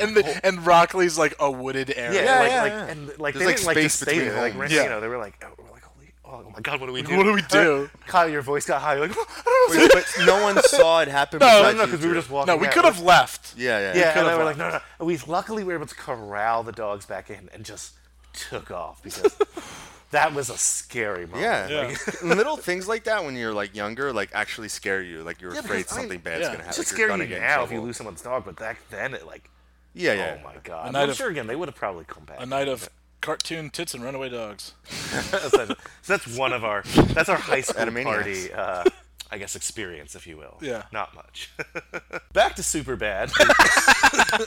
[SPEAKER 7] and the, and Rockley's like a wooded area.
[SPEAKER 2] Yeah, like, like, and like they didn't like just stay there. Like, ran- you know, they were like, oh, we're like, holy, oh my god, what do we
[SPEAKER 7] Like,
[SPEAKER 2] do?
[SPEAKER 7] what do we do?
[SPEAKER 2] Kyle, your voice got high. You're like,
[SPEAKER 5] Wait, but no one saw it happen
[SPEAKER 2] No, no,
[SPEAKER 5] besides
[SPEAKER 2] no,
[SPEAKER 5] you
[SPEAKER 2] because we
[SPEAKER 5] two.
[SPEAKER 2] were just walking.
[SPEAKER 5] No, we
[SPEAKER 2] out.
[SPEAKER 5] could have left. Yeah, yeah. We
[SPEAKER 2] Yeah,
[SPEAKER 5] could
[SPEAKER 2] and
[SPEAKER 5] have
[SPEAKER 2] then we're
[SPEAKER 5] left.
[SPEAKER 2] like, no, no. And we luckily were able to corral the dogs back in and just took off because that was a scary moment.
[SPEAKER 5] Yeah,
[SPEAKER 2] Like,
[SPEAKER 5] like, little things like that when you're like younger, like actually scare you. Like you're
[SPEAKER 2] Yeah, because,
[SPEAKER 5] afraid
[SPEAKER 2] I mean,
[SPEAKER 5] something bad's
[SPEAKER 2] yeah.
[SPEAKER 5] gonna happen.
[SPEAKER 2] It should
[SPEAKER 5] like, you're
[SPEAKER 2] scare
[SPEAKER 5] gonna
[SPEAKER 2] you
[SPEAKER 5] get in
[SPEAKER 2] now if you
[SPEAKER 5] trouble.
[SPEAKER 2] lose someone's dog, but back then it like.
[SPEAKER 5] Yeah, yeah.
[SPEAKER 2] Oh my god.
[SPEAKER 7] And I'd
[SPEAKER 2] I'm
[SPEAKER 7] have-
[SPEAKER 2] sure again they would have probably come back.
[SPEAKER 7] a night of cartoon tits and runaway dogs.
[SPEAKER 2] so that's one of our that's our high school
[SPEAKER 7] Animaniacs.
[SPEAKER 2] party, uh, I guess experience, if you will.
[SPEAKER 7] Yeah.
[SPEAKER 2] Not much. back to super bad.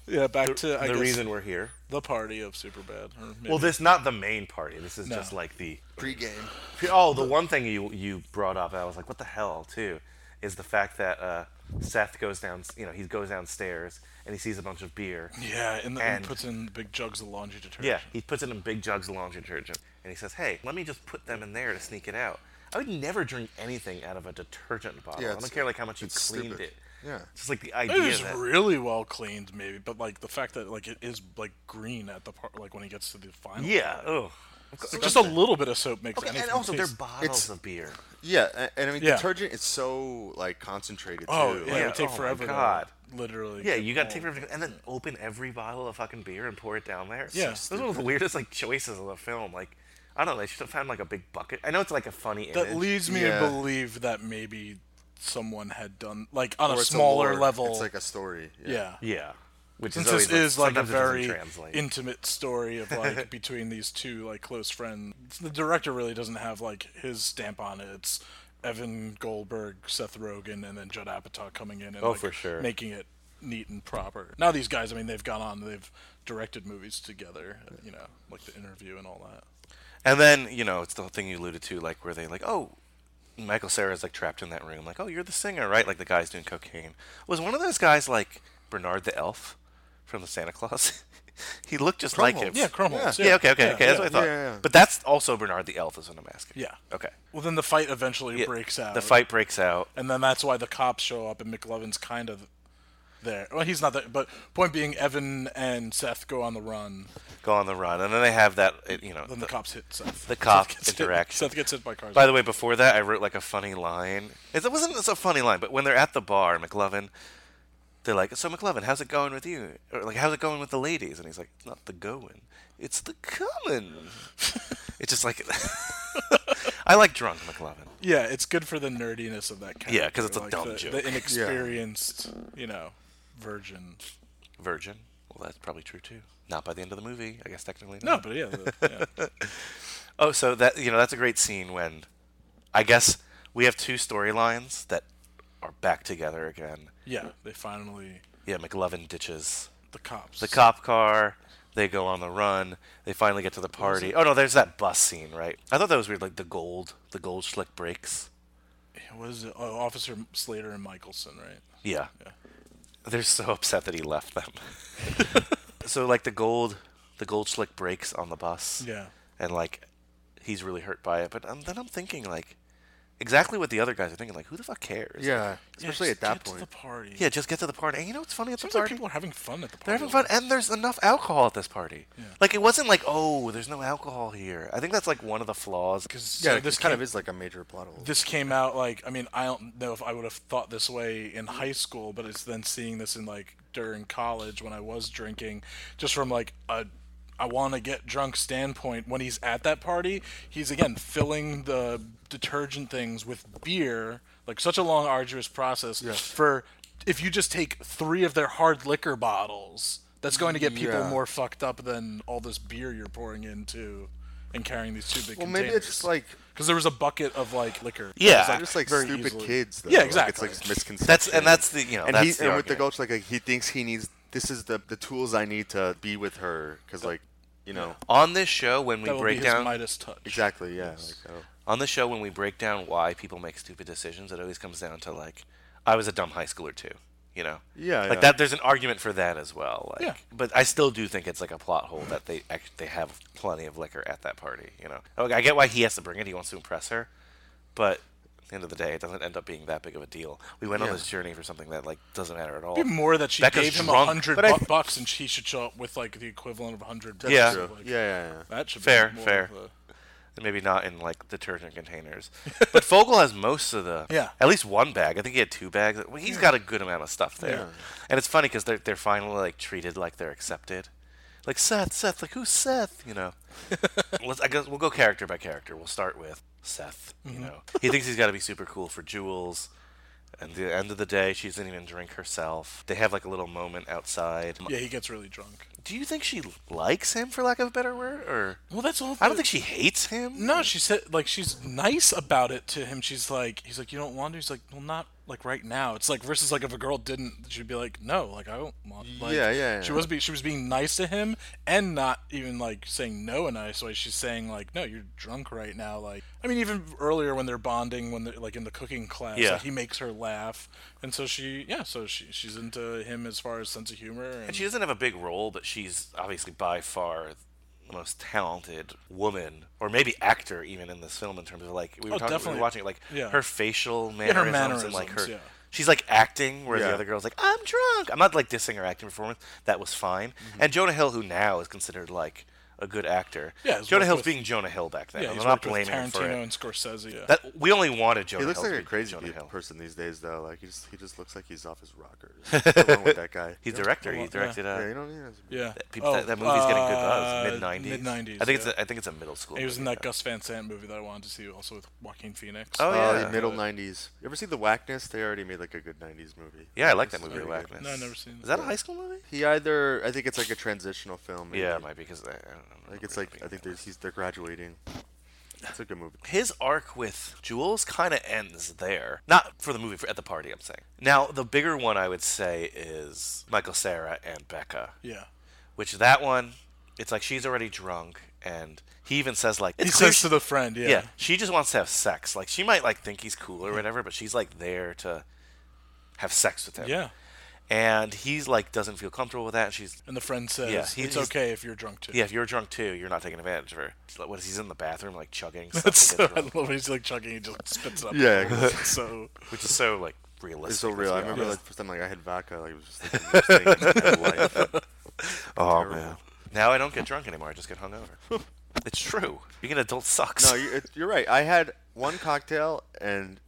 [SPEAKER 7] yeah, back
[SPEAKER 2] The-
[SPEAKER 7] to I
[SPEAKER 2] the
[SPEAKER 7] guess,
[SPEAKER 2] reason we're here.
[SPEAKER 7] The party of Superbad. or maybe-
[SPEAKER 2] Well, this not the main party. This is
[SPEAKER 7] No.
[SPEAKER 2] just like the
[SPEAKER 5] pregame.
[SPEAKER 2] Oh, the one thing you you brought up, I was like, what the hell, too, is the fact that uh, Seth goes down. You know, he goes downstairs and he sees a bunch of beer.
[SPEAKER 7] Yeah, and, the,
[SPEAKER 2] and
[SPEAKER 7] and puts in big jugs of laundry detergent.
[SPEAKER 2] yeah, he puts it in big jugs of laundry detergent and he says, hey, let me just put them in there to sneak it out. I would never drink anything out of a detergent bottle.
[SPEAKER 5] Yeah,
[SPEAKER 2] I
[SPEAKER 5] it's-
[SPEAKER 2] don't care like how much you
[SPEAKER 5] it's
[SPEAKER 2] cleaned
[SPEAKER 5] stupid.
[SPEAKER 2] it.
[SPEAKER 5] Yeah.
[SPEAKER 2] just like the
[SPEAKER 7] It
[SPEAKER 2] idea
[SPEAKER 7] was
[SPEAKER 2] that
[SPEAKER 7] really well cleaned, maybe, but like the fact that like it is like green at the part, like when he gets to the final.
[SPEAKER 2] Yeah,
[SPEAKER 7] Oh.
[SPEAKER 2] ugh.
[SPEAKER 7] Just a little bit of soap makes
[SPEAKER 2] Okay, and
[SPEAKER 7] anything.
[SPEAKER 2] also they're
[SPEAKER 7] taste-
[SPEAKER 2] bottles It's- of beer.
[SPEAKER 5] Yeah, a- and I mean
[SPEAKER 7] Yeah.
[SPEAKER 5] detergent is so like concentrated
[SPEAKER 7] Oh,
[SPEAKER 5] too.
[SPEAKER 7] yeah,
[SPEAKER 5] like,
[SPEAKER 7] it would take
[SPEAKER 2] oh my
[SPEAKER 7] forever. to,
[SPEAKER 2] God.
[SPEAKER 7] literally.
[SPEAKER 2] Yeah, you got to take
[SPEAKER 7] forever.
[SPEAKER 2] forever, to- and then open every bottle of fucking beer and pour it down there.
[SPEAKER 7] Yeah.
[SPEAKER 2] those are one of the weirdest like choices of the film. Like, I don't know, they should have found like a big bucket. I know it's like a funny
[SPEAKER 7] That
[SPEAKER 2] image.
[SPEAKER 7] leads me to believe that maybe someone had done like on
[SPEAKER 2] Or
[SPEAKER 7] a
[SPEAKER 2] it's a
[SPEAKER 7] smaller
[SPEAKER 2] lore.
[SPEAKER 7] level.
[SPEAKER 2] It's
[SPEAKER 5] like a story, yeah.
[SPEAKER 7] Yeah.
[SPEAKER 2] Yeah. Which
[SPEAKER 7] Since
[SPEAKER 2] is always,
[SPEAKER 7] this is like a
[SPEAKER 2] sometimes it doesn't
[SPEAKER 7] very
[SPEAKER 2] translate.
[SPEAKER 7] intimate story of like between these two like close friends, the director really doesn't have like his stamp on it. It's Evan Goldberg, Seth Rogen, and then Judd Apatow coming in and
[SPEAKER 2] Oh,
[SPEAKER 7] like,
[SPEAKER 2] for sure.
[SPEAKER 7] making it neat and proper. Now these guys, I mean, they've gone on, they've directed movies together, you know, like the interview and all that.
[SPEAKER 2] And then you know it's the thing you alluded to, like where they like, oh, Michael Sarah's like trapped in that room, like, oh, you're the singer, right? Like the guy's doing cocaine. Was one of those guys like Bernard the Elf from the Santa Claus? he looked just like him.
[SPEAKER 7] Crumholtz. Yeah, Crumholtz,
[SPEAKER 2] Yeah.
[SPEAKER 7] yeah.
[SPEAKER 2] okay, okay,
[SPEAKER 7] Yeah,
[SPEAKER 2] okay. That's what I
[SPEAKER 7] yeah,
[SPEAKER 2] thought.
[SPEAKER 7] yeah, yeah.
[SPEAKER 2] But that's also Bernard the Elf is what I'm asking.
[SPEAKER 7] Yeah.
[SPEAKER 2] Okay.
[SPEAKER 7] Well, then the fight eventually breaks out.
[SPEAKER 2] The fight breaks out.
[SPEAKER 7] And then that's why the cops show up, and McLovin's kind of there. Well, he's not there, but point being, Evan and Seth go on the run.
[SPEAKER 2] Go on the run, and then they have that. it- You know,
[SPEAKER 7] Then the, cops hit Seth.
[SPEAKER 2] the cop
[SPEAKER 7] Seth gets hit-
[SPEAKER 2] interaction.
[SPEAKER 7] Seth gets hit by cars.
[SPEAKER 2] By the way, before that, I wrote like a funny line. It it wasn't a funny line, but when they're at the bar, McLovin, they're like, "So McLovin, how's it going with you? Or like, how's it going with the ladies?" And he's like, "It's not the going, it's the coming." it's just like, I like drunk McLovin.
[SPEAKER 7] yeah, it's good for the nerdiness of that character.
[SPEAKER 2] Yeah, 'cause it's a
[SPEAKER 7] like
[SPEAKER 2] dumb
[SPEAKER 7] the,
[SPEAKER 2] joke.
[SPEAKER 7] The
[SPEAKER 2] Yeah.
[SPEAKER 7] inexperienced, you know, virgin.
[SPEAKER 2] Virgin. Well, that's probably true too. Not by the end of the movie, I guess technically.
[SPEAKER 7] No,
[SPEAKER 2] not.
[SPEAKER 7] but yeah, the-
[SPEAKER 2] oh, so that you know that's a great scene when, I guess we have two storylines that are back together again.
[SPEAKER 7] Yeah, they finally
[SPEAKER 2] Yeah, McLovin ditches
[SPEAKER 7] the cops.
[SPEAKER 2] the cop car. They go on the run. They finally get to the party.
[SPEAKER 7] it?
[SPEAKER 2] Oh no, there's that bus scene, right? I thought that was weird. Like the gold, the gold schlick breaks.
[SPEAKER 7] What is it? Oh, Officer Slater and Michelson, right?
[SPEAKER 2] Yeah. They're so upset that he left them. So like the gold, the gold slick breaks on the bus.
[SPEAKER 7] Yeah.
[SPEAKER 2] And like, he's really hurt by it. But um, then I'm thinking like, exactly what the other guys are thinking. Like, who the fuck cares?
[SPEAKER 5] Yeah.
[SPEAKER 2] Like,
[SPEAKER 5] Yeah, just get to the
[SPEAKER 7] party.
[SPEAKER 2] Yeah, just get to the party. And you know what's funny at the
[SPEAKER 7] Seems like
[SPEAKER 2] party?
[SPEAKER 7] people are having fun at the party.
[SPEAKER 2] They're having fun, and there's enough alcohol at this party.
[SPEAKER 7] Yeah.
[SPEAKER 2] Like it wasn't like, oh, there's no alcohol here. I think that's like one of the flaws.
[SPEAKER 7] Because Yeah, so this it kind of came-
[SPEAKER 5] is like a major plot hole.
[SPEAKER 7] This came out like I mean I don't know if I would have thought this way in high school, but it's then seeing this in like during college when I was drinking, just from like a I want to get drunk standpoint. When he's at that party, he's again filling the detergent things with beer, like such a long arduous process for if you just take three of their hard liquor bottles. That's going to get people
[SPEAKER 5] Yeah.
[SPEAKER 7] more fucked up than all this beer you're pouring into and carrying these two big
[SPEAKER 5] Well,
[SPEAKER 7] containers.
[SPEAKER 5] maybe it's just like-
[SPEAKER 7] because there was a bucket of like liquor.
[SPEAKER 5] Yeah.
[SPEAKER 7] It was,
[SPEAKER 5] They're just, like,
[SPEAKER 7] very
[SPEAKER 5] stupid
[SPEAKER 7] easily-
[SPEAKER 5] kids, though.
[SPEAKER 7] Yeah,
[SPEAKER 5] Like, it's,
[SPEAKER 7] exactly.
[SPEAKER 5] like, misconception. and he, and with the gulch, like, like he thinks he needs this is the the tools I need to be with her because like you know
[SPEAKER 2] on this show when we
[SPEAKER 5] That will be
[SPEAKER 2] break
[SPEAKER 5] his
[SPEAKER 2] down
[SPEAKER 5] Midas touch. Exactly, yeah, like, oh.
[SPEAKER 2] on the show when we break down why people make stupid decisions, it always comes down to like, I was a dumb high schooler too. You know.
[SPEAKER 5] Yeah,
[SPEAKER 2] Like
[SPEAKER 5] yeah.
[SPEAKER 2] that. There's an argument for that as well. Like,
[SPEAKER 5] Yeah.
[SPEAKER 2] But I still do think it's like a plot hole that they act- they have plenty of liquor at that party. You know. Okay, I get why he has to bring it. He wants to impress her, but. At the end of the day, it doesn't end up being that big of a deal. We went on
[SPEAKER 7] Yeah.
[SPEAKER 2] this journey for something that like doesn't matter at all.
[SPEAKER 7] It'd be more that she
[SPEAKER 2] Becca's
[SPEAKER 7] gave him a
[SPEAKER 2] drunk.
[SPEAKER 7] hundred
[SPEAKER 2] But I-
[SPEAKER 7] bu- bucks, and she should show up with like the equivalent of a hundred. bucks.
[SPEAKER 2] yeah.
[SPEAKER 7] So, like, That should
[SPEAKER 2] fair,
[SPEAKER 7] be more
[SPEAKER 2] fair.
[SPEAKER 7] of a-
[SPEAKER 2] And Maybe not in like detergent containers, but Fogel has most of the.
[SPEAKER 7] Yeah.
[SPEAKER 2] At least one bag. I think he had two bags. Well, He's got a good amount of stuff there,
[SPEAKER 7] Yeah.
[SPEAKER 2] and it's funny because they're they're finally like treated like they're accepted, like Seth, Seth, like who's Seth? You know. Let's. I guess we'll go character by character. We'll start with Seth. You
[SPEAKER 5] Mhm.
[SPEAKER 7] Mm-hmm.
[SPEAKER 2] know, he thinks he's got to be super cool for Jules. And the end of the day, she doesn't even drink herself. They have like a little moment outside.
[SPEAKER 7] Yeah, he gets really drunk.
[SPEAKER 2] Do you think she likes him, for lack of a better word, or?
[SPEAKER 7] Well, that's all.
[SPEAKER 2] I don't think she hates him.
[SPEAKER 7] No, she said like she's nice about it to him. She's like, he's like, you don't want to. He's like, well, not like right now. It's like versus like if a girl didn't, she'd be like, no, like I don't want. Like,
[SPEAKER 5] Yeah, yeah,
[SPEAKER 7] She
[SPEAKER 5] yeah.
[SPEAKER 7] was be she was being nice to him and not even like saying no in a nice way. She's saying like, no, you're drunk right now. Like, I mean, even earlier when they're bonding, when they're like in the cooking class,
[SPEAKER 2] Yeah.
[SPEAKER 7] like, he makes her laugh, and so she, yeah, so she she's into him as far as sense of humor. And,
[SPEAKER 2] And she doesn't have a big role, but she's obviously by far the most talented woman, or maybe actor, even in this film. In terms of like we were
[SPEAKER 7] Oh,
[SPEAKER 2] talking, we
[SPEAKER 7] definitely.
[SPEAKER 2] were watching it, like
[SPEAKER 7] Yeah.
[SPEAKER 2] her facial
[SPEAKER 7] Yeah, her
[SPEAKER 2] mannerisms, and like her.
[SPEAKER 7] mannerisms, yeah.
[SPEAKER 2] She's like acting, where
[SPEAKER 5] Yeah.
[SPEAKER 2] the other girl's like, "I'm drunk." I'm not like dissing her acting performance. That was fine.
[SPEAKER 7] Mm-hmm.
[SPEAKER 2] And Jonah Hill, who now is considered like a good actor,
[SPEAKER 7] Yeah, he's
[SPEAKER 2] Jonah
[SPEAKER 7] worked
[SPEAKER 2] Hill's
[SPEAKER 7] with-
[SPEAKER 2] being Jonah Hill back then.
[SPEAKER 7] Yeah,
[SPEAKER 2] I'm
[SPEAKER 7] he's
[SPEAKER 2] not
[SPEAKER 7] worked with
[SPEAKER 2] blaming him for
[SPEAKER 7] Tarantino
[SPEAKER 2] it.
[SPEAKER 7] and Scorsese, yeah.
[SPEAKER 2] That we only wanted Jonah
[SPEAKER 5] he looks
[SPEAKER 2] Hill to
[SPEAKER 5] like a
[SPEAKER 2] be
[SPEAKER 5] crazy
[SPEAKER 2] Jonah Hill.
[SPEAKER 5] person these days though like he just he just looks like he's off his rocker What's wrong with that guy
[SPEAKER 2] He's director. He directed. Uh,
[SPEAKER 5] yeah, you don't need that.
[SPEAKER 7] Yeah. Oh, uh,
[SPEAKER 2] That, people, that, that movie's getting good buzz. Mid nineties.
[SPEAKER 7] Mid nineties.
[SPEAKER 2] I think it's. A, I think it's a middle school.
[SPEAKER 7] He was in
[SPEAKER 2] movie.
[SPEAKER 7] that Gus Van Sant movie that I wanted to see, also with Joaquin Phoenix.
[SPEAKER 2] Oh,
[SPEAKER 5] Uh,
[SPEAKER 2] yeah.
[SPEAKER 5] middle '90s. You ever see The Whackness? They already made like a good '90s movie.
[SPEAKER 2] Yeah, I like
[SPEAKER 5] It's
[SPEAKER 2] that movie, The
[SPEAKER 5] pretty good.
[SPEAKER 2] Whackness. No, I've never seen Is that a high school movie?
[SPEAKER 5] He either I think it's like a transitional film.
[SPEAKER 2] Yeah, it might be because I, I don't know.
[SPEAKER 5] Like it's like I think there's he's they're graduating. It's a good movie.
[SPEAKER 2] His arc with Jules kind of ends there. Not for the movie, for at the party. I'm saying. Now the bigger one I would say is Michael Sarah and Becca.
[SPEAKER 7] Yeah.
[SPEAKER 2] Which that one, it's like she's already drunk, and he even says like
[SPEAKER 7] He
[SPEAKER 2] it's clear
[SPEAKER 7] says
[SPEAKER 2] she-
[SPEAKER 7] to the friend, yeah.
[SPEAKER 2] yeah, she just wants to have sex. Like she might like think he's cool or whatever, but she's like there to have sex with him.
[SPEAKER 7] Yeah.
[SPEAKER 2] And he's like doesn't feel comfortable with that. And she's
[SPEAKER 7] And the friend says,
[SPEAKER 2] he-
[SPEAKER 7] "It's
[SPEAKER 2] he's-
[SPEAKER 7] okay if you're drunk too."
[SPEAKER 2] Yeah, if you're drunk too, you're not taking advantage of her. It's like, What is he's in the bathroom like chugging? Stuff
[SPEAKER 7] That's
[SPEAKER 2] to get
[SPEAKER 7] so, I
[SPEAKER 2] drunk.
[SPEAKER 7] love it. He's like chugging, he just spits it up.
[SPEAKER 5] Yeah,
[SPEAKER 7] It's so
[SPEAKER 2] which is so like realistic.
[SPEAKER 5] It's so real.
[SPEAKER 2] let's
[SPEAKER 5] I
[SPEAKER 2] be
[SPEAKER 5] remember
[SPEAKER 2] honest.
[SPEAKER 5] like first time like I had vodka. Like it was just like the worst thing in my life.
[SPEAKER 2] Oh
[SPEAKER 5] Terrible.
[SPEAKER 2] man. Now I don't get drunk anymore. I just get hungover. it's true. Being an adult sucks.
[SPEAKER 5] No, you're, it- you're right. I had one cocktail and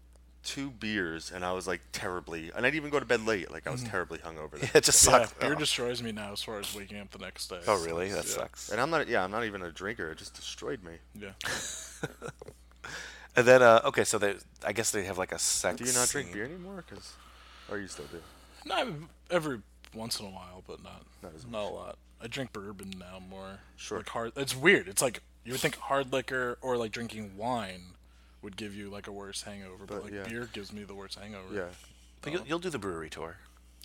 [SPEAKER 5] two beers, and I was like terribly. And I'd even go to bed late. Like I was
[SPEAKER 7] Mhm.
[SPEAKER 5] terribly hungover.
[SPEAKER 2] Yeah,
[SPEAKER 5] that
[SPEAKER 2] it just
[SPEAKER 5] day.
[SPEAKER 7] Yeah, beer destroys me now as far as waking up the next day.
[SPEAKER 2] Oh, really? That
[SPEAKER 7] Yeah.
[SPEAKER 2] sucks.
[SPEAKER 5] And I'm not. Yeah, I'm not even a drinker. It just destroyed me.
[SPEAKER 7] Yeah.
[SPEAKER 2] And then uh, okay, so they I guess they have like a sex.
[SPEAKER 5] Do you not drink
[SPEAKER 2] scene.
[SPEAKER 5] beer anymore? Because, or you still do?
[SPEAKER 7] Not every once in a while, but not
[SPEAKER 5] Not
[SPEAKER 7] not,
[SPEAKER 5] as
[SPEAKER 7] a lot. I drink bourbon now more.
[SPEAKER 5] Sure.
[SPEAKER 7] Like hard. It's weird. It's like you would think hard liquor or like drinking wine would give you like a worse hangover, but,
[SPEAKER 5] But,
[SPEAKER 7] like
[SPEAKER 5] yeah.
[SPEAKER 7] beer gives me the worst hangover.
[SPEAKER 5] Yeah.
[SPEAKER 2] But you'll, you'll do the brewery tour.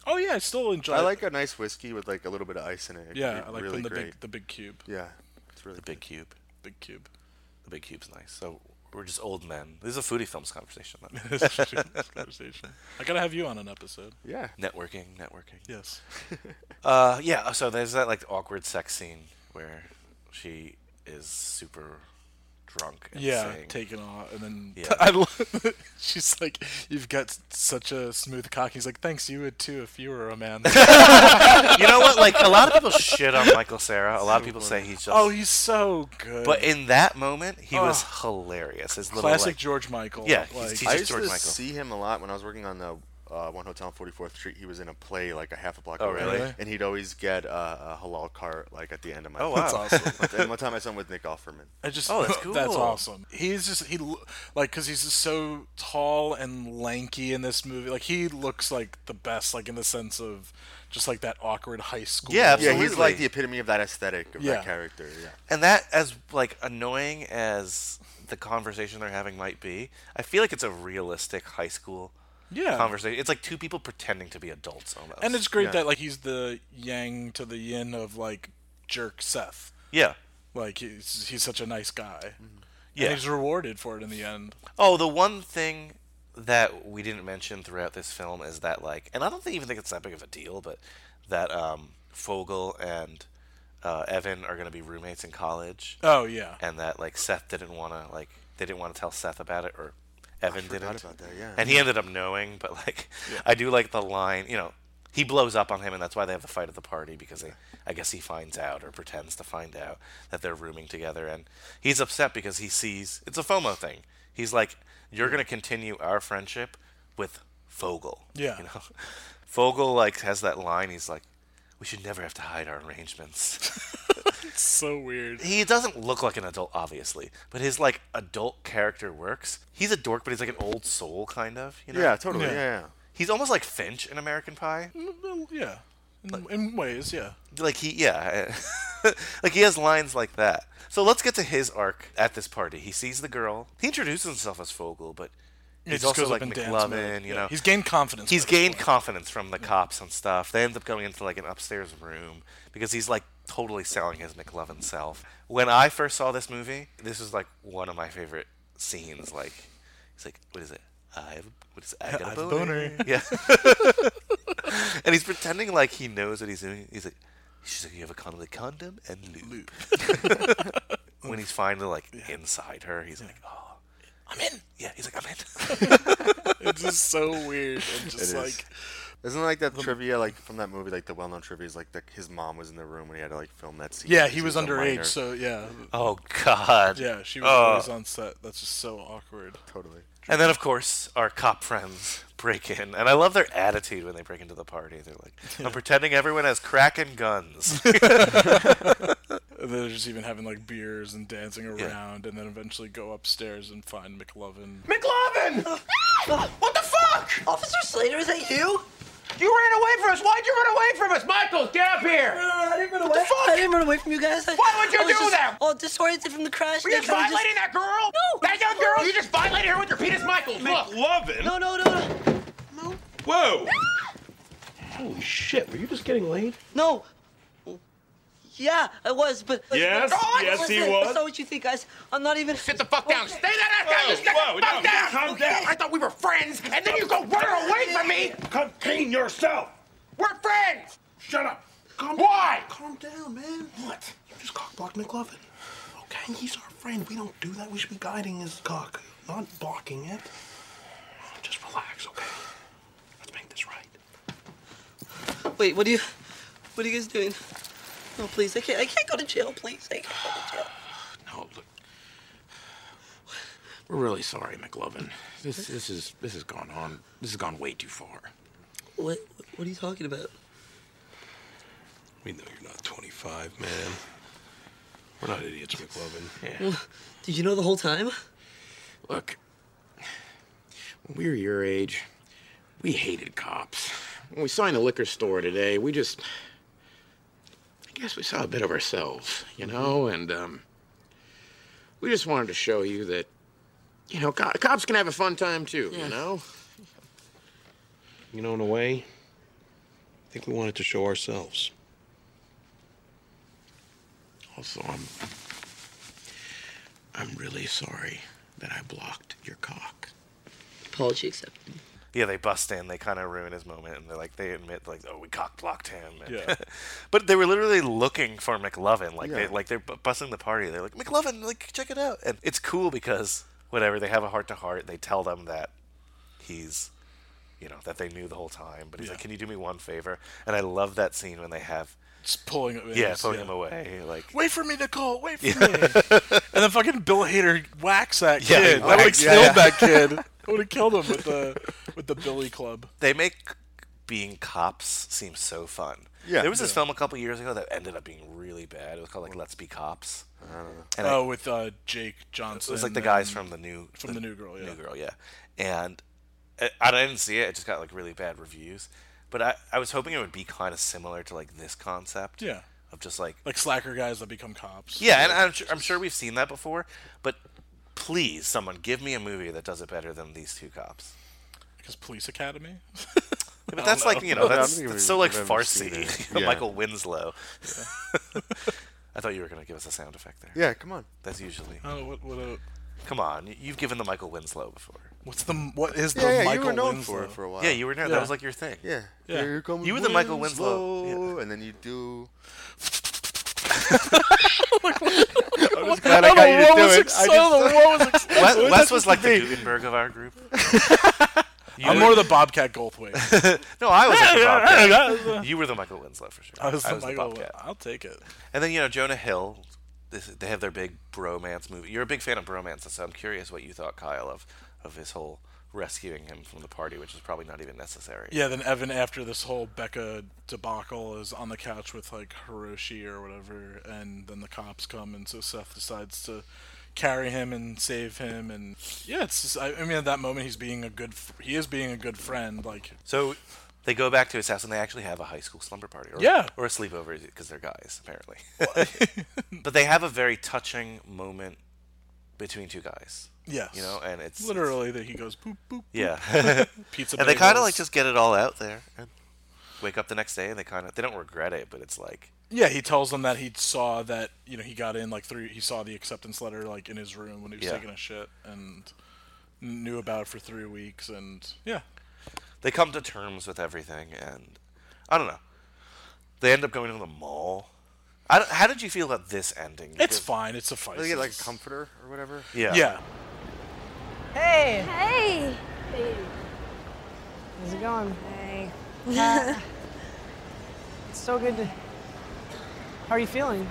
[SPEAKER 7] Oh yeah, I still enjoy.
[SPEAKER 5] I
[SPEAKER 7] it.
[SPEAKER 5] like a nice whiskey with like a little bit of ice in it. It'd
[SPEAKER 7] Yeah,
[SPEAKER 5] be
[SPEAKER 7] I like
[SPEAKER 5] really
[SPEAKER 7] the
[SPEAKER 5] great.
[SPEAKER 7] big the big cube.
[SPEAKER 5] Yeah, it's really
[SPEAKER 2] The big cube.
[SPEAKER 7] Big cube.
[SPEAKER 2] The big cube's nice. So We're just old men. This is a foodie films conversation. man.
[SPEAKER 7] This is a foodie films conversation. I gotta have you on an episode.
[SPEAKER 5] Yeah.
[SPEAKER 2] Networking, networking.
[SPEAKER 7] Yes.
[SPEAKER 2] Uh, yeah. So there's that like awkward sex scene where she is super drunk. And
[SPEAKER 7] yeah,
[SPEAKER 2] saying,
[SPEAKER 7] taking off, and then
[SPEAKER 2] Yeah.
[SPEAKER 7] I love. She's like, "You've got s- such a smooth cock." He's like, "Thanks, you would too if you were a man."
[SPEAKER 10] you know what? Like a lot of people shit on Michael Sarah. A lot of people say he's just.
[SPEAKER 7] Oh, he's so good.
[SPEAKER 10] But in
[SPEAKER 2] that moment, he
[SPEAKER 10] was
[SPEAKER 2] hilarious. His
[SPEAKER 10] little,
[SPEAKER 7] classic
[SPEAKER 10] like-
[SPEAKER 7] George Michael. like,
[SPEAKER 5] I used to see him a lot when I was working on the uh, One Hotel on 44th Street. He was in a play like a half a block
[SPEAKER 2] Oh,
[SPEAKER 5] away,
[SPEAKER 2] really?
[SPEAKER 5] and he'd always get uh, a halal cart like at the end of my.
[SPEAKER 7] Oh, wow. That's awesome.
[SPEAKER 5] and one time I saw him with Nick Offerman.
[SPEAKER 7] I just that's awesome. He's just he lo- like because he's just so tall and lanky in this movie. Like he looks like the best, like in the sense of just like that awkward high school.
[SPEAKER 5] Yeah, he's like the epitome of that aesthetic of
[SPEAKER 7] Yeah.
[SPEAKER 5] that character. Yeah.
[SPEAKER 2] And that, as like annoying as the conversation they're having might be, I feel like it's a realistic high school
[SPEAKER 7] Yeah.
[SPEAKER 2] conversation. It's like two people pretending to be adults almost.
[SPEAKER 7] and it's great that like he's the yang to the yin of like jerk Seth.
[SPEAKER 2] Yeah.
[SPEAKER 7] like he's he's such a nice guy.
[SPEAKER 2] Yeah.
[SPEAKER 7] and he's rewarded for it in the end.
[SPEAKER 2] Oh, the one thing that we didn't mention throughout this film is that like, and I don't think, even think it's that big of a deal, but that um, Fogel and uh, Evan are going to be roommates in college.
[SPEAKER 7] Oh, yeah.
[SPEAKER 2] and that like Seth didn't want to like they didn't want to tell Seth about it or Evan
[SPEAKER 5] forgot
[SPEAKER 2] didn't.
[SPEAKER 5] about that, yeah.
[SPEAKER 2] and he ended up knowing, but like I do like the line, you know. He blows up on him, and that's why they have the fight at the party because they, I guess he finds out or pretends to find out that they're rooming together, and he's upset because he sees it's a FOMO thing. He's like, "You're gonna continue our friendship with Fogel."
[SPEAKER 7] Yeah.
[SPEAKER 2] you know, Fogel like has that line. He's like, "We should never have to hide our arrangements."
[SPEAKER 7] It's so weird.
[SPEAKER 2] He doesn't look like an adult, obviously, but his like adult character works. He's a dork, but he's like an old soul kind of. You know?
[SPEAKER 5] Yeah, totally, Yeah. yeah, yeah.
[SPEAKER 2] He's almost like Finch in American Pie.
[SPEAKER 7] yeah, in, in ways, yeah.
[SPEAKER 2] Like he, yeah, like he has lines like that. So let's get to his arc at this party. He sees the girl. He introduces himself as Fogel, but
[SPEAKER 7] It
[SPEAKER 2] he's
[SPEAKER 7] just
[SPEAKER 2] also
[SPEAKER 7] goes
[SPEAKER 2] like
[SPEAKER 7] up in dance mode.
[SPEAKER 2] McLovin. You
[SPEAKER 7] Yeah,
[SPEAKER 2] know,
[SPEAKER 7] he's gained confidence
[SPEAKER 2] He's
[SPEAKER 7] by this
[SPEAKER 2] gained confidence from the cops and stuff. They end up going into like an upstairs room because he's like totally selling his McLovin self. When I first saw this movie, this was like one of my favorite scenes. Like, he's like, what is it? I have, what is it? I got a
[SPEAKER 7] I have a
[SPEAKER 2] boner.
[SPEAKER 7] boner.
[SPEAKER 2] Yeah. and he's pretending like he knows what he's doing. He's like, she's like, you have a condom, like, condom and lube. when he's finally like inside her, he's like, oh, I'm in. Yeah, he's like, I'm in.
[SPEAKER 7] it's just so weird and just
[SPEAKER 5] It
[SPEAKER 7] like
[SPEAKER 5] is. Isn't it like that trivia, like from that movie, like the well-known trivia is like the, his mom was in the room when he had to like film that scene.
[SPEAKER 7] Yeah,
[SPEAKER 5] because
[SPEAKER 7] he was
[SPEAKER 5] a
[SPEAKER 7] underage,
[SPEAKER 5] minor.
[SPEAKER 7] so yeah.
[SPEAKER 2] Oh God.
[SPEAKER 7] Yeah, she was
[SPEAKER 2] Oh.
[SPEAKER 7] always on set. That's just so awkward.
[SPEAKER 5] Totally.
[SPEAKER 2] And then, of course, our cop friends break in, and I love their attitude when they break into the party. They're like,
[SPEAKER 7] Yeah.
[SPEAKER 2] "I'm pretending everyone has crack and guns."
[SPEAKER 7] They're just even having like beers and dancing around, and then eventually go upstairs and find McLovin.
[SPEAKER 1] McLovin!
[SPEAKER 11] what the fuck? Officer Slater, is that you?
[SPEAKER 1] You ran away from us. Why'd you run away from us? Michael, get up here.
[SPEAKER 11] No, no, no, I didn't run
[SPEAKER 1] What the
[SPEAKER 11] away.
[SPEAKER 1] fuck?
[SPEAKER 11] I didn't run away from you guys. I-
[SPEAKER 1] Why would you
[SPEAKER 11] I was
[SPEAKER 1] do
[SPEAKER 11] just
[SPEAKER 1] that?
[SPEAKER 11] All disoriented from the crash.
[SPEAKER 1] Were you
[SPEAKER 11] Nick, I was
[SPEAKER 1] violating that girl?
[SPEAKER 11] No.
[SPEAKER 1] That young girl? You just violated her with your penis, Michael. Look.
[SPEAKER 16] McLovin?
[SPEAKER 11] No, no, no, no.
[SPEAKER 16] Whoa! Holy shit, were you just getting laid?
[SPEAKER 11] No. Yeah, I was, but.
[SPEAKER 16] Yes,
[SPEAKER 11] Oh,
[SPEAKER 16] yes,
[SPEAKER 11] listen,
[SPEAKER 16] he was.
[SPEAKER 11] That's not what you think, guys. I'm not even. Sit
[SPEAKER 1] the fuck
[SPEAKER 14] Oh,
[SPEAKER 1] down. Stay that ass down. You stay
[SPEAKER 16] whoa,
[SPEAKER 1] the fuck
[SPEAKER 16] no,
[SPEAKER 1] down.
[SPEAKER 16] calm down.
[SPEAKER 1] I thought we were friends, and then you go running away from me.
[SPEAKER 16] Contain yourself!
[SPEAKER 1] We're friends.
[SPEAKER 16] Shut up! Calm
[SPEAKER 1] Why?
[SPEAKER 16] Calm down, man. What? You just cockblocked McLovin. Okay, he's our friend. We don't do that. We should be guiding his cock, not blocking it. Just relax, okay? Let's make this right.
[SPEAKER 11] Wait, what are you. What are you guys doing? No, please. I can't, I can't go to jail, please. I can't go to jail.
[SPEAKER 16] No, look. We're really sorry, McLovin. This this is this has gone on. This has gone way too far.
[SPEAKER 11] What, what are you talking about?
[SPEAKER 16] We know you're not 25, man. We're not idiots, McLovin. Yeah.
[SPEAKER 11] Well, Did you know the whole time?
[SPEAKER 16] Look, when we were your age, we hated cops. When we saw you in the liquor store today, we just. I guess we saw a bit of ourselves, you know? And, um. We just wanted to show you that, you know, co- cops can have a fun time too,
[SPEAKER 11] Yeah.
[SPEAKER 16] you know? You know, in a way, I think we wanted to show ourselves. Also, I'm. I'm really sorry that I blocked your cock.
[SPEAKER 11] Apology accepted.
[SPEAKER 2] Yeah, they bust in. They kind of ruin his moment, and they like they admit like, "Oh, we cock blocked him." and-
[SPEAKER 6] Yeah.
[SPEAKER 2] but they were literally looking for McLovin. Like they
[SPEAKER 6] Yeah.
[SPEAKER 2] like they're bu- busting the party. They're like McLovin, like check it out, and it's cool because whatever they have a heart to heart. They tell them that he's, you know, that they knew the whole time. But he's
[SPEAKER 7] Yeah.
[SPEAKER 2] like, "Can you do me one favor?" And I love that scene when they have
[SPEAKER 7] It's pulling it.
[SPEAKER 2] yeah pulling him away. Like
[SPEAKER 7] Wait for me, Nicole. Wait for
[SPEAKER 2] Yeah.
[SPEAKER 7] me. And then fucking Bill Hader whacks that
[SPEAKER 2] Yeah,
[SPEAKER 7] kid.
[SPEAKER 2] he
[SPEAKER 7] I would have
[SPEAKER 2] whacks-
[SPEAKER 7] killed
[SPEAKER 2] yeah.
[SPEAKER 7] that kid. I would have killed him with the with the Billy Club.
[SPEAKER 2] they make being cops seem so fun.
[SPEAKER 7] Yeah.
[SPEAKER 2] there was this
[SPEAKER 7] Yeah.
[SPEAKER 2] film a couple years ago that ended up being really bad. It was called like Let's Be Cops. And I-
[SPEAKER 7] oh, with uh, Jake Johnson.
[SPEAKER 2] It was like the guys
[SPEAKER 7] and-
[SPEAKER 2] from the new
[SPEAKER 7] from the, new girl. Yeah.
[SPEAKER 2] New Girl, yeah. And I, I didn't see it; it just got like really bad reviews. But I, I was hoping it would be kind of similar to like this concept,
[SPEAKER 7] Yeah.
[SPEAKER 2] of just like
[SPEAKER 7] Like slacker guys that become cops.
[SPEAKER 2] yeah, and I'm sure, I'm sure we've seen that before. But please, someone give me a movie that does it better than these two cops.
[SPEAKER 7] Because Police Academy.
[SPEAKER 2] But that's like you know
[SPEAKER 7] I don't
[SPEAKER 2] that's,
[SPEAKER 7] think
[SPEAKER 2] that's
[SPEAKER 7] we've
[SPEAKER 2] so like
[SPEAKER 7] ever seen
[SPEAKER 2] farcy,
[SPEAKER 7] it.
[SPEAKER 5] Yeah.
[SPEAKER 2] Michael Winslow. I thought you were gonna give us a sound effect there.
[SPEAKER 5] Yeah, come on.
[SPEAKER 2] That's usually.
[SPEAKER 7] Oh, what what a,
[SPEAKER 2] Come on, y- you've given the Michael Winslow before.
[SPEAKER 7] what's the what is the
[SPEAKER 5] Yeah, yeah, you
[SPEAKER 7] Michael
[SPEAKER 5] were known
[SPEAKER 7] Winslow?
[SPEAKER 5] for it for a while.
[SPEAKER 2] Yeah, you were known.
[SPEAKER 5] Yeah.
[SPEAKER 2] That was like your thing.
[SPEAKER 5] Yeah.
[SPEAKER 7] Yeah.
[SPEAKER 5] Here comes
[SPEAKER 2] You were the Michael Winslow.
[SPEAKER 5] Winslow, And then you do.
[SPEAKER 2] I'm
[SPEAKER 5] just glad I got you to do it. I just-
[SPEAKER 2] Wes,
[SPEAKER 5] What
[SPEAKER 2] Wes
[SPEAKER 5] that's
[SPEAKER 2] was
[SPEAKER 5] supposed
[SPEAKER 2] like
[SPEAKER 5] to
[SPEAKER 2] the
[SPEAKER 5] be.
[SPEAKER 2] Gutenberg of our group. You
[SPEAKER 7] I'm
[SPEAKER 2] were-
[SPEAKER 7] more the Bobcat Goldthwait.
[SPEAKER 2] no, I was like the Bobcat. you were the Michael Winslow for sure.
[SPEAKER 7] I was the Michael
[SPEAKER 2] Bobcat.
[SPEAKER 7] Win- I'll take it.
[SPEAKER 2] And then you know Jonah Hill. This, they have their big bromance movie. You're a big fan of bromances, so I'm curious what you thought, Kyle, of of his whole rescuing him from the party, which is probably not even necessary.
[SPEAKER 7] Yeah, then Evan, after this whole Becca debacle, is on the couch with like Hiroshi or whatever, and then the cops come, and so Seth decides to carry him and save him, and yeah, it's just, I, I mean at that moment he's being a good f- he is being a good friend, like
[SPEAKER 2] So they go back to his house and they actually have a high school slumber party. Or,
[SPEAKER 7] Yeah.
[SPEAKER 2] Or a sleepover because they're guys, apparently. but they have a very touching moment between two guys.
[SPEAKER 7] yes,
[SPEAKER 2] You know, and it's.
[SPEAKER 7] literally that he goes boop boop, boop
[SPEAKER 2] Yeah.
[SPEAKER 7] pizza,
[SPEAKER 2] And they kind of like
[SPEAKER 7] bagels.
[SPEAKER 2] just get it all out there and wake up the next day and they kind of. They don't regret it, but it's like.
[SPEAKER 7] Yeah, he tells them that he saw that you know he got in like three. He saw the acceptance letter like in his room when he was
[SPEAKER 2] Yeah.
[SPEAKER 7] taking a shit and knew about it for three weeks. And yeah,
[SPEAKER 2] They come to terms with everything and. I don't know. They end up going to the mall. I don't- how did you feel about this ending?
[SPEAKER 7] it's fine. It's suffices.
[SPEAKER 5] They get like a comforter or whatever.
[SPEAKER 2] Yeah.
[SPEAKER 7] Yeah.
[SPEAKER 17] Hey. Hey. Hey. How's it going? Hey. it's so good to. How are you feeling?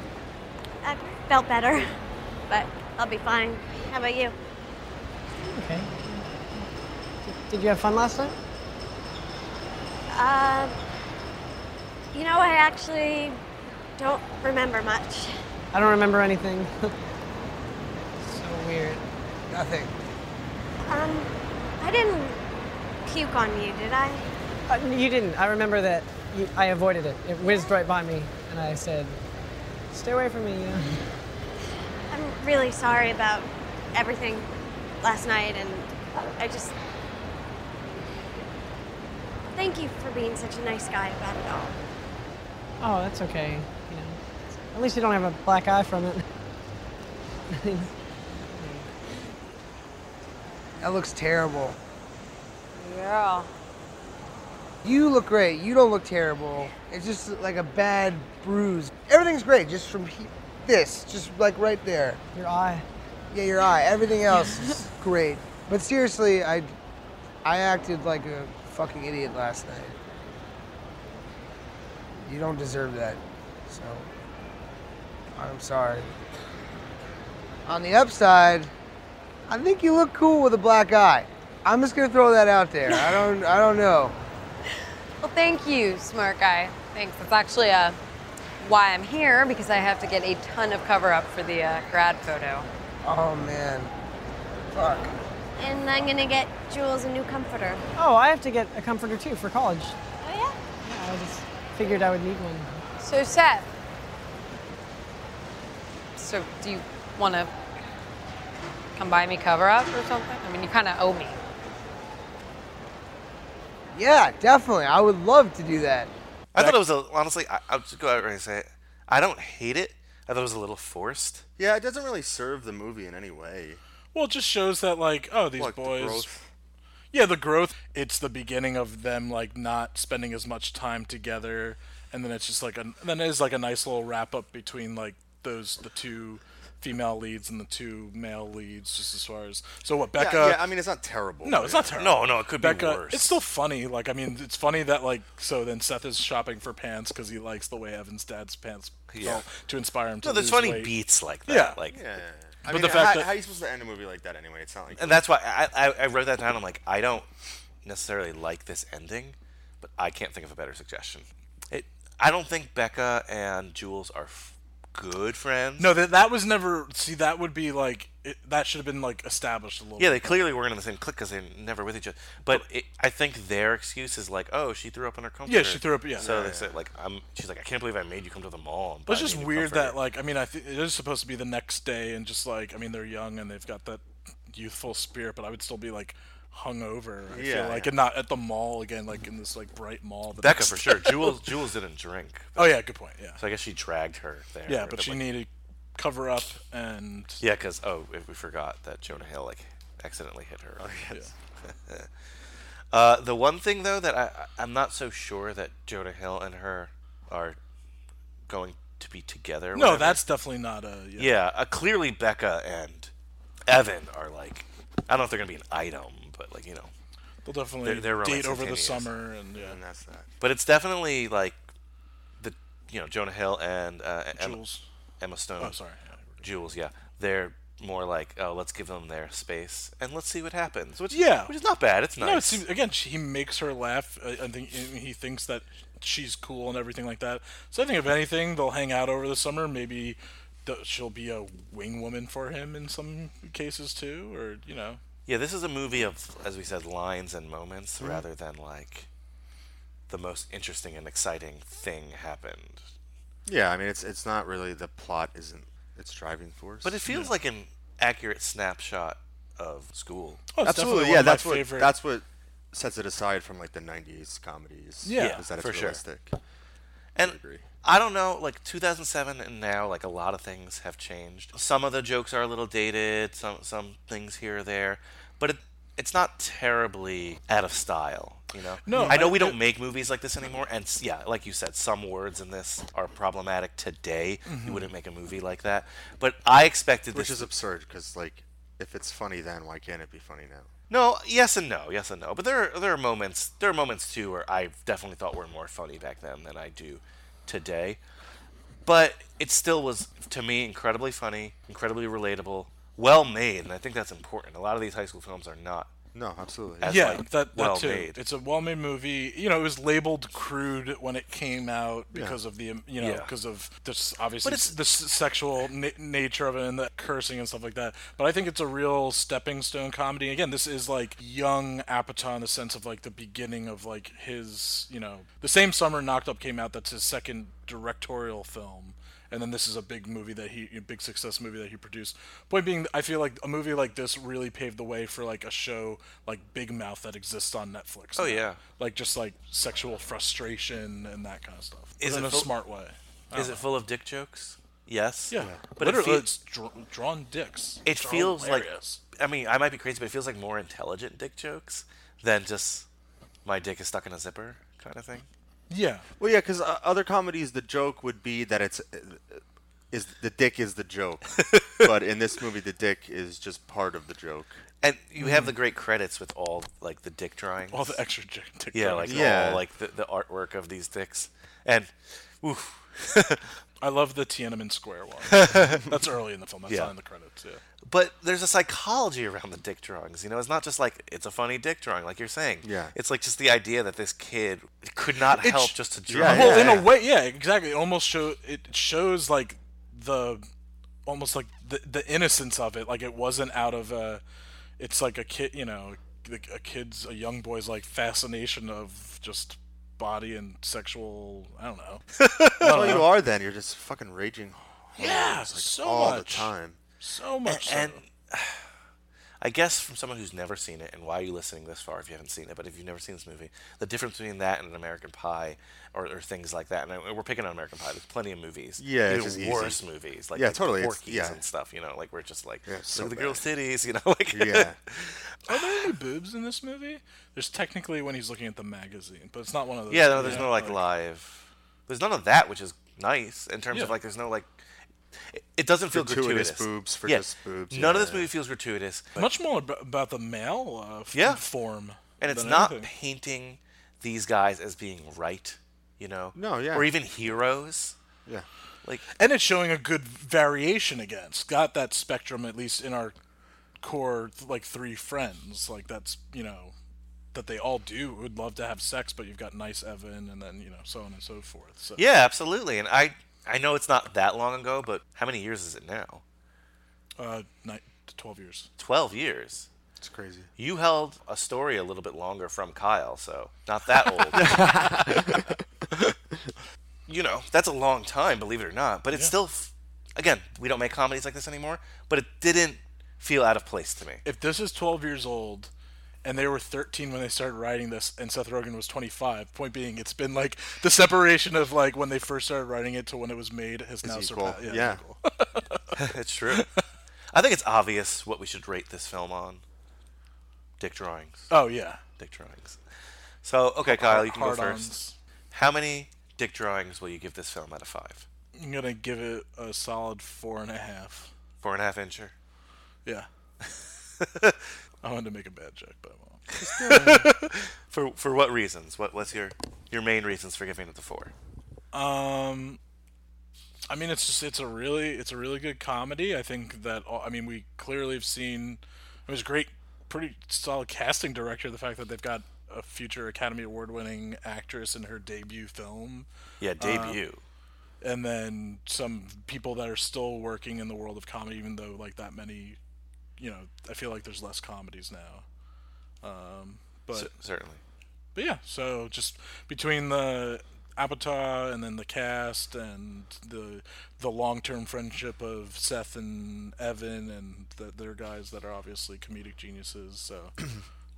[SPEAKER 18] I felt better, but I'll be fine. How about you?
[SPEAKER 17] Okay. Did you have fun last night?
[SPEAKER 18] Uh, you know, I actually don't remember much.
[SPEAKER 17] I don't remember anything. so weird. Nothing.
[SPEAKER 18] Um, I didn't puke on you, did I?
[SPEAKER 17] Uh, you didn't. I remember that you, I avoided it. It whizzed right by me, and I said, "Stay away from me." Yeah.
[SPEAKER 18] I'm really sorry about everything last night, and I just. Thank you for being such a nice guy about it all.
[SPEAKER 17] Oh, that's okay. You know, at least you don't have a black eye from it.
[SPEAKER 14] That looks terrible.
[SPEAKER 17] Girl.
[SPEAKER 14] You look great. You don't look terrible. It's just like a bad bruise. Everything's great, just from he- this, just like right there.
[SPEAKER 17] Your eye.
[SPEAKER 14] Yeah, your eye. Everything else is great. But seriously, I, I acted like a fucking idiot last night. You don't deserve that. So, I'm sorry. On the upside, I think you look cool with a black eye. I'm just gonna throw that out there. I don't, I don't know.
[SPEAKER 19] Well, thank you, smart guy. Thanks. That's actually uh, why I'm here because I have to get a ton of cover up for the uh, grad photo.
[SPEAKER 14] Oh man, fuck.
[SPEAKER 18] And I'm gonna get Jules a new comforter.
[SPEAKER 17] Oh, I have to get a comforter too for college.
[SPEAKER 18] Oh, yeah?
[SPEAKER 17] Yeah, I just figured I would need one.
[SPEAKER 19] So, Seth. So, do you want to come buy me cover up or something? I mean, you kind of owe me.
[SPEAKER 14] Yeah, definitely. I would love to do that.
[SPEAKER 2] I thought it was a, honestly. I, I'll just go out and say it. I don't hate it. I thought it was a little forced.
[SPEAKER 5] Yeah, it doesn't really serve the movie in any way.
[SPEAKER 7] Well, it just shows that like, oh, these
[SPEAKER 5] Like the
[SPEAKER 7] boys.
[SPEAKER 5] growth.
[SPEAKER 7] Yeah, the growth. It's the beginning of them like not spending as much time together, and then it's just like a then it is like a nice little wrap up between like those the two female leads and the two male leads, just as far as so what
[SPEAKER 5] Yeah,
[SPEAKER 7] Becca.
[SPEAKER 5] yeah, I mean, it's not terrible,
[SPEAKER 7] No, it's not
[SPEAKER 5] yeah.
[SPEAKER 7] terrible.
[SPEAKER 5] No, no, it could be
[SPEAKER 7] Becca-
[SPEAKER 5] worse.
[SPEAKER 7] It's still funny. Like I mean, it's funny that like so then Seth is shopping for pants because he likes the way Evan's dad's pants felt
[SPEAKER 5] Yeah.
[SPEAKER 7] to inspire him to.
[SPEAKER 5] No, there's
[SPEAKER 7] lose
[SPEAKER 5] funny
[SPEAKER 7] weight.
[SPEAKER 5] beats
[SPEAKER 2] like
[SPEAKER 7] Yeah.
[SPEAKER 5] I mean,
[SPEAKER 7] but the fact
[SPEAKER 5] how,
[SPEAKER 7] that
[SPEAKER 5] how are you supposed to end a movie like that anyway? It's not like
[SPEAKER 2] And that's why I, I, I wrote that down. I'm like, I don't necessarily like this ending, but I can't think of a better suggestion. It, I don't think Becca and Jules are f- good friends.
[SPEAKER 7] No, that that was never. See, that would be like it, that should have been like established a little.
[SPEAKER 2] Yeah, they
[SPEAKER 7] bit.
[SPEAKER 2] clearly weren't in the same clique because they're never with each other. But it, I think their excuse is like, "Oh, she threw up in her comforter."
[SPEAKER 7] Yeah, she threw up- yeah.
[SPEAKER 2] So
[SPEAKER 7] Yeah,
[SPEAKER 2] they
[SPEAKER 7] yeah.
[SPEAKER 2] said like, "I'm." She's like, "I can't believe I made you come to the mall." and
[SPEAKER 7] But it's
[SPEAKER 2] buy me
[SPEAKER 7] just
[SPEAKER 2] a new
[SPEAKER 7] weird
[SPEAKER 2] comforter."
[SPEAKER 7] that like I mean I think it is supposed to be the next day and just like I mean they're young and they've got that youthful spirit, but I would still be like hungover. I
[SPEAKER 2] Yeah,
[SPEAKER 7] feel like
[SPEAKER 2] yeah.
[SPEAKER 7] and not at the mall again, like in this like bright mall. the
[SPEAKER 2] Becca
[SPEAKER 7] next-
[SPEAKER 2] for sure. Jules Jules didn't drink.
[SPEAKER 7] Oh, yeah, good point, yeah.
[SPEAKER 2] So I guess she dragged her there.
[SPEAKER 7] yeah, but she
[SPEAKER 2] like-
[SPEAKER 7] needed cover up and
[SPEAKER 2] Yeah, because oh, if we forgot that Jonah Hill like accidentally hit her.
[SPEAKER 7] Oh,
[SPEAKER 2] Yeah. uh, the one thing though that I I- I'm not so sure that Jonah Hill and her are going to be together.
[SPEAKER 7] no,
[SPEAKER 2] whatever.
[SPEAKER 7] that's definitely not a yeah.
[SPEAKER 2] yeah. uh, clearly Becca and Evan are like I don't know if they're gonna be an item, but like you know,
[SPEAKER 7] They'll definitely
[SPEAKER 2] Their- their romance
[SPEAKER 7] date over the
[SPEAKER 2] continues.
[SPEAKER 7] summer and yeah. And
[SPEAKER 5] that's that.
[SPEAKER 2] but it's definitely like the you know Jonah Hill and uh, Emma,
[SPEAKER 7] Jules.
[SPEAKER 2] Emma Stone.
[SPEAKER 7] Oh, sorry.
[SPEAKER 2] Jules. Yeah, they're more like oh, let's give them their space and let's see what happens. Which
[SPEAKER 7] yeah,
[SPEAKER 2] which is not bad. It's nice.
[SPEAKER 7] No, it seems, again, she, he makes her laugh. I, I think and he thinks that she's cool and everything like that. So I think if anything, they'll hang out over the summer. Maybe th- she'll be a wing woman for him in some cases too, or you know.
[SPEAKER 2] Yeah, this is a movie of, as we said, lines and moments
[SPEAKER 7] Mhm.
[SPEAKER 2] rather than like the most interesting and exciting thing happened.
[SPEAKER 5] yeah, I mean, it's it's not really the plot isn't its driving force.
[SPEAKER 2] But it feels like an accurate snapshot of school.
[SPEAKER 7] Oh, it's
[SPEAKER 5] absolutely, yeah.
[SPEAKER 7] definitely one of my
[SPEAKER 5] That's what
[SPEAKER 7] favorite-
[SPEAKER 5] that's what sets it aside from like the '90s comedies.
[SPEAKER 2] Yeah,
[SPEAKER 5] is that it's
[SPEAKER 2] for sure.
[SPEAKER 5] realistic.
[SPEAKER 2] And I don't know, like 2007 and now, like a lot of things have changed. Some of the jokes are a little dated, some some things here or there, but it, it's not terribly out of style, you know.
[SPEAKER 7] No,
[SPEAKER 2] I know
[SPEAKER 7] I-
[SPEAKER 2] we don't make movies like this anymore, and s- yeah, like you said, some words in this are problematic today.
[SPEAKER 5] Mhm.
[SPEAKER 2] You wouldn't make a movie like that, but I expected
[SPEAKER 5] Which
[SPEAKER 2] this
[SPEAKER 5] is absurd because like, if it's funny then, why can't it be funny now?
[SPEAKER 2] No, yes and no, yes and no. But there are, there are moments, there are moments too where I definitely thought were more funny back then than I do today. But it still was to me incredibly funny, incredibly relatable, well made, and I think that's important. A lot of these high school films are not.
[SPEAKER 5] No, absolutely.
[SPEAKER 2] as,
[SPEAKER 7] yeah,
[SPEAKER 2] like,
[SPEAKER 7] that, that
[SPEAKER 2] well
[SPEAKER 7] too.
[SPEAKER 2] made.
[SPEAKER 7] It's a well-made movie. You know, it was labeled crude when it came out
[SPEAKER 2] Yeah.
[SPEAKER 7] because of the um, you know
[SPEAKER 2] Yeah.
[SPEAKER 7] because of this obviously
[SPEAKER 2] But
[SPEAKER 7] it's,
[SPEAKER 2] it's-
[SPEAKER 7] the s- sexual na- nature of it and the cursing and stuff like that. But I think it's a real stepping stone comedy. Again, this is like young Apatow in the sense of like the beginning of like his you know the same summer Knocked Up came out. That's his second directorial film. And then this is a big movie that he, a big success movie that he produced. Point being, I feel like a movie like this really paved the way for like a show like Big Mouth that exists on Netflix.
[SPEAKER 2] Oh,
[SPEAKER 7] now.
[SPEAKER 2] yeah.
[SPEAKER 7] like just like sexual frustration and that kind of stuff.
[SPEAKER 2] Is
[SPEAKER 7] But
[SPEAKER 2] it
[SPEAKER 7] in a
[SPEAKER 2] full-
[SPEAKER 7] smart way? I
[SPEAKER 2] Is
[SPEAKER 7] don't
[SPEAKER 2] it full of dick jokes? Yes.
[SPEAKER 7] uh, Yeah,
[SPEAKER 2] But
[SPEAKER 7] literally,
[SPEAKER 2] it,
[SPEAKER 7] it's
[SPEAKER 2] feels,
[SPEAKER 7] dr- drawn dicks.
[SPEAKER 2] it
[SPEAKER 7] which are
[SPEAKER 2] feels like.
[SPEAKER 7] hilarious.
[SPEAKER 2] I mean, I might be crazy, but it feels like more intelligent dick jokes than just my dick is stuck in a zipper kind of thing.
[SPEAKER 7] Yeah.
[SPEAKER 5] Well, yeah, because uh, other comedies, the joke would be that it's uh, is the dick is the joke, but in this movie, the dick is just part of the joke.
[SPEAKER 2] And you have the great credits with all like the dick drawings,
[SPEAKER 7] Mm. All the extra dick- dick
[SPEAKER 2] yeah,
[SPEAKER 7] drawings.
[SPEAKER 2] like
[SPEAKER 7] Yeah.
[SPEAKER 2] all like the, the artwork of these dicks, and oof.
[SPEAKER 7] I love the Tiananmen Square one. That's early in the film. That's
[SPEAKER 2] Yeah.
[SPEAKER 7] not in the credits. Yeah.
[SPEAKER 2] But there's a psychology around the dick drawings. You know, it's not just like it's a funny dick drawing, like you're saying.
[SPEAKER 5] Yeah.
[SPEAKER 2] It's like just the idea that this kid could not
[SPEAKER 7] It
[SPEAKER 2] help
[SPEAKER 7] sh-
[SPEAKER 2] just to draw.
[SPEAKER 7] well, in a way, yeah, exactly. It almost show it shows like the almost like the the innocence of it. Like it wasn't out of a. It's like a kid, you know, like a kid's a young boy's like fascination of just body and sexual. I don't know. I don't
[SPEAKER 5] That's all
[SPEAKER 7] know.
[SPEAKER 5] you are. Then you're just fucking raging. hoes,
[SPEAKER 7] Yeah,
[SPEAKER 5] like,
[SPEAKER 7] Uh-huh. so
[SPEAKER 5] all
[SPEAKER 7] much.
[SPEAKER 5] the time.
[SPEAKER 7] So much.
[SPEAKER 2] And,
[SPEAKER 7] so.
[SPEAKER 2] I guess from someone who's never seen it, and why are you listening this far if you haven't seen it? But if you've never seen this movie, the difference between that and an American Pie, or, or things like that, and I- we're picking on American Pie. There's plenty of movies,
[SPEAKER 5] Yeah, it's
[SPEAKER 2] even
[SPEAKER 5] just easy.
[SPEAKER 2] worse movies, like
[SPEAKER 5] Yeah,
[SPEAKER 2] like
[SPEAKER 5] totally, it's-
[SPEAKER 2] Porky's
[SPEAKER 5] yeah.
[SPEAKER 2] and stuff. You know, like we're just like
[SPEAKER 5] Yeah,
[SPEAKER 2] look
[SPEAKER 5] it's so
[SPEAKER 2] at the
[SPEAKER 5] bad.
[SPEAKER 2] girl's titties. You know, like
[SPEAKER 5] Yeah.
[SPEAKER 7] Are there any boobs in this movie? There's technically when he's looking at the magazine, but it's not one of those.
[SPEAKER 2] Yeah, no, there's no like live. There's none of that, which is nice in terms of
[SPEAKER 7] Yeah.
[SPEAKER 2] like there's no like. It, it doesn't feel
[SPEAKER 5] Gratuitous
[SPEAKER 2] gratuitous.
[SPEAKER 5] boobs for
[SPEAKER 2] yeah.
[SPEAKER 5] just boobs,
[SPEAKER 2] None of this
[SPEAKER 5] yeah.
[SPEAKER 2] movie feels gratuitous. but-
[SPEAKER 7] Much more ab- about the male uh, f-
[SPEAKER 2] Yeah.
[SPEAKER 7] form.
[SPEAKER 2] and it's
[SPEAKER 7] than
[SPEAKER 2] not
[SPEAKER 7] anything.
[SPEAKER 2] painting these guys as being right, you know.
[SPEAKER 7] No, yeah.
[SPEAKER 2] Or even heroes.
[SPEAKER 5] Yeah.
[SPEAKER 2] Like
[SPEAKER 7] And it's showing a good variation against. Got that spectrum at least in our core, th- like three friends. Like that's you know that they all do would love to have sex, but you've got nice Evan, and then you know so on and so forth. So
[SPEAKER 2] yeah, absolutely. And I I know it's not that long ago, but how many years is it now?
[SPEAKER 7] uh, ni- twelve years.
[SPEAKER 2] 12 years.
[SPEAKER 5] It's crazy.
[SPEAKER 2] You held a story a little bit longer from Kyle, so not that old. you know, that's a long time, believe it or not, but it's
[SPEAKER 7] Yeah.
[SPEAKER 2] still f- again, we don't make comedies like this anymore, but it didn't feel out of place to me.
[SPEAKER 7] If this is twelve years old. And they were 13 when they started writing this, and Seth Rogen was 25. Point being, it's been like the separation of like when they first started writing it to when it was made has now surpassed.
[SPEAKER 2] it's true. I think it's obvious what we should rate this film on. Dick drawings.
[SPEAKER 7] Oh, yeah.
[SPEAKER 2] dick drawings. So okay, Kyle, you can go
[SPEAKER 7] Hard-ons.
[SPEAKER 2] first. How many dick drawings will you give this film out of five?
[SPEAKER 7] I'm gonna give it a solid four and a half.
[SPEAKER 2] Four and a half incher.
[SPEAKER 7] Yeah. I wanted to make a bad joke, but
[SPEAKER 2] for for what reasons? What what's your your main reasons for giving it the four?
[SPEAKER 7] I won't. Um, I mean, it's just it's a really it's a really good comedy. I think that all, I mean we clearly have seen it was great, pretty solid casting director. The fact that they've got a future Academy Award winning actress in her debut film.
[SPEAKER 2] Yeah,
[SPEAKER 7] Uh,
[SPEAKER 2] debut.
[SPEAKER 7] and then some people that are still working in the world of comedy, even though like that many, you know, I feel like there's less comedies now. Um, but
[SPEAKER 2] Cer- certainly.
[SPEAKER 7] but yeah, so just between the Avatar and then the cast and the the long term friendship of Seth and Evan and the, they're guys that are obviously comedic geniuses. So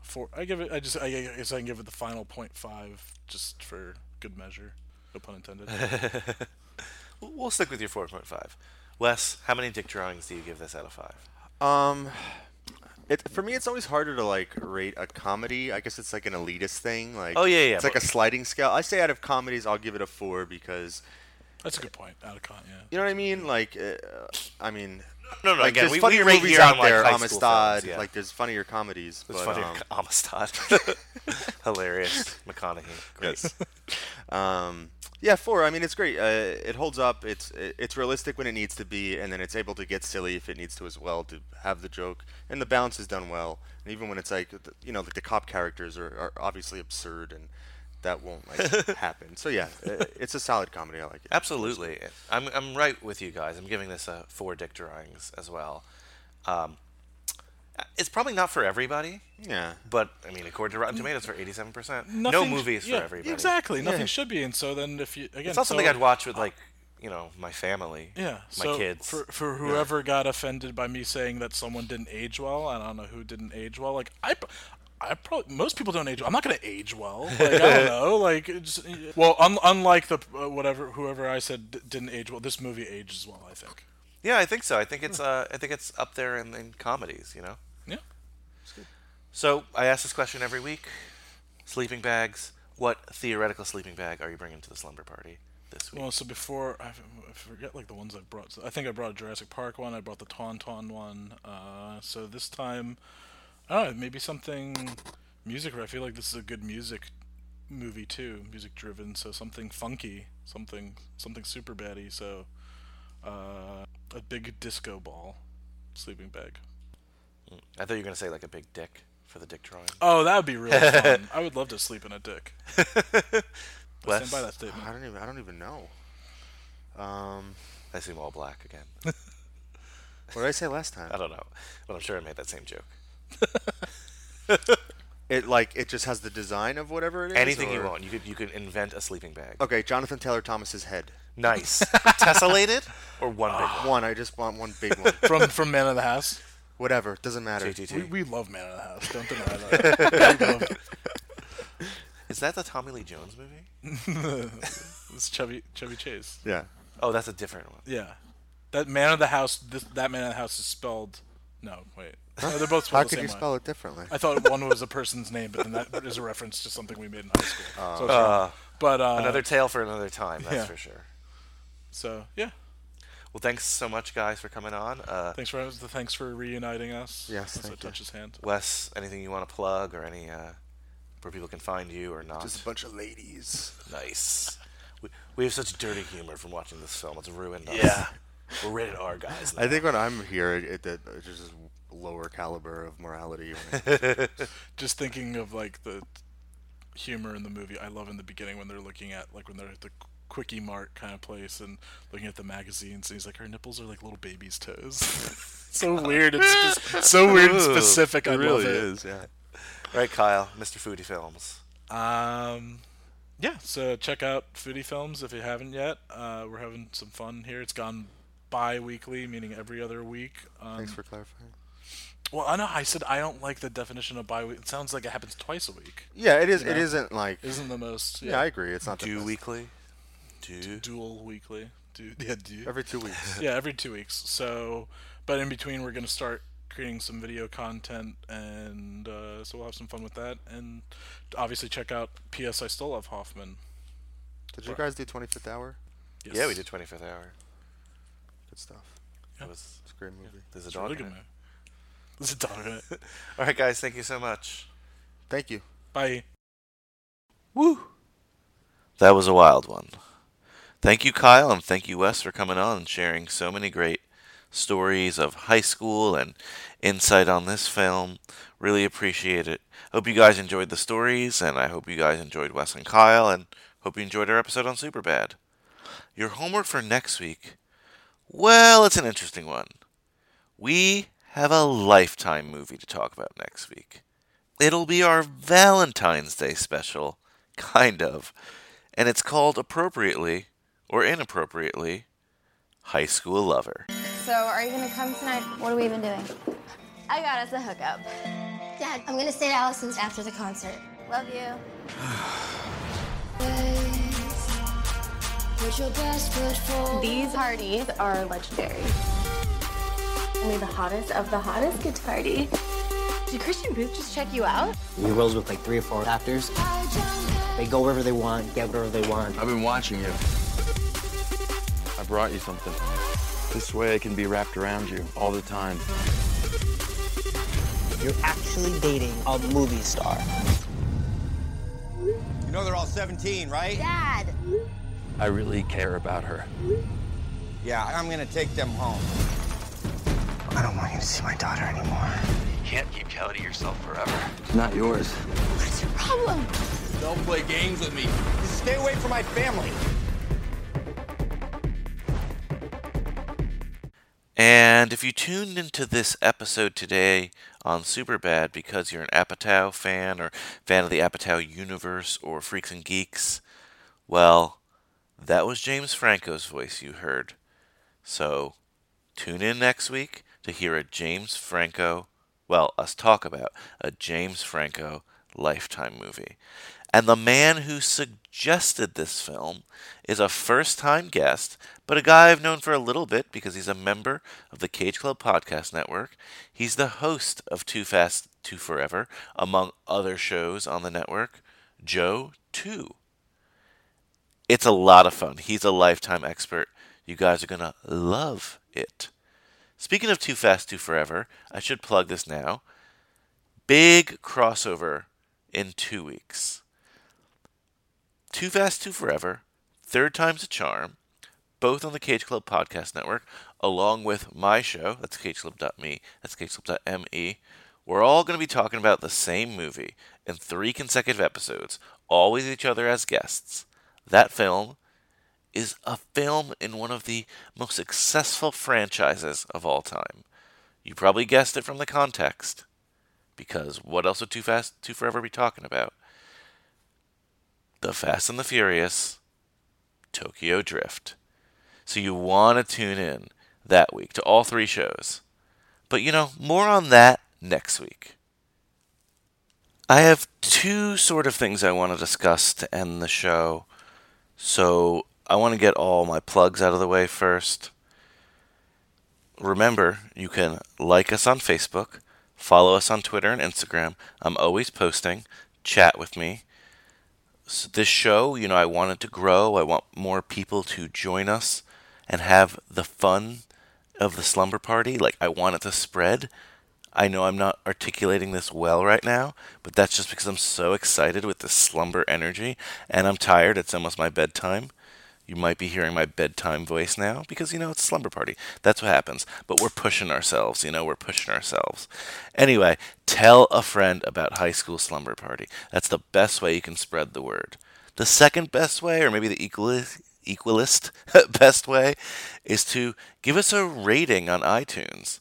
[SPEAKER 7] for I give it, I just I guess I can give it the final point five just for good measure, no pun intended.
[SPEAKER 2] We'll we'll stick with your four point five. Wes, how many dick drawings do you give this out of five?
[SPEAKER 5] Um, it for me, it's always harder to like rate a comedy. I guess it's like an elitist thing. Like,
[SPEAKER 2] Oh, yeah, yeah,
[SPEAKER 5] it's like a
[SPEAKER 2] but-
[SPEAKER 5] sliding scale. I say out of comedies, I'll give it a four because
[SPEAKER 7] That's a good point. Out of con, yeah.
[SPEAKER 5] you know what I mean. Like, uh, I mean,
[SPEAKER 2] No, no,
[SPEAKER 5] like,
[SPEAKER 2] again,
[SPEAKER 5] there's
[SPEAKER 2] we-
[SPEAKER 5] funnier
[SPEAKER 2] we rate
[SPEAKER 5] movies
[SPEAKER 2] here
[SPEAKER 5] out
[SPEAKER 2] on, like,
[SPEAKER 5] there,
[SPEAKER 2] high school
[SPEAKER 5] Amistad.
[SPEAKER 2] films, yeah.
[SPEAKER 5] Like, there's funnier comedies.
[SPEAKER 2] There's
[SPEAKER 5] but,
[SPEAKER 2] funnier
[SPEAKER 5] um,
[SPEAKER 2] co- Amistad. Hilarious. McConaughey. Great.
[SPEAKER 5] Yes. um, yeah, four. I mean, it's great. Uh, it holds up. It's it- it's realistic when it needs to be, and then it's able to get silly if it needs to as well to have the joke. And the balance is done well. And even when it's like, th- you know, like the cop characters are, are obviously absurd, and that won't like happen. So yeah, uh, it's a solid comedy. I like it.
[SPEAKER 2] Absolutely. I'm, I'm right with you guys. I'm giving this a four dick drawings as well. Um, it's probably not for everybody.
[SPEAKER 5] Yeah.
[SPEAKER 2] But, I mean, according to Rotten Tomatoes, for 87%. no
[SPEAKER 7] Nothing-
[SPEAKER 2] movie is for
[SPEAKER 7] yeah,
[SPEAKER 2] everybody.
[SPEAKER 7] Exactly, nothing
[SPEAKER 2] Yeah.
[SPEAKER 7] should be. And so then if you again,
[SPEAKER 2] it's not
[SPEAKER 7] so- uh,
[SPEAKER 2] something I'd watch with, like, you know, my family.
[SPEAKER 7] Yeah,
[SPEAKER 2] My
[SPEAKER 7] so
[SPEAKER 2] kids.
[SPEAKER 7] For, for
[SPEAKER 2] Yeah.
[SPEAKER 7] whoever got offended by me saying that someone didn't age well, I don't know who didn't age well. Like I, pro- I probably most people don't age. well. I'm not gonna age well. Like I don't know. Like it's, well, un, unlike the uh, whatever whoever I said d- didn't age well, this movie ages well. I think.
[SPEAKER 2] Yeah, I think so. I think it's uh, I think it's up there in, in comedies. You know.
[SPEAKER 7] Yeah.
[SPEAKER 2] So I ask this question every week: sleeping bags. What theoretical sleeping bag are you bringing to the slumber party this week?
[SPEAKER 7] Well, so before I, f- I forget like the ones I've brought. So I think I brought a Jurassic Park one. I brought the Tauntaun one. Uh, so this time, I don't know, maybe something music. I feel like this is a good music movie too, music driven. So something funky, something something super baddie. So uh, a big disco ball sleeping bag.
[SPEAKER 2] I thought you were gonna say like a big dick for the dick drawing.
[SPEAKER 7] Oh, that would be really fun. I would love to sleep in a dick. I
[SPEAKER 2] Wes?
[SPEAKER 7] Stand by that statement.
[SPEAKER 5] I don't even I don't even know. Um,
[SPEAKER 2] I assume all black again.
[SPEAKER 5] what did I say last time?
[SPEAKER 2] I don't know, but I'm sure I made that same joke.
[SPEAKER 5] It like it just has the design of whatever it is.
[SPEAKER 2] Anything you
[SPEAKER 5] or-
[SPEAKER 2] want, you could you could invent a sleeping bag.
[SPEAKER 5] Okay, Jonathan Taylor Thomas's head.
[SPEAKER 2] Nice. Tessellated or one big one?
[SPEAKER 7] Oh,
[SPEAKER 2] Ah.
[SPEAKER 5] One. I just want one big one.
[SPEAKER 7] From from Man of the House.
[SPEAKER 5] Whatever, doesn't matter.
[SPEAKER 7] We, we love Man of the House. Don't deny that. We love
[SPEAKER 2] that. Is that the Tommy Lee Jones movie?
[SPEAKER 7] it's Chevy Chevy Chase.
[SPEAKER 5] Yeah.
[SPEAKER 2] Oh, that's a different one.
[SPEAKER 7] Yeah, that Man of the House. This, that Man of the House is spelled. No, wait. No, they're both
[SPEAKER 5] How
[SPEAKER 7] spelled the
[SPEAKER 5] could
[SPEAKER 7] same
[SPEAKER 5] you
[SPEAKER 7] way.
[SPEAKER 5] spell it differently?
[SPEAKER 7] I thought one was a person's name, but then that is a reference to something we made in high school. so it's
[SPEAKER 2] Uh,
[SPEAKER 7] wrong. but uh,
[SPEAKER 2] another tale for another time. That's
[SPEAKER 7] yeah.
[SPEAKER 2] for sure.
[SPEAKER 7] So yeah,
[SPEAKER 2] Well, thanks so much, guys, for coming on. Uh,
[SPEAKER 7] thanks for thanks for reuniting us.
[SPEAKER 2] Yes,
[SPEAKER 7] Since I
[SPEAKER 2] thank you.
[SPEAKER 7] touch his hand.
[SPEAKER 2] Wes, anything you want to plug or any uh, where people can find you or not?
[SPEAKER 5] Just a bunch of ladies.
[SPEAKER 2] Nice. We, we have such dirty humor from watching this film. It's ruined us.
[SPEAKER 5] Yeah.
[SPEAKER 2] We're rated R guys.
[SPEAKER 5] I think when I'm here, it, it, it it's just a lower caliber of morality.
[SPEAKER 7] just thinking of like the humor in the movie i love in the beginning when they're looking at like when they're at the quickie mart kind of place and looking at the magazines and he's like her nipples are like little baby's toes so weird it's spe- so weird and
[SPEAKER 2] Ooh,
[SPEAKER 7] specific
[SPEAKER 2] it
[SPEAKER 7] i love
[SPEAKER 2] really
[SPEAKER 7] it
[SPEAKER 2] is, yeah. Right, Kyle, Mr. Foodie Films.
[SPEAKER 7] um, yeah, so check out Foodie Films if you haven't yet. Uh, we're having some fun here. It's gone bi-weekly, meaning every other week. Um,
[SPEAKER 5] Thanks for clarifying.
[SPEAKER 7] Well, I know I said I don't like the definition of bi-week. It sounds like it happens twice a week.
[SPEAKER 5] Yeah, it is.
[SPEAKER 7] You
[SPEAKER 5] It
[SPEAKER 7] know?
[SPEAKER 5] isn't like.
[SPEAKER 7] Isn't the most.
[SPEAKER 5] Yeah,
[SPEAKER 7] Yeah,
[SPEAKER 5] I agree. It's not the best.
[SPEAKER 2] weekly.
[SPEAKER 7] Du- dual weekly. Du- yeah, du-
[SPEAKER 5] Every two weeks.
[SPEAKER 7] yeah, every two weeks. So, but in between, we're gonna start creating some video content, and uh, so we'll have some fun with that. And obviously, check out P.S. I Still Love Hoffman.
[SPEAKER 5] Did you guys do 25th hour?
[SPEAKER 2] Yeah, we did 25th Hour.
[SPEAKER 5] Good stuff.
[SPEAKER 7] Yeah.
[SPEAKER 2] It was
[SPEAKER 5] it's a great movie.
[SPEAKER 2] There's a
[SPEAKER 7] It's
[SPEAKER 2] dog
[SPEAKER 7] really
[SPEAKER 2] in
[SPEAKER 7] good,
[SPEAKER 2] it.
[SPEAKER 7] man. There's a dog in it.
[SPEAKER 2] All right, guys, thank you so much.
[SPEAKER 5] Thank you.
[SPEAKER 7] Bye.
[SPEAKER 2] That was a wild one. Thank you, Kyle, and thank you, Wes, for coming on and sharing so many great stories of high school and insight on this film. Really appreciate it. Hope you guys enjoyed the stories, and I hope you guys enjoyed Wes and Kyle, and hope you enjoyed our episode on Superbad. Your homework for next week? Well, it's an interesting one. We have a lifetime movie to talk about next week. It'll be our Valentine's Day special, kind of. And it's called appropriately or inappropriately High School Lover.
[SPEAKER 20] So, are you gonna come tonight? What are we even doing? I got us a hookup. Dad, I'm gonna stay at Allison's after the concert. Love you.
[SPEAKER 18] These parties are legendary. Only the hottest of the hottest get to party. Did Christian Booth just check you out?
[SPEAKER 16] We rose with like three or four actors. They go wherever they want, get whatever they want.
[SPEAKER 1] I've been watching you. I brought you something. This way I can be wrapped around you all the time.
[SPEAKER 16] You're actually dating a movie star.
[SPEAKER 10] You know they're all 17, right?
[SPEAKER 20] Dad!
[SPEAKER 10] I really care about her. Yeah, I'm gonna take them home.
[SPEAKER 16] I don't want you to see my daughter anymore.
[SPEAKER 10] Can't keep Kelly to yourself forever.
[SPEAKER 1] It's not yours.
[SPEAKER 10] What's your problem? Don't play games with me. Stay away from my family.
[SPEAKER 2] And if you tuned into this episode today on Superbad because you're an Apatow fan or fan of the Apatow universe or Freaks and Geeks, well, that was James Franco's voice you heard. So tune in next week to hear a James Franco, well, us talk about a James Franco lifetime movie. And the man who suggested this film is a first time guest, but a guy I've known for a little bit because he's a member of the Cage Club Podcast Network. He's the host of Too Fast, Too Forever, among other shows on the network, Joe 2 it's a lot of fun. He's a lifetime expert. You guys are going to love it. Speaking of Too Fast, Too Forever, I should plug this now. Big crossover in two weeks. Too Fast, Too Forever, Third Time's a Charm, both on the Cage Club Podcast Network, along with my show, that's cageclub.me, that's cageclub.me. We're all going to be talking about the same movie in three consecutive episodes, always each other as guests. That film is a film in one of the most successful franchises of all time. You probably guessed it from the context, because what else would Too Fast, Too Forever be talking about? The Fast and the Furious, Tokyo Drift. So you want to tune in that week to all three shows. But you know, more on that next week. I have two sort of things I want to discuss to end the show. So I want to get all my plugs out of the way first. Remember, you can like us on Facebook, follow us on Twitter and Instagram. I'm always posting, chat with me. So this show, you know, I want it to grow. I want more people to join us and have the fun of the slumber party. Like, I want it to spread. I know I'm not articulating this well right now, but that's just because I'm so excited with the slumber energy and I'm tired. It's almost my bedtime. You might be hearing my bedtime voice now because, you know, it's slumber party. That's what happens. But we're pushing ourselves, you know, we're pushing ourselves. Anyway, tell a friend about high school slumber party. That's the best way you can spread the word. The second best way, or maybe the equally, equalist best way is to give us a rating on iTunes.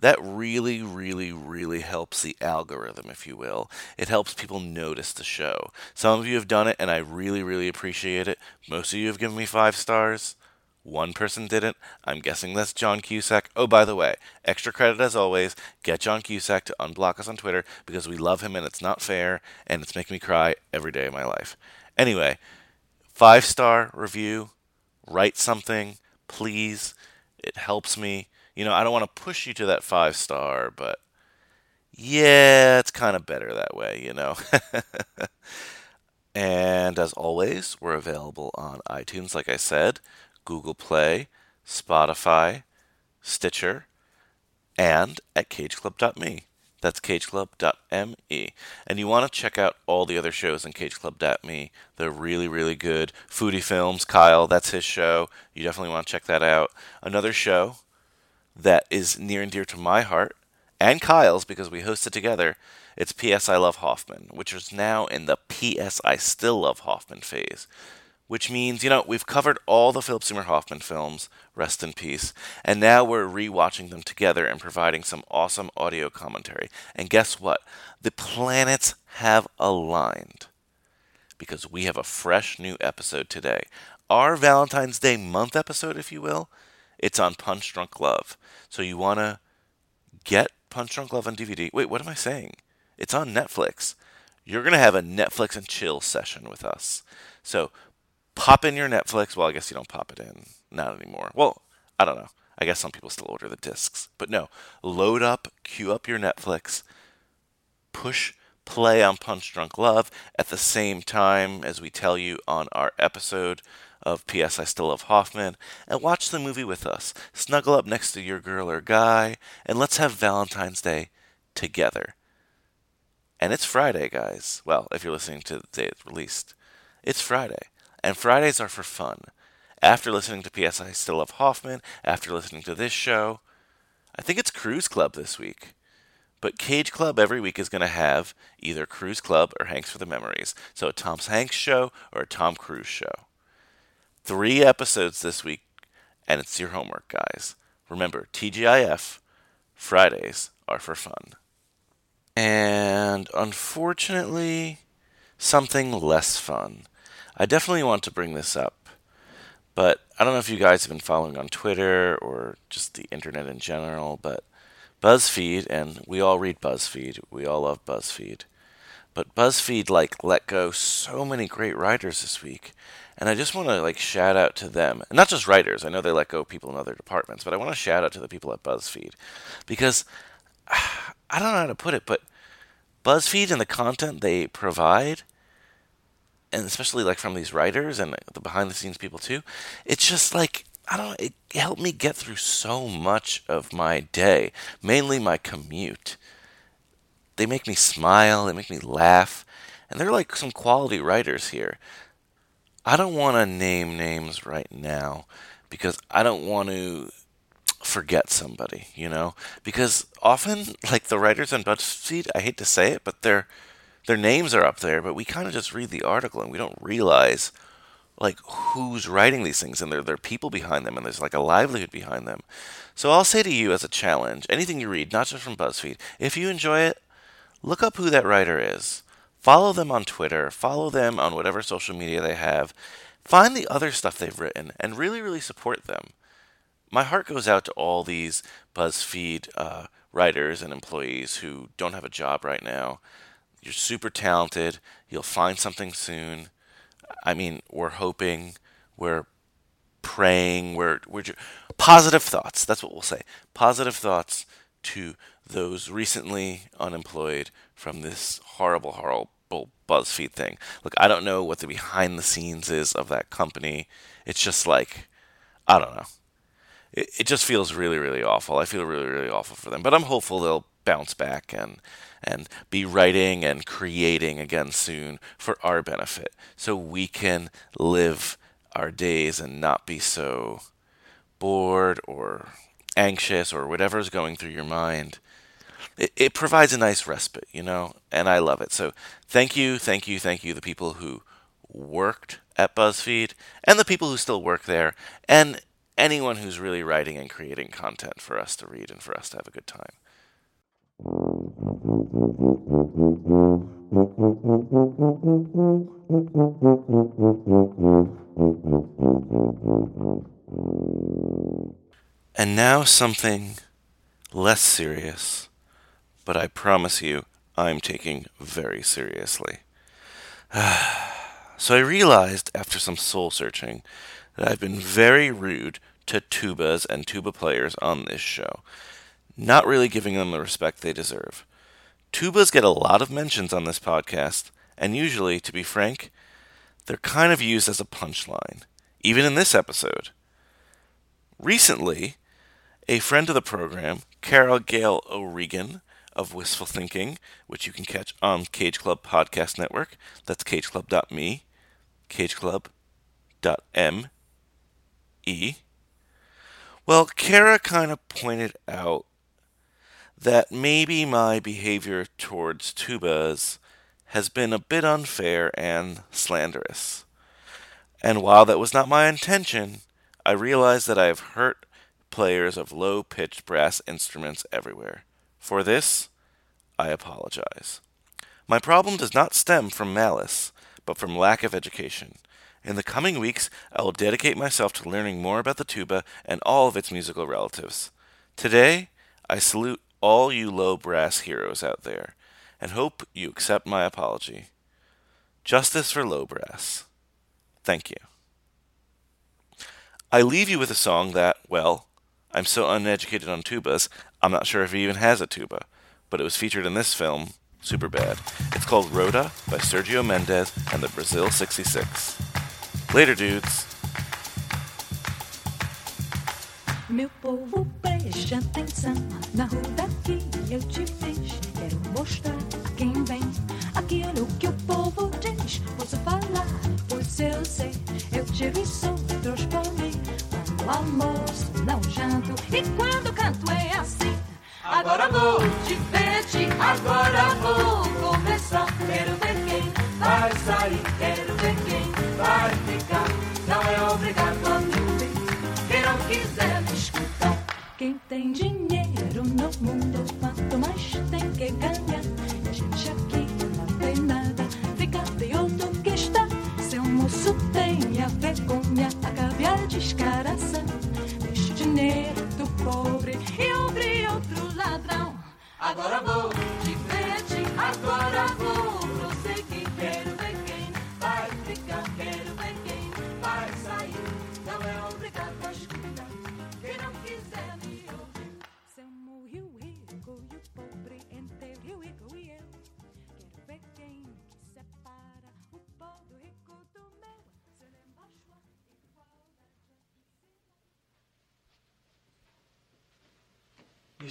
[SPEAKER 2] That really, really, really helps the algorithm, if you will. It helps people notice the show. Some of you have done it, and I really, really appreciate it. Most of you have given me five stars. One person didn't. I'm guessing that's John Cusack. Oh, by the way, extra credit as always. Get John Cusack to unblock us on Twitter because we love him and it's not fair and it's making me cry every day of my life. Anyway, five star review, write something, please. It helps me. You know, I don't want to push you to that five star, but yeah, it's kind of better that way, you know. and as always, we're available on iTunes, like I said, Google Play, Spotify, Stitcher, and at cageclub.me. That's cageclub.me. And you want to check out all the other shows on cageclub.me. They're really, really good. Foodie Films, Kyle, that's his show. You definitely want to check that out. Another show that is near and dear to my heart and Kyle's because we host it together. It's P.S. I Love Hoffman, which is now in the P.S. I Still Love Hoffman phase. Which means, you know, we've covered all the Philip Seymour Hoffman films, rest in peace, and now we're rewatching them together and providing some awesome audio commentary. And guess what? The planets have aligned because we have a fresh new episode today. Our Valentine's Day month episode, if you will, it's on Punch Drunk Love. So you want to get Punch Drunk Love on DVD. Wait, what am I saying? It's on Netflix. You're going to have a Netflix and chill session with us. So pop in your Netflix. Well, I guess you don't pop it in. Not anymore. Well, I don't know. I guess some people still order the discs. But no, load up, queue up your Netflix, push play on Punch Drunk Love at the same time as we tell you on our episode of P.S. I Still Love Hoffman, and watch the movie with us. Snuggle up next to your girl or guy, and let's have Valentine's Day together. And it's Friday, guys. Well, if you're listening to the day it's released, it's Friday. And Fridays are for fun. After listening to P.S. I Still Love Hoffman, after listening to this show, I think it's Cruise Club this week. But Cage Club every week is going to have either Cruise Club or Hanks for the Memories. So a Tom Hanks show or a Tom Cruise show three episodes this week, and it's your homework, guys. Remember, TGIF Fridays are for fun. And unfortunately, something less fun. I definitely want to bring this up, but I don't know if you guys have been following on Twitter or just the internet in general, but BuzzFeed, and we all read BuzzFeed, we all love BuzzFeed. But BuzzFeed like let go so many great writers this week, and I just want to like shout out to them, and not just writers. I know they let go people in other departments, but I want to shout out to the people at BuzzFeed because I don't know how to put it, but BuzzFeed and the content they provide, and especially like from these writers and the behind the scenes people too, it's just like I don't. It helped me get through so much of my day, mainly my commute. They make me smile. They make me laugh. And they're like some quality writers here. I don't want to name names right now because I don't want to forget somebody, you know? Because often like the writers on BuzzFeed, I hate to say it, but their their names are up there, but we kind of just read the article and we don't realize like who's writing these things and there there are people behind them and there's like a livelihood behind them. So I'll say to you as a challenge, anything you read, not just from BuzzFeed, if you enjoy it, look up who that writer is follow them on Twitter, follow them on whatever social media they have, find the other stuff they've written, and really, really support them. My heart goes out to all these BuzzFeed uh, writers and employees who don't have a job right now. You're super talented. You'll find something soon. I mean, we're hoping, we're praying, we're we're ju- positive thoughts. That's what we'll say. Positive thoughts to those recently unemployed from this horrible, horrible BuzzFeed thing. Look, I don't know what the behind the scenes is of that company. It's just like, I don't know. It, it just feels really, really awful. I feel really, really awful for them. But I'm hopeful they'll bounce back and and be writing and creating again soon for our benefit so we can live our days and not be so bored or anxious or whatever's going through your mind. It, it provides a nice respite, you know, and I love it. So thank you, thank you, thank you, the people who worked at BuzzFeed and the people who still work there and anyone who's really writing and creating content for us to read and for us to have a good time. And now something less serious, but I promise you I'm taking very seriously. so I realized after some soul searching that I've been very rude to tubas and tuba players on this show, not really giving them the respect they deserve. Tubas get a lot of mentions on this podcast, and usually, to be frank, they're kind of used as a punchline, even in this episode. Recently, a friend of the program, Carol Gale O'Regan of Wistful Thinking, which you can catch on Cage Club Podcast Network. That's cageclub.me, cageclub.me. Well, Kara kind of pointed out that maybe my behavior towards tubas has been a bit unfair and slanderous. And while that was not my intention, I realize that I have hurt players of low pitched brass instruments everywhere. For this, I apologize. My problem does not stem from malice, but from lack of education. In the coming weeks, I will dedicate myself to learning more about the tuba and all of its musical relatives. Today, I salute all you low brass heroes out there and hope you accept my apology. Justice for low brass. Thank you. I leave you with a song that, well, I'm so uneducated on tubas, I'm not sure if it even has a tuba, but it was featured in this film, super bad. It's called Rhoda by Sergio Mendez and the Brazil 66. Later, dudes.
[SPEAKER 1] Meu povo, preste atenção. Na rua daqui eu te fiz. Quero mostrar a quem vem aquilo que o povo diz. Posso falar, pois eu sei. Eu tiro e sou, trouxe pra mim. Quando almoço, não janto. E quando canto é assim. Agora vou de frente, agora vou começar. Quero ver quem vai sair, quero ver quem vai ficar. Não é obrigatório quem não quiser me escutar. Quem tem dinheiro no mundo, quanto mais tem que ganhar. E a gente aqui não tem nada, fica de olho que está. Seu moço tem a vergonha, acabe a descaraça. Deixa o dinheiro do pobre e abre outro ladrão. Agora vou de frente, agora vou prosseguir. Quero ver quem vai ficar, quero ver quem vai sair. Não é obrigado a escutar quem não quiser me ouvir. Somos o rico e o pobre, entre o rico e eu. Quero ver quem que separa o pobre rico do meu. Se ele mostra igual
[SPEAKER 10] You're